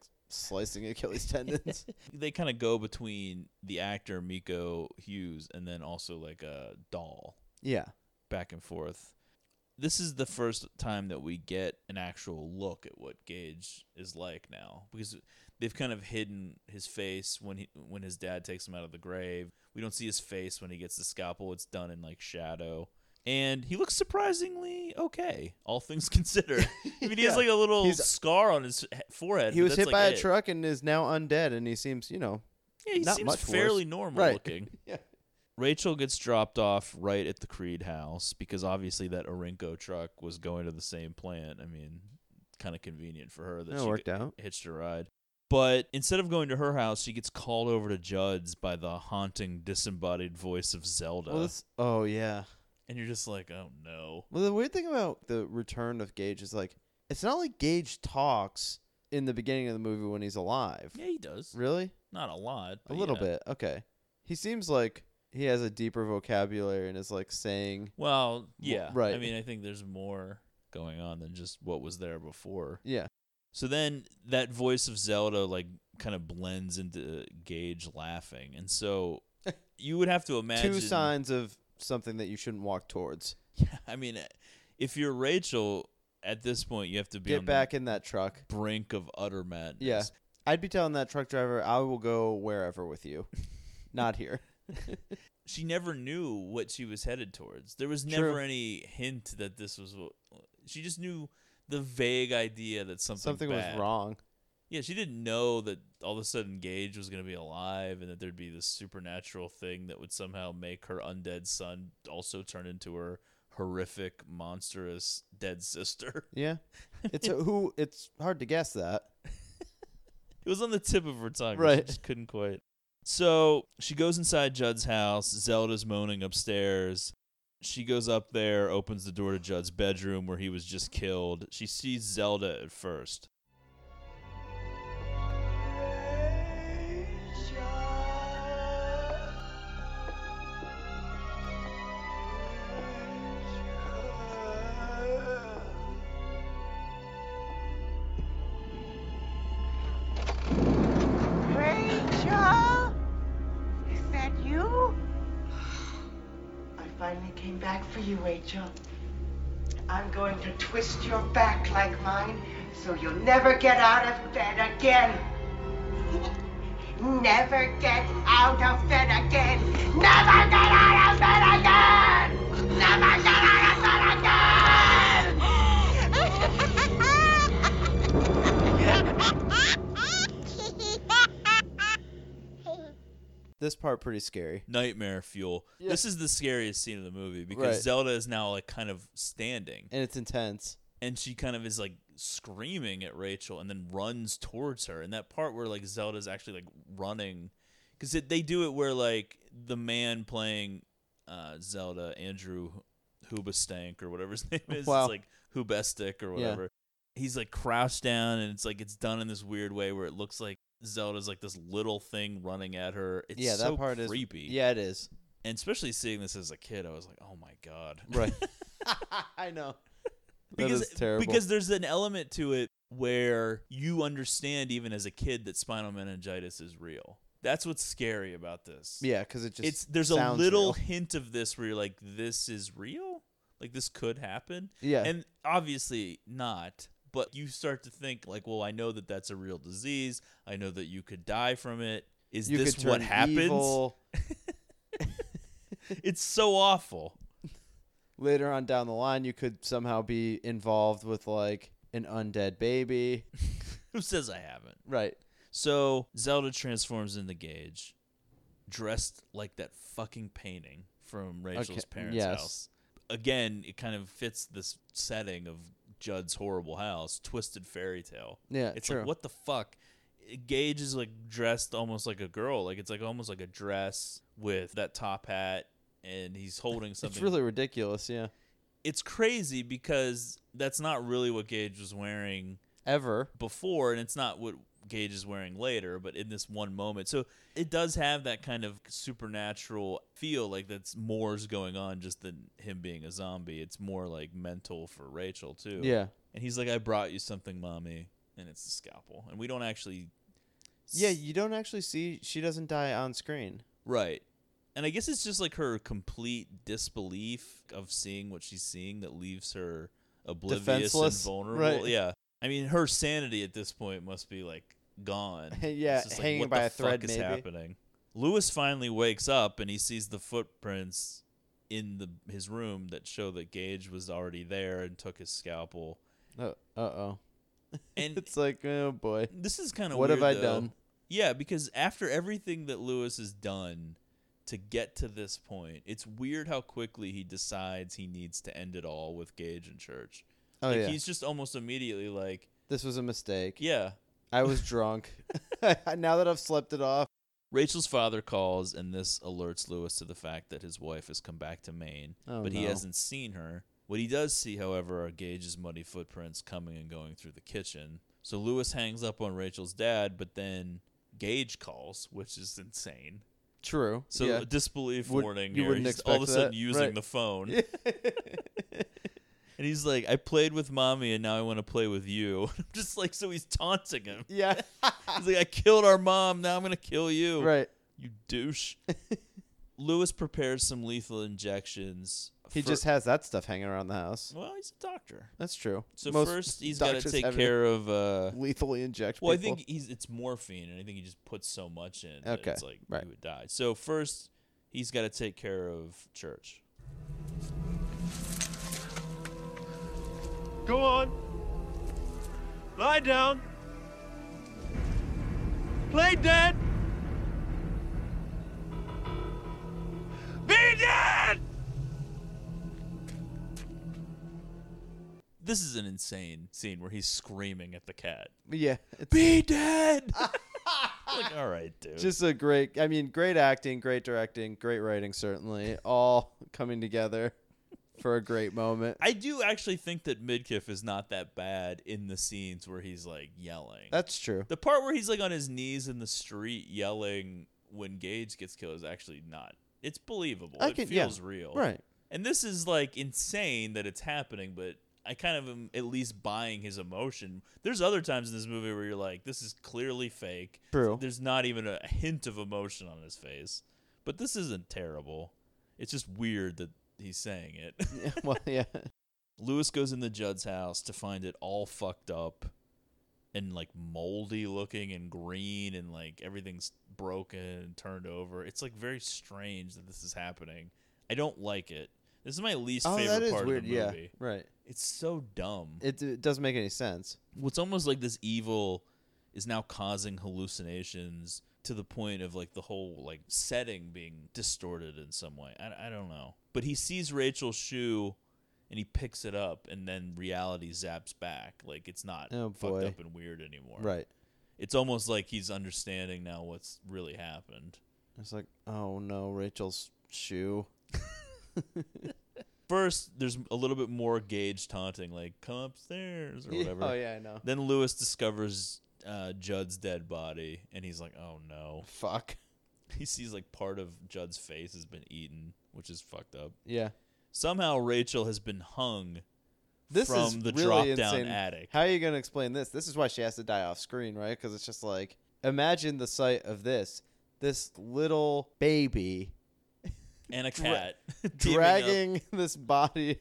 Speaker 7: *laughs*
Speaker 8: slicing Achilles tendons.
Speaker 7: they kind of go between the actor, Miko Hughes, and then also, like, a doll.
Speaker 8: Yeah.
Speaker 7: Back and forth. This is the first time that we get an actual look at what Gage is like now because they've kind of hidden his face when he when his dad takes him out of the grave. We don't see his face when he gets the scalpel. It's done in like shadow. And he looks surprisingly okay, all things *laughs* considered. I mean, he has
Speaker 8: Yeah.
Speaker 7: like a little
Speaker 8: He's-
Speaker 7: scar on his he- forehead.
Speaker 8: he
Speaker 7: but
Speaker 8: was
Speaker 7: that's,
Speaker 8: hit
Speaker 7: like,
Speaker 8: by
Speaker 7: it.
Speaker 8: a truck and is now undead, and he seems, you know,
Speaker 7: Yeah, he
Speaker 8: not
Speaker 7: seems
Speaker 8: much
Speaker 7: fairly
Speaker 8: worse.
Speaker 7: normal
Speaker 8: Right.
Speaker 7: looking.
Speaker 8: *laughs* yeah.
Speaker 7: Rachel gets dropped off right at the Creed house because obviously that Orenco truck was going to the same plant. I mean, kind of convenient for her that
Speaker 8: That
Speaker 7: she
Speaker 8: worked
Speaker 7: got-
Speaker 8: out.
Speaker 7: hitched a ride. But instead of going to her house, she gets called over to Judd's by the haunting disembodied voice of Zelda.
Speaker 8: Well, this- oh yeah.
Speaker 7: and you're just like, oh no.
Speaker 8: Well, the weird thing about the return of Gage is like it's not like Gage talks in the beginning of the movie when he's alive.
Speaker 7: Yeah, he does.
Speaker 8: Really?
Speaker 7: Not a lot.
Speaker 8: A
Speaker 7: but
Speaker 8: little
Speaker 7: yeah.
Speaker 8: bit. Okay. He seems like he has a deeper vocabulary and is like saying
Speaker 7: Well, yeah.
Speaker 8: right.
Speaker 7: I mean, I think there's more going on than just what was there before.
Speaker 8: Yeah.
Speaker 7: So then that voice of Zelda like kind of blends into Gage laughing. And so
Speaker 8: *laughs*
Speaker 7: you would have to imagine
Speaker 8: two
Speaker 7: *laughs*
Speaker 8: signs of something that you shouldn't walk towards.
Speaker 7: I mean, if you're Rachel at this point, you have to be
Speaker 8: Get
Speaker 7: on
Speaker 8: back in that truck.
Speaker 7: the brink of utter madness.
Speaker 8: Yeah. I'd be telling that truck driver, I will go wherever
Speaker 7: *laughs*
Speaker 8: with you. Not here. *laughs*
Speaker 7: She never knew what she was headed towards. There was
Speaker 8: True.
Speaker 7: never any hint that this was what she just knew the vague idea that something
Speaker 8: Something
Speaker 7: bad-
Speaker 8: was wrong.
Speaker 7: Yeah, she didn't know that all of a sudden Gage was going to be alive and that there'd be this supernatural thing that would somehow make her undead son also turn into her horrific, monstrous dead sister. *laughs*
Speaker 8: Yeah. It's a, who it's hard to guess that.
Speaker 7: It was on the tip of her tongue. but She
Speaker 8: Right.
Speaker 7: just couldn't quite. So she goes inside Judd's house. Zelda's moaning upstairs. She goes up there, opens the door to Judd's bedroom where he was just killed. She sees Zelda at first.
Speaker 14: Rachel? Is that you? *sighs* I finally came back for you, Rachel. I'm going to twist your back like mine so you'll never get out of bed again. never get out of bed again. Never get out of bed again! Never get out of bed again!
Speaker 8: This part pretty scary.
Speaker 7: Nightmare fuel.
Speaker 8: Yeah.
Speaker 7: This is the scariest scene of the movie because
Speaker 8: Right.
Speaker 7: Zelda is now like kind of standing
Speaker 8: And it's intense.
Speaker 7: and she kind of is like screaming at Rachel and then runs towards her. And that part where like Zelda's actually like running because they do it where like the man playing uh, Zelda, Andrew Hubastank or whatever his *laughs* name is,
Speaker 8: Wow.
Speaker 7: it's like Hubestick or
Speaker 8: Yeah.
Speaker 7: whatever. He's like crouched down and it's like it's done in this weird way where it looks like Zelda's like this little thing running at her. It's
Speaker 8: yeah, that
Speaker 7: so
Speaker 8: part
Speaker 7: creepy.
Speaker 8: is. Yeah, it is.
Speaker 7: And especially seeing this as a kid, I was like, oh my God. *laughs*
Speaker 8: *laughs* Right. I know.
Speaker 7: because
Speaker 8: that is terrible.
Speaker 7: because there's an element to it where you understand even as a kid that spinal meningitis is real. That's what's scary about this.
Speaker 8: Yeah, 'cause it just
Speaker 7: it's there's a
Speaker 8: sounds
Speaker 7: little
Speaker 8: real. *laughs*
Speaker 7: hint of this where you're like, this is real. Like this could happen.
Speaker 8: Yeah.
Speaker 7: and obviously not. But you start to think like, well, I know that that's a real disease. I know that you could die from it. Is
Speaker 8: You
Speaker 7: this
Speaker 8: could
Speaker 7: what
Speaker 8: turn
Speaker 7: happens?
Speaker 8: evil.
Speaker 7: *laughs* it's so awful.
Speaker 8: Later on down the line, you could somehow be involved with like an
Speaker 7: *laughs*
Speaker 8: undead baby.
Speaker 7: Who says I haven't?
Speaker 8: Right.
Speaker 7: So Zelda transforms into Gage, dressed like that fucking painting from Rachel's
Speaker 8: Okay,
Speaker 7: parents'
Speaker 8: yes.
Speaker 7: house. Again, it kind of fits this setting of Judd's horrible house, twisted fairy tale.
Speaker 8: Yeah,
Speaker 7: it's
Speaker 8: true.
Speaker 7: like what the fuck. Gage is like dressed almost like a girl, like it's like almost like a dress with that top hat, and he's holding something.
Speaker 8: *laughs* It's really ridiculous. Yeah.
Speaker 7: it's crazy because that's not really what Gage was wearing
Speaker 8: Ever.
Speaker 7: before, and it's not what Gage is wearing later, but in this one moment. So it does have that kind of supernatural feel, like that's more's going on just than him being a zombie. It's more like mental for Rachel too.
Speaker 8: Yeah.
Speaker 7: And he's like, I brought you something, mommy, and it's the scalpel. And we don't actually
Speaker 8: Yeah, you don't actually see. She doesn't die on screen.
Speaker 7: Right. And I guess it's just like her complete disbelief of seeing what she's seeing that leaves her oblivious
Speaker 8: Defenseless,
Speaker 7: and vulnerable.
Speaker 8: right.
Speaker 7: Yeah. I mean, her sanity at this point must be like gone.
Speaker 8: *laughs* Yeah,
Speaker 7: It's just like,
Speaker 8: hanging
Speaker 7: what
Speaker 8: by
Speaker 7: the
Speaker 8: a thread,
Speaker 7: Fuck is
Speaker 8: maybe.
Speaker 7: happening. Lewis finally wakes up and he sees the footprints in the his room that show that Gage was already there and took his scalpel.
Speaker 8: Uh oh.
Speaker 7: And
Speaker 8: *laughs* it's like, oh boy.
Speaker 7: This is kind of
Speaker 8: What have I
Speaker 7: weird, though.
Speaker 8: done?
Speaker 7: Yeah, because after everything that Lewis has done to get to this point, it's weird how quickly he decides he needs to end it all with Gage and Church.
Speaker 8: Oh,
Speaker 7: like,
Speaker 8: yeah.
Speaker 7: he's just almost immediately like,
Speaker 8: This was a mistake.
Speaker 7: yeah.
Speaker 8: I was drunk.
Speaker 7: *laughs*
Speaker 8: *laughs* now that I've slept it off.
Speaker 7: Rachel's father calls, and this alerts Lewis to the fact that his wife has come back to Maine,
Speaker 8: Oh,
Speaker 7: but he
Speaker 8: no.
Speaker 7: hasn't seen her. What he does see, however, are Gage's muddy footprints coming and going through the kitchen. So Lewis hangs up on Rachel's dad, but then Gage calls, which is insane.
Speaker 8: True.
Speaker 7: So
Speaker 8: yeah. *laughs*
Speaker 7: disbelief
Speaker 8: Would-
Speaker 7: warning.
Speaker 8: You
Speaker 7: here.
Speaker 8: wouldn't
Speaker 7: He's
Speaker 8: expect
Speaker 7: all of a sudden
Speaker 8: that.
Speaker 7: using
Speaker 8: Right.
Speaker 7: the phone. and he's like, "I played with mommy, and now I want to play with you." *laughs* I'm just like, so he's taunting him.
Speaker 8: Yeah.
Speaker 7: *laughs* he's like, "I killed our mom. Now I'm gonna kill you."
Speaker 8: Right.
Speaker 7: You
Speaker 8: *laughs*
Speaker 7: douche. Lewis prepares some lethal injections.
Speaker 8: He
Speaker 7: for-
Speaker 8: just has that stuff hanging around the house.
Speaker 7: Well, he's a doctor.
Speaker 8: That's true.
Speaker 7: So
Speaker 8: Most
Speaker 7: first, he's got to
Speaker 8: doctors
Speaker 7: take
Speaker 8: have it. *laughs*
Speaker 7: care of. Uh,
Speaker 8: Lethally inject
Speaker 7: well,
Speaker 8: people.
Speaker 7: I think he's it's morphine, and I think he just puts so much in that
Speaker 8: Okay,
Speaker 7: it's like
Speaker 8: right.
Speaker 7: he would die. So first, he's got to take care of Church.
Speaker 10: Go on. Lie down. Play dead. Be dead!
Speaker 7: This is an insane scene where he's screaming at the cat.
Speaker 8: *laughs* Yeah. it's-
Speaker 7: Be dead. *laughs*
Speaker 8: *laughs*
Speaker 7: like, all right, dude.
Speaker 8: Just a great, I mean, great acting, great directing, great writing, certainly, all coming together for a great moment.
Speaker 7: I do actually think that Midkiff is not that bad in the scenes where he's like yelling.
Speaker 8: That's true.
Speaker 7: The part where he's like on his knees in the street yelling when Gage gets killed is actually not. It's believable.
Speaker 8: I
Speaker 7: it
Speaker 8: can- yeah,
Speaker 7: feels real.
Speaker 8: right.
Speaker 7: And this is like insane that it's happening, but I kind of am at least buying his emotion. There's other times in this movie where you're like, this is clearly fake.
Speaker 8: True.
Speaker 7: There's not even a hint of emotion on his face. But this isn't terrible. It's just weird that he's saying it.
Speaker 8: well, *laughs* *laughs* yeah.
Speaker 7: *laughs* Lewis goes in the Judd's house to find it all fucked up and like moldy looking and green and like everything's broken and turned over. It's like very strange that this is happening. I don't like it. This is my least
Speaker 8: Oh,
Speaker 7: favorite
Speaker 8: that is
Speaker 7: part
Speaker 8: weird.
Speaker 7: of the movie.
Speaker 8: Yeah, right.
Speaker 7: It's so dumb.
Speaker 8: It, it doesn't make any sense.
Speaker 7: What's almost like this evil is now causing hallucinations to the point of like the whole like setting being distorted in some way. I, I don't know. But he sees Rachel's shoe and he picks it up and then reality zaps back. Like it's not
Speaker 8: Oh,
Speaker 7: fucked
Speaker 8: boy.
Speaker 7: up and weird anymore.
Speaker 8: Right.
Speaker 7: It's almost like he's understanding now what's really happened.
Speaker 8: It's like, oh no, Rachel's shoe.
Speaker 7: First, there's a little bit more gauge taunting, like come upstairs *laughs* or
Speaker 8: Yeah,
Speaker 7: whatever.
Speaker 8: *laughs* oh, yeah, I know.
Speaker 7: Then Lewis discovers uh, Judd's dead body, and he's like, "Oh no,
Speaker 8: fuck."
Speaker 7: He sees like part of Judd's face has been eaten, which is fucked up.
Speaker 8: Yeah.
Speaker 7: Somehow Rachel has been hung
Speaker 8: This
Speaker 7: from
Speaker 8: is
Speaker 7: the
Speaker 8: really
Speaker 7: drop down
Speaker 8: insane.
Speaker 7: attic.
Speaker 8: How are you going to explain this? This is why she has to die off screen, right? Because it's just like, imagine the sight of this. This little baby
Speaker 7: And a
Speaker 8: dra- *laughs*
Speaker 7: cat *laughs* teaming up.
Speaker 8: dragging *laughs* this body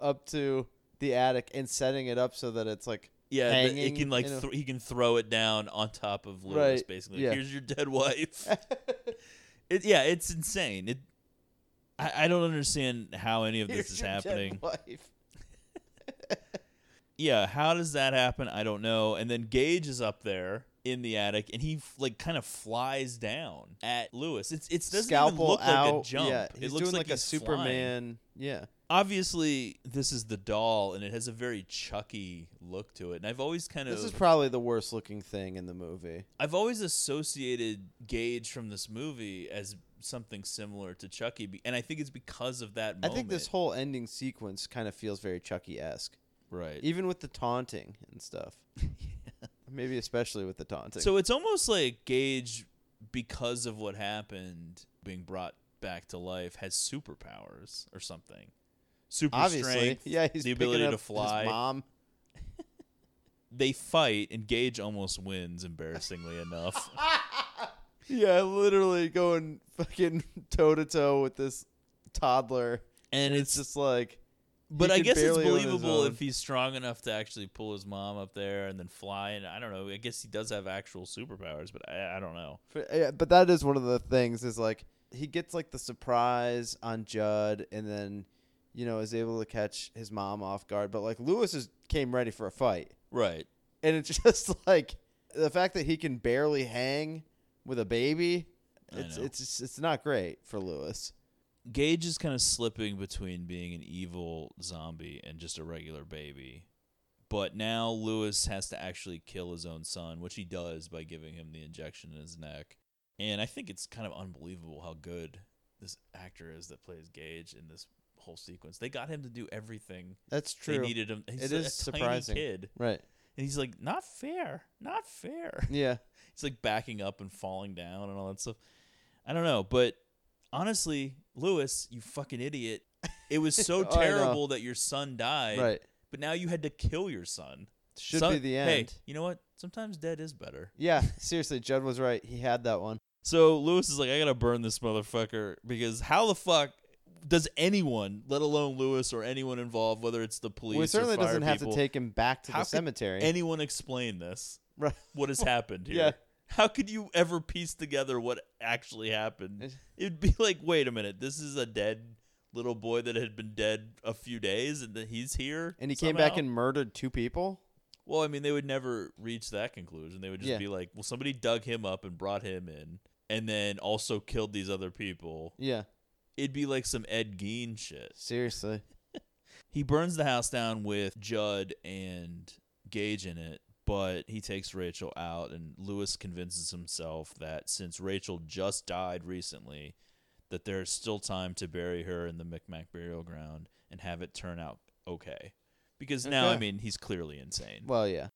Speaker 8: up to the attic and setting it up so that it's like
Speaker 7: Yeah, that
Speaker 8: hanging
Speaker 7: it can like
Speaker 8: in a-
Speaker 7: th- he can throw it down on top of Lewis,
Speaker 8: Right,
Speaker 7: basically.
Speaker 8: yeah.
Speaker 7: Here's your dead
Speaker 8: *laughs*
Speaker 7: wife. it, yeah, it's insane. It, I, I don't understand how any of this
Speaker 8: Here's
Speaker 7: is
Speaker 8: your dead
Speaker 7: happening.
Speaker 8: *laughs* wife.
Speaker 7: Yeah, how does that happen? I don't know. And then Gage is up there in the attic, and he f- like kind of flies down at Lewis. It's it doesn't even
Speaker 8: Scalpel
Speaker 7: look
Speaker 8: out.
Speaker 7: like a jump.
Speaker 8: Yeah,
Speaker 7: it
Speaker 8: he's
Speaker 7: looks
Speaker 8: doing
Speaker 7: like,
Speaker 8: like a
Speaker 7: he's flying.
Speaker 8: Superman- yeah.
Speaker 7: Obviously, this is the doll, and it has a very Chucky look to it. And I've always kind of
Speaker 8: This is probably the worst looking thing in the movie.
Speaker 7: I've always associated Gage from this movie as something similar to Chucky, be- and I think it's because of that
Speaker 8: I
Speaker 7: moment.
Speaker 8: think this whole ending sequence kind of feels very Chucky esque.
Speaker 7: Right.
Speaker 8: Even with the taunting
Speaker 7: *laughs*
Speaker 8: and stuff. Maybe especially with the taunting.
Speaker 7: So it's almost like Gage, because of what happened, being brought back to life, has superpowers or something. Super
Speaker 8: Obviously.
Speaker 7: strength.
Speaker 8: Yeah, he's
Speaker 7: the
Speaker 8: picking
Speaker 7: ability
Speaker 8: up
Speaker 7: to
Speaker 8: his
Speaker 7: fly. *laughs*
Speaker 8: mom. *laughs*
Speaker 7: They fight, and Gage almost wins, embarrassingly enough.
Speaker 8: yeah, literally going fucking *laughs* toe to toe with this toddler.
Speaker 7: And
Speaker 8: it's, just like
Speaker 7: But
Speaker 8: he
Speaker 7: I
Speaker 8: can
Speaker 7: guess it's
Speaker 8: barely own his
Speaker 7: believable
Speaker 8: own.
Speaker 7: if he's strong enough to actually pull his mom up there and then fly. And I don't know. I guess he does have actual superpowers, but I, I don't know.
Speaker 8: But, yeah, but that is one of the things is like he gets like the surprise on Judd and then you know is able to catch his mom off guard but like Lewis is came ready for a fight.
Speaker 7: Right.
Speaker 8: And it's *laughs* just like the fact that he can barely hang with a baby it's
Speaker 7: know.
Speaker 8: it's just- it's not great for Lewis.
Speaker 7: Gage is kind of slipping between being an evil zombie and just a regular baby. But now Lewis has to actually kill his own son, which he does by giving him the injection in his neck. And I think it's kind of unbelievable how good this actor is that plays Gage in this whole sequence. They got him to do everything.
Speaker 8: That's
Speaker 7: They
Speaker 8: true.
Speaker 7: needed him. He's
Speaker 8: It
Speaker 7: a,
Speaker 8: is
Speaker 7: a tiny
Speaker 8: surprising.
Speaker 7: kid.
Speaker 8: Right.
Speaker 7: And he's like, not fair, not fair. *laughs*
Speaker 8: Yeah.
Speaker 7: he's like backing up and falling down and all that stuff. I don't know, but honestly, Lewis, you fucking idiot. It was so
Speaker 8: *laughs* Oh, I know.
Speaker 7: terrible that your son died.
Speaker 8: Right.
Speaker 7: But now you had to kill your son.
Speaker 8: Should
Speaker 7: Son-
Speaker 8: be the
Speaker 7: Hey,
Speaker 8: end.
Speaker 7: you know what? Sometimes dead is better.
Speaker 8: Yeah, seriously, Judd was right. He had that one.
Speaker 7: So Lewis is like, I gotta burn this motherfucker because how the fuck does anyone, let alone Lewis or anyone involved, whether it's the police,
Speaker 8: well, he
Speaker 7: or
Speaker 8: certainly
Speaker 7: fire
Speaker 8: doesn't have
Speaker 7: people,
Speaker 8: to take him back to
Speaker 7: how
Speaker 8: the
Speaker 7: could
Speaker 8: cemetery.
Speaker 7: Anyone explain this?
Speaker 8: *laughs* Right.
Speaker 7: What has happened here?
Speaker 8: Yeah.
Speaker 7: How could you ever piece together what actually happened? It'd be like, wait a minute, this is a dead little boy that had been dead a few days, and that he's here.
Speaker 8: and he came back
Speaker 7: somehow?
Speaker 8: and murdered two people?
Speaker 7: Well, I mean, they would never reach that conclusion. They would just
Speaker 8: Yeah.
Speaker 7: be like, well, somebody dug him up and brought him in, and then also killed these other people.
Speaker 8: Yeah.
Speaker 7: It'd be like some Ed Gein shit.
Speaker 8: Seriously.
Speaker 7: He burns the house down with Judd and Gage in it, but he takes Rachel out, and Lewis convinces himself that since Rachel just died recently, that there's still time to bury her in the Micmac burial ground and have it turn out okay. Because now,
Speaker 8: Okay.
Speaker 7: I mean, he's clearly insane.
Speaker 15: Well, yeah.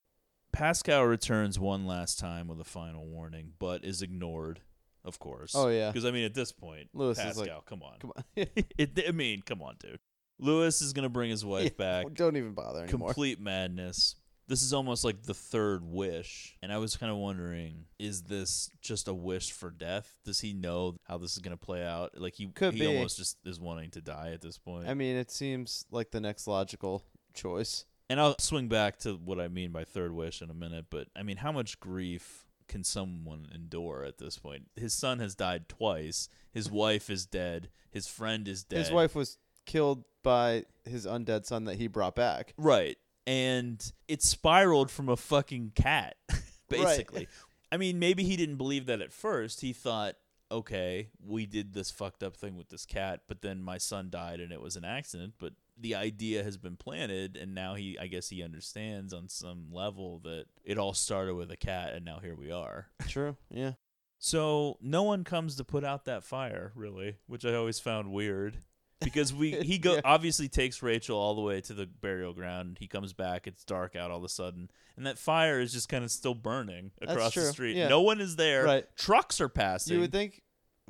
Speaker 7: Pascal returns one last time with a final warning, but is ignored, of course.
Speaker 15: Oh, yeah.
Speaker 7: Because I mean, at this point,
Speaker 15: Lewis is
Speaker 7: Pascal,
Speaker 15: like,
Speaker 7: come on, *laughs*
Speaker 15: come
Speaker 7: on. it, I mean, come on, dude. Lewis is gonna bring
Speaker 15: *laughs*
Speaker 7: his wife
Speaker 15: Yeah,
Speaker 7: back.
Speaker 15: Don't even bother anymore.
Speaker 7: Complete madness. This is almost like the third wish, and I was kind of wondering: is this just a wish for death? Does he know how this is gonna play out? Like he
Speaker 15: Could
Speaker 7: he
Speaker 15: be.
Speaker 7: almost just is wanting to die at this point.
Speaker 15: I mean, it seems like the next logical choice.
Speaker 7: And I'll swing back to what I mean by third wish in a minute, but I mean, how much grief can someone endure at this point? His son has died twice. His wife is dead. His friend is dead.
Speaker 15: His wife was killed by his undead son that he brought back.
Speaker 7: Right. And it spiraled from a fucking cat, *laughs* basically. I mean, maybe he didn't believe that at first. He thought, okay, we did this fucked up thing with this cat, but then my son died and it was an accident. But the idea has been planted, and now he, I guess, he understands on some level that it all started with a cat, and now here we are.
Speaker 15: *laughs* True. Yeah.
Speaker 7: So no one comes to put out that fire, really, which I always found weird because we
Speaker 15: *laughs*
Speaker 7: he go obviously takes Rachel all the way to the burial ground. He comes back, it's dark out all of a sudden, and that fire is just kind of still burning
Speaker 15: That's
Speaker 7: across the
Speaker 15: true,
Speaker 7: street.
Speaker 15: yeah.
Speaker 7: No one is there.
Speaker 15: Right.
Speaker 7: Trucks are passing.
Speaker 15: You would think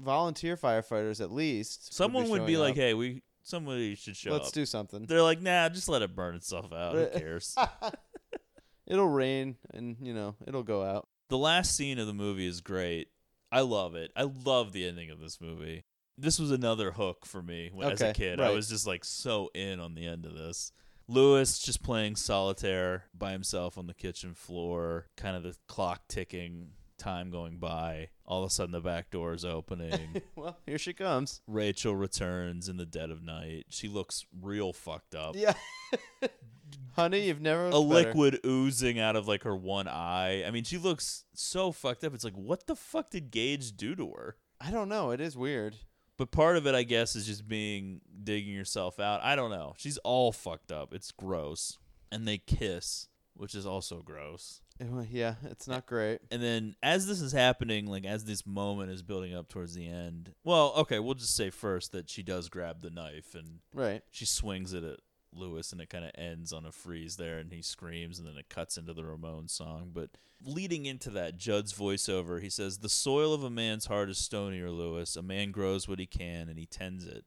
Speaker 15: volunteer firefighters at least.
Speaker 7: someone would be, like,
Speaker 15: "Hey,
Speaker 7: "Hey, we somebody should show
Speaker 15: Let's
Speaker 7: up.
Speaker 15: do something."
Speaker 7: They're like, "Nah, just let it burn itself out. Who
Speaker 15: Right. *laughs*
Speaker 7: cares?"
Speaker 15: it'll rain, and you know it'll go out."
Speaker 7: The last scene of the movie is great. I love it. I love the ending of this movie. This was another hook for me when, as a
Speaker 15: Okay,
Speaker 7: kid. I
Speaker 15: right.
Speaker 7: was just like so in on the end of this. Lewis just playing solitaire by himself on the kitchen floor, kind of the clock ticking, time going by. All of a sudden, the back door
Speaker 15: *laughs*
Speaker 7: is opening.
Speaker 15: Well, here she comes.
Speaker 7: Rachel returns in the dead of night. She looks real fucked up
Speaker 15: Yeah. *laughs* Honey, you've never
Speaker 7: a
Speaker 15: looked better.
Speaker 7: liquid oozing out of like her one eye. I mean, she looks so fucked up. It's like, what the fuck did Gage do to her?
Speaker 15: I don't know. It is weird.
Speaker 7: But part of it, I guess, is just being digging yourself out. I don't know. She's all fucked up. It's gross. And they kiss, which is also gross.
Speaker 15: Yeah, it's not great.
Speaker 7: And then as this is happening, like as this moment is building up towards the end, well, okay, we'll just say first that she does grab the knife and
Speaker 15: Right.
Speaker 7: she swings it at Lewis and it kind of ends on a freeze there and he screams and then it cuts into the Ramones song. But leading into that, Judd's voiceover, he says, The soil of a man's heart is stonier, Lewis. A man grows what he can and he tends it.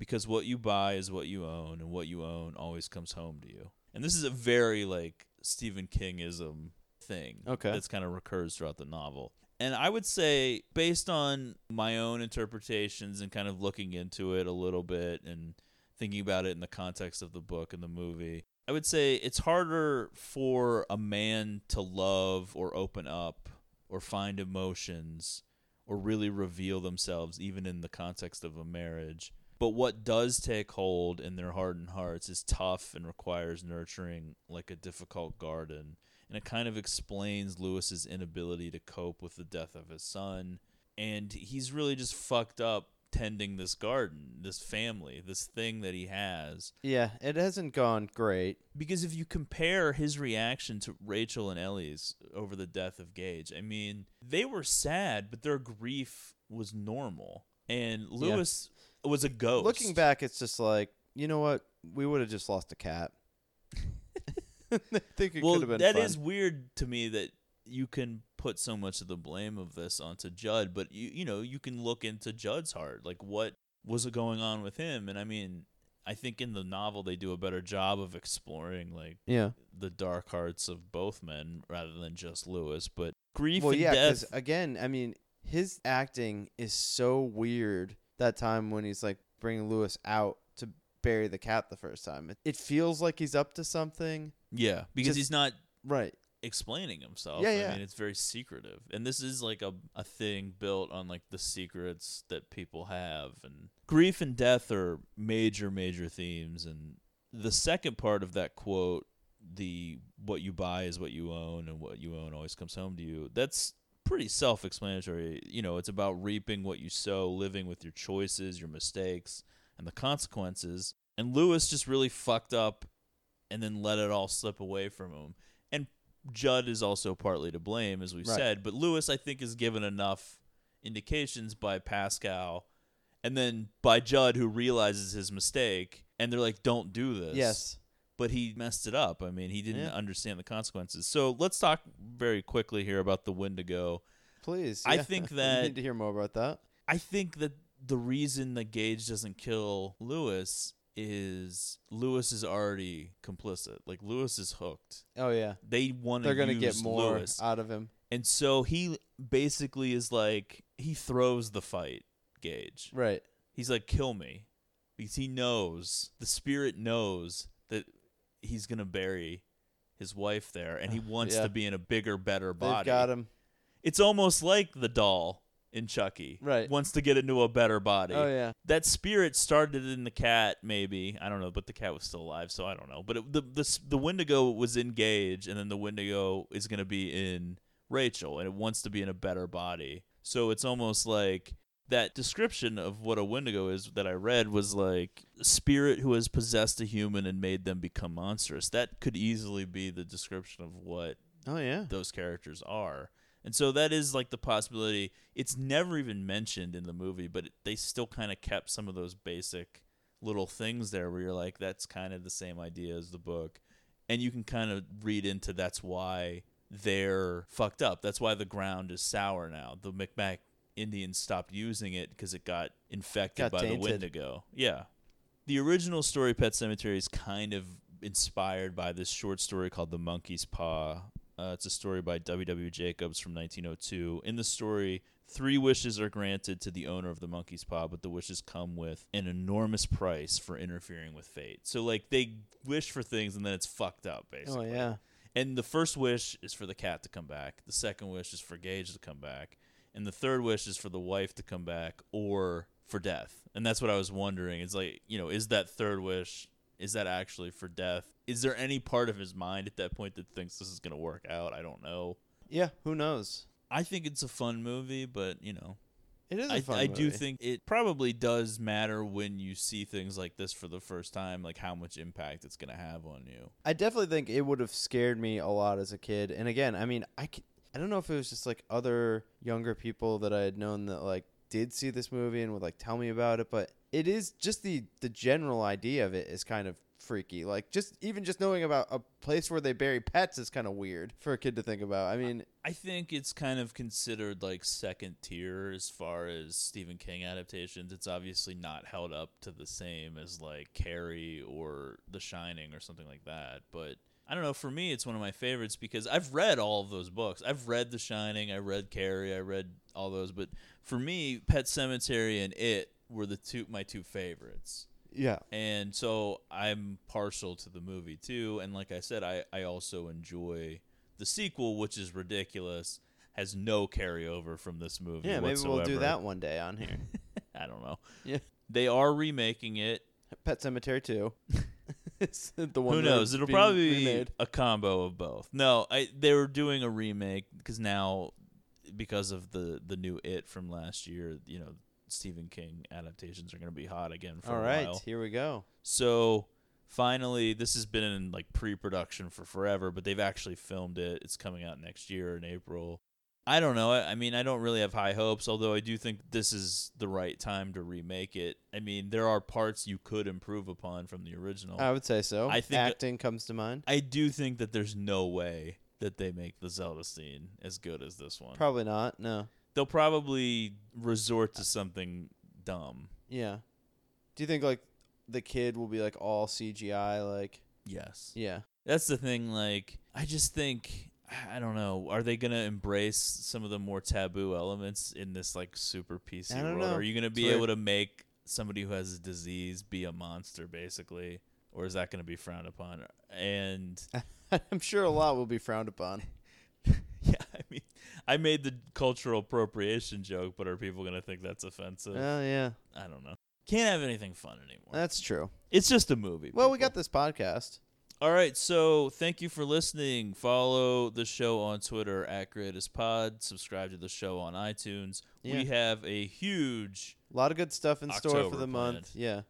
Speaker 7: Because what you buy is what you own, and what you own always comes home to you. And this is a very like Stephen Kingism thing.
Speaker 15: Okay.
Speaker 7: That's kind of recurs throughout the novel. And I would say, based on my own interpretations and kind of looking into it a little bit and thinking about it in the context of the book and the movie, I would say it's harder for a man to love or open up or find emotions or really reveal themselves, even in the context of a marriage. But what does take hold in their hardened hearts is tough and requires nurturing like a difficult garden. And it kind of explains Lewis's inability to cope with the death of his son. And he's really just fucked up tending this garden, this family, this thing that he has.
Speaker 15: Yeah, it hasn't gone great.
Speaker 7: Because if you compare his reaction to Rachel and Ellie's over the death of Gage, I mean, they were sad, but their grief was normal. And Lewis was a ghost.
Speaker 15: Looking back, it's just like you know what we would have just lost a cat. *laughs* I think it
Speaker 7: well,
Speaker 15: could have been.
Speaker 7: that
Speaker 15: fun.
Speaker 7: is weird to me that you can put so much of the blame of this onto Judd, but you you know you can look into Judd's heart, like what was going on with him, and I mean, I think in the novel they do a better job of exploring like
Speaker 15: Yeah.
Speaker 7: the dark hearts of both men rather than just Lewis, but grief
Speaker 15: well,
Speaker 7: and
Speaker 15: yeah,
Speaker 7: death.
Speaker 15: again, I mean, his acting is so weird. That time when he's like bringing Lewis out to bury the cat the first time, it, it feels like he's up to something.
Speaker 7: Yeah, because
Speaker 15: Just-
Speaker 7: he's not
Speaker 15: right
Speaker 7: explaining himself.
Speaker 15: Yeah,
Speaker 7: I
Speaker 15: yeah.
Speaker 7: mean, it's very secretive, and this is like a a thing built on like the secrets that people have, and grief and death are major major themes. And the second part of that quote, the what you buy is what you own, and what you own always comes home to you. That's pretty self-explanatory. You know, it's about reaping what you sow, living with your choices, your mistakes, and the consequences. And Lewis just really fucked up and then let it all slip away from him. And Judd is also partly to blame, as we
Speaker 16: Right.
Speaker 7: said. But Lewis, I think, is given enough indications by Pascal and then by Judd, who realizes his mistake. And they're like, don't do this.
Speaker 15: Yes.
Speaker 7: But he messed it up. I mean, he didn't
Speaker 15: Yeah.
Speaker 7: understand the consequences. So let's talk very quickly here about the Wendigo.
Speaker 15: Please.
Speaker 7: I
Speaker 15: yeah. *laughs*
Speaker 7: think
Speaker 15: We
Speaker 7: that
Speaker 15: need to hear more about that.
Speaker 7: I think that the reason that Gage doesn't kill Lewis is Lewis is already complicit. Like Lewis is hooked.
Speaker 15: Oh, yeah.
Speaker 7: They want to
Speaker 15: They're
Speaker 7: gonna
Speaker 15: gonna get more
Speaker 7: Lewis.
Speaker 15: out of him.
Speaker 7: And so he basically is like he throws the fight, Gage.
Speaker 15: Right.
Speaker 7: He's like kill me because he knows the spirit knows that he's going to bury his wife there
Speaker 15: *sighs*
Speaker 7: and he wants
Speaker 15: yeah.
Speaker 7: to be in a bigger better
Speaker 15: They've
Speaker 7: body.
Speaker 15: got him.
Speaker 7: It's almost like the doll in Chucky. Right. Wants to get into a better body.
Speaker 15: Oh, yeah.
Speaker 7: That spirit started in the cat, maybe. I don't know, but the cat was still alive, so I don't know. But it, the, the, s- the Wendigo was in Gage, and then the Wendigo is going to be in Rachel, and it wants to be in a better body. So it's almost like that description of what a Wendigo is that I read was like a spirit who has possessed a human and made them become monstrous. That could easily be the description of what
Speaker 15: Oh yeah.
Speaker 7: those characters are. And so that is like the possibility. It's never even mentioned in the movie, but it, they still kind of kept some of those basic little things there where you're like that's kind of the same idea as the book. And you can kind of read into that's why they're fucked up. That's why the ground is sour now. The Micmac Indians stopped using it because it got
Speaker 15: Got
Speaker 7: infected by
Speaker 15: tainted.
Speaker 7: the Wendigo. Yeah. The original story, Pet Cemetery, is kind of inspired by this short story called The Monkey's Paw. Uh, it's a story by W.W. Jacobs from 1902. In the story, three wishes are granted to the owner of the monkey's paw, but the wishes come with an enormous price for interfering with fate. So, like, they wish for things and then it's fucked up, basically.
Speaker 15: Oh, yeah.
Speaker 7: And the first wish is for the cat to come back. The second wish is for Gage to come back. And the third wish is for the wife to come back or for death. And that's what I was wondering. It's like, you know, is that third wish, is that actually for death? Is there any part of his mind at that point that thinks this is going to work out? I don't know.
Speaker 15: Yeah. Who knows?
Speaker 7: I think it's a fun movie, but, you know.
Speaker 15: It is a
Speaker 7: I-
Speaker 15: fun
Speaker 7: I do
Speaker 15: movie.
Speaker 7: think it probably does matter when you see things like this for the first time, like how much impact it's going to have on you.
Speaker 15: I definitely think it would have scared me a lot as a kid. And again, I mean, I c- I don't know if it was just like other younger people that I had known that like did see this movie and would like tell me about it, but it is just the the general idea of it is kind of freaky. Like just even just knowing about a place where they bury pets is kind of weird for a kid to think about. I mean,
Speaker 7: I think it's kind of considered like second tier as far as Stephen King adaptations. It's obviously not held up to the same as like Carrie or The Shining or something like that. But I don't know. For me, it's one of my favorites because I've read all of those books. I've read The Shining, I read Carrie, I read all those. But for me, Pet Cemetery and It were the two my two favorites.
Speaker 15: Yeah.
Speaker 7: And so I'm partial to the movie too. And like I said, I, I also enjoy the sequel, which is ridiculous, has no carryover from this movie.
Speaker 15: yeah, maybe we'll do
Speaker 7: whatsoever.
Speaker 15: that one day on
Speaker 7: *laughs*
Speaker 15: here. *laughs*
Speaker 7: I don't know.
Speaker 15: Yeah.
Speaker 7: They are remaking it.
Speaker 15: Pet Cemetery 2. *laughs* It's the one
Speaker 7: Who
Speaker 15: that
Speaker 7: knows?
Speaker 15: is
Speaker 7: It'll
Speaker 15: being
Speaker 7: probably be
Speaker 15: remade.
Speaker 7: a combo of both. No, I they were doing a remake because now, because of the the new It from last year, you know, Stephen King adaptations are going to be hot again for
Speaker 15: All
Speaker 7: a
Speaker 15: right,
Speaker 7: while.
Speaker 15: here we go.
Speaker 7: So finally, this has been in like pre-production for forever, but they've actually filmed it. It's coming out next year in April. I don't know. I I mean, I don't really have high hopes, although I do think this is the right time to remake it. I mean, there are parts you could improve upon from the original.
Speaker 15: I would say so.
Speaker 7: I think
Speaker 15: acting comes to mind.
Speaker 7: I do think that there's no way that they make the Zelda scene as good as this one.
Speaker 15: Probably not. No.
Speaker 7: They'll probably resort to something dumb.
Speaker 15: Yeah. Do you think like the kid will be like all CGI like
Speaker 7: Yes.
Speaker 15: Yeah. *laughs*
Speaker 7: That's the thing. Like, I just think I don't know. Are they gonna embrace some of the more taboo elements in this like super PC
Speaker 15: I don't
Speaker 7: world?
Speaker 15: know.
Speaker 7: Are you gonna
Speaker 15: It's
Speaker 7: be
Speaker 15: weird.
Speaker 7: able to make somebody who has a disease be a monster, basically, or is that gonna be frowned upon? And *laughs*
Speaker 15: I'm sure a lot will be frowned upon.
Speaker 7: I made the cultural appropriation joke, but are people gonna think that's offensive?
Speaker 15: Oh, yeah.
Speaker 7: I don't know. Can't have anything fun anymore.
Speaker 15: That's true.
Speaker 7: It's just a movie.
Speaker 15: uh, Well, we got this podcast.
Speaker 7: All right, so thank you for listening. Follow the show on Twitter at Greatest Pod. Subscribe to the show on iTunes.
Speaker 15: Yeah.
Speaker 7: We have a huge
Speaker 15: A lot of good stuff in store for
Speaker 7: October
Speaker 15: the month.
Speaker 7: planned.
Speaker 15: Yeah.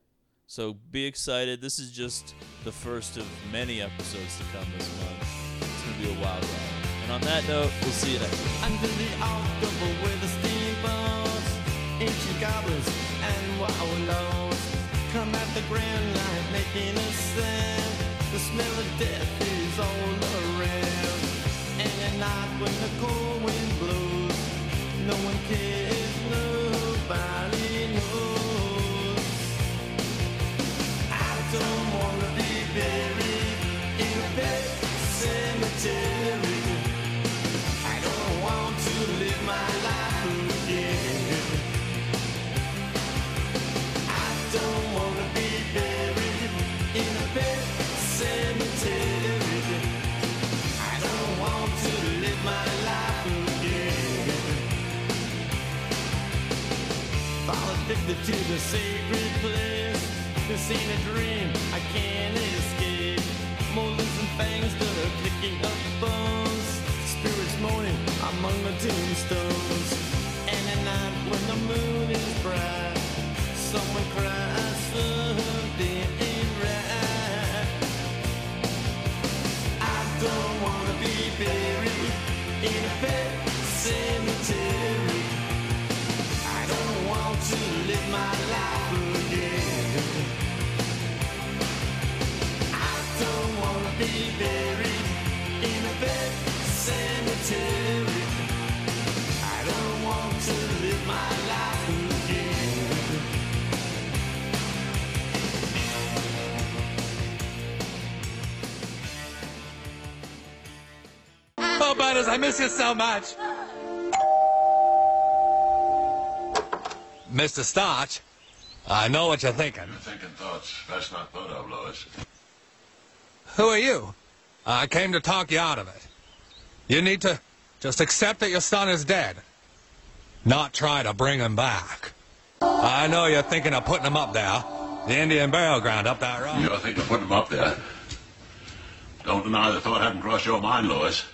Speaker 7: So be excited. This is just the first of many episodes to come this month. It's going to be a wild ride. And on that note, we'll see you next week.
Speaker 8: Under the October with the steamboats, ancient goblins and wallows come at the grand line making a sound. The smell of death is all around, and at night when the cold wind blows, no one cares, nobody knows. I don't wanna be buried in a pet cemetery. I don't want to live my life again. I don't wanna be buried in a pet cemetery. I don't want to live my life again. Fall addicted to the sacred place. This ain't a dream I can't escape. Molars and fangs that are picking up bones. Spirits moaning among the tombstones. And at night when the moon is bright, someone cries something ain't right. I don't wanna be buried in a pet cemetery. I don't want to live my life again. I don't wanna be buried in a bed cemetery. I don't want to live my life again.
Speaker 10: Oh, Butters, I miss you so much. Mr. Starch, I know what you're thinking.
Speaker 1: Thinking thoughts best not thought of, Lois.
Speaker 10: Who are you? I came to talk you out of it. You need to just accept that your son is dead, not try to bring him back. I know you're thinking of putting him up there, the Indian burial ground up that road.
Speaker 1: You're thinking of putting him up there. Don't deny the thought hadn't crossed your mind, Lois.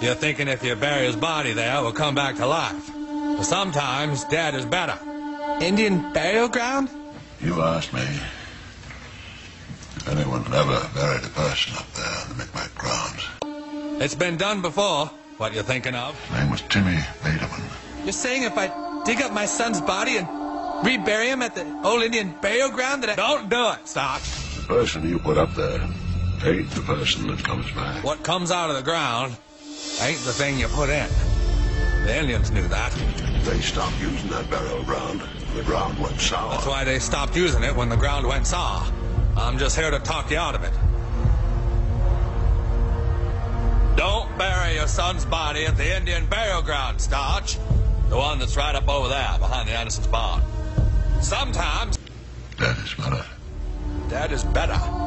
Speaker 10: You're thinking if you bury his body there, it will come back to life. But sometimes dead is better. Indian burial ground?
Speaker 1: You asked me if anyone had ever buried a person up there in the Micmac grounds.
Speaker 10: It's been done before, what you're thinking of.
Speaker 1: His name was Timmy Beethoven.
Speaker 10: You're saying if I dig up my son's body and rebury him at the old Indian burial ground that I. Don't do it, Stark.
Speaker 1: The person you put up there ain't the person that comes back.
Speaker 10: What comes out of the ground ain't the thing you put in. The Indians knew that.
Speaker 1: They stopped using that burial ground. The ground went sour.
Speaker 10: That's why they stopped using it when the ground went sour. I'm just here to talk you out of it. Don't bury your son's body at the Indian burial ground, Starch. The one that's right up over there, behind the Anderson's barn. Sometimes
Speaker 1: That is better.
Speaker 10: dead is better.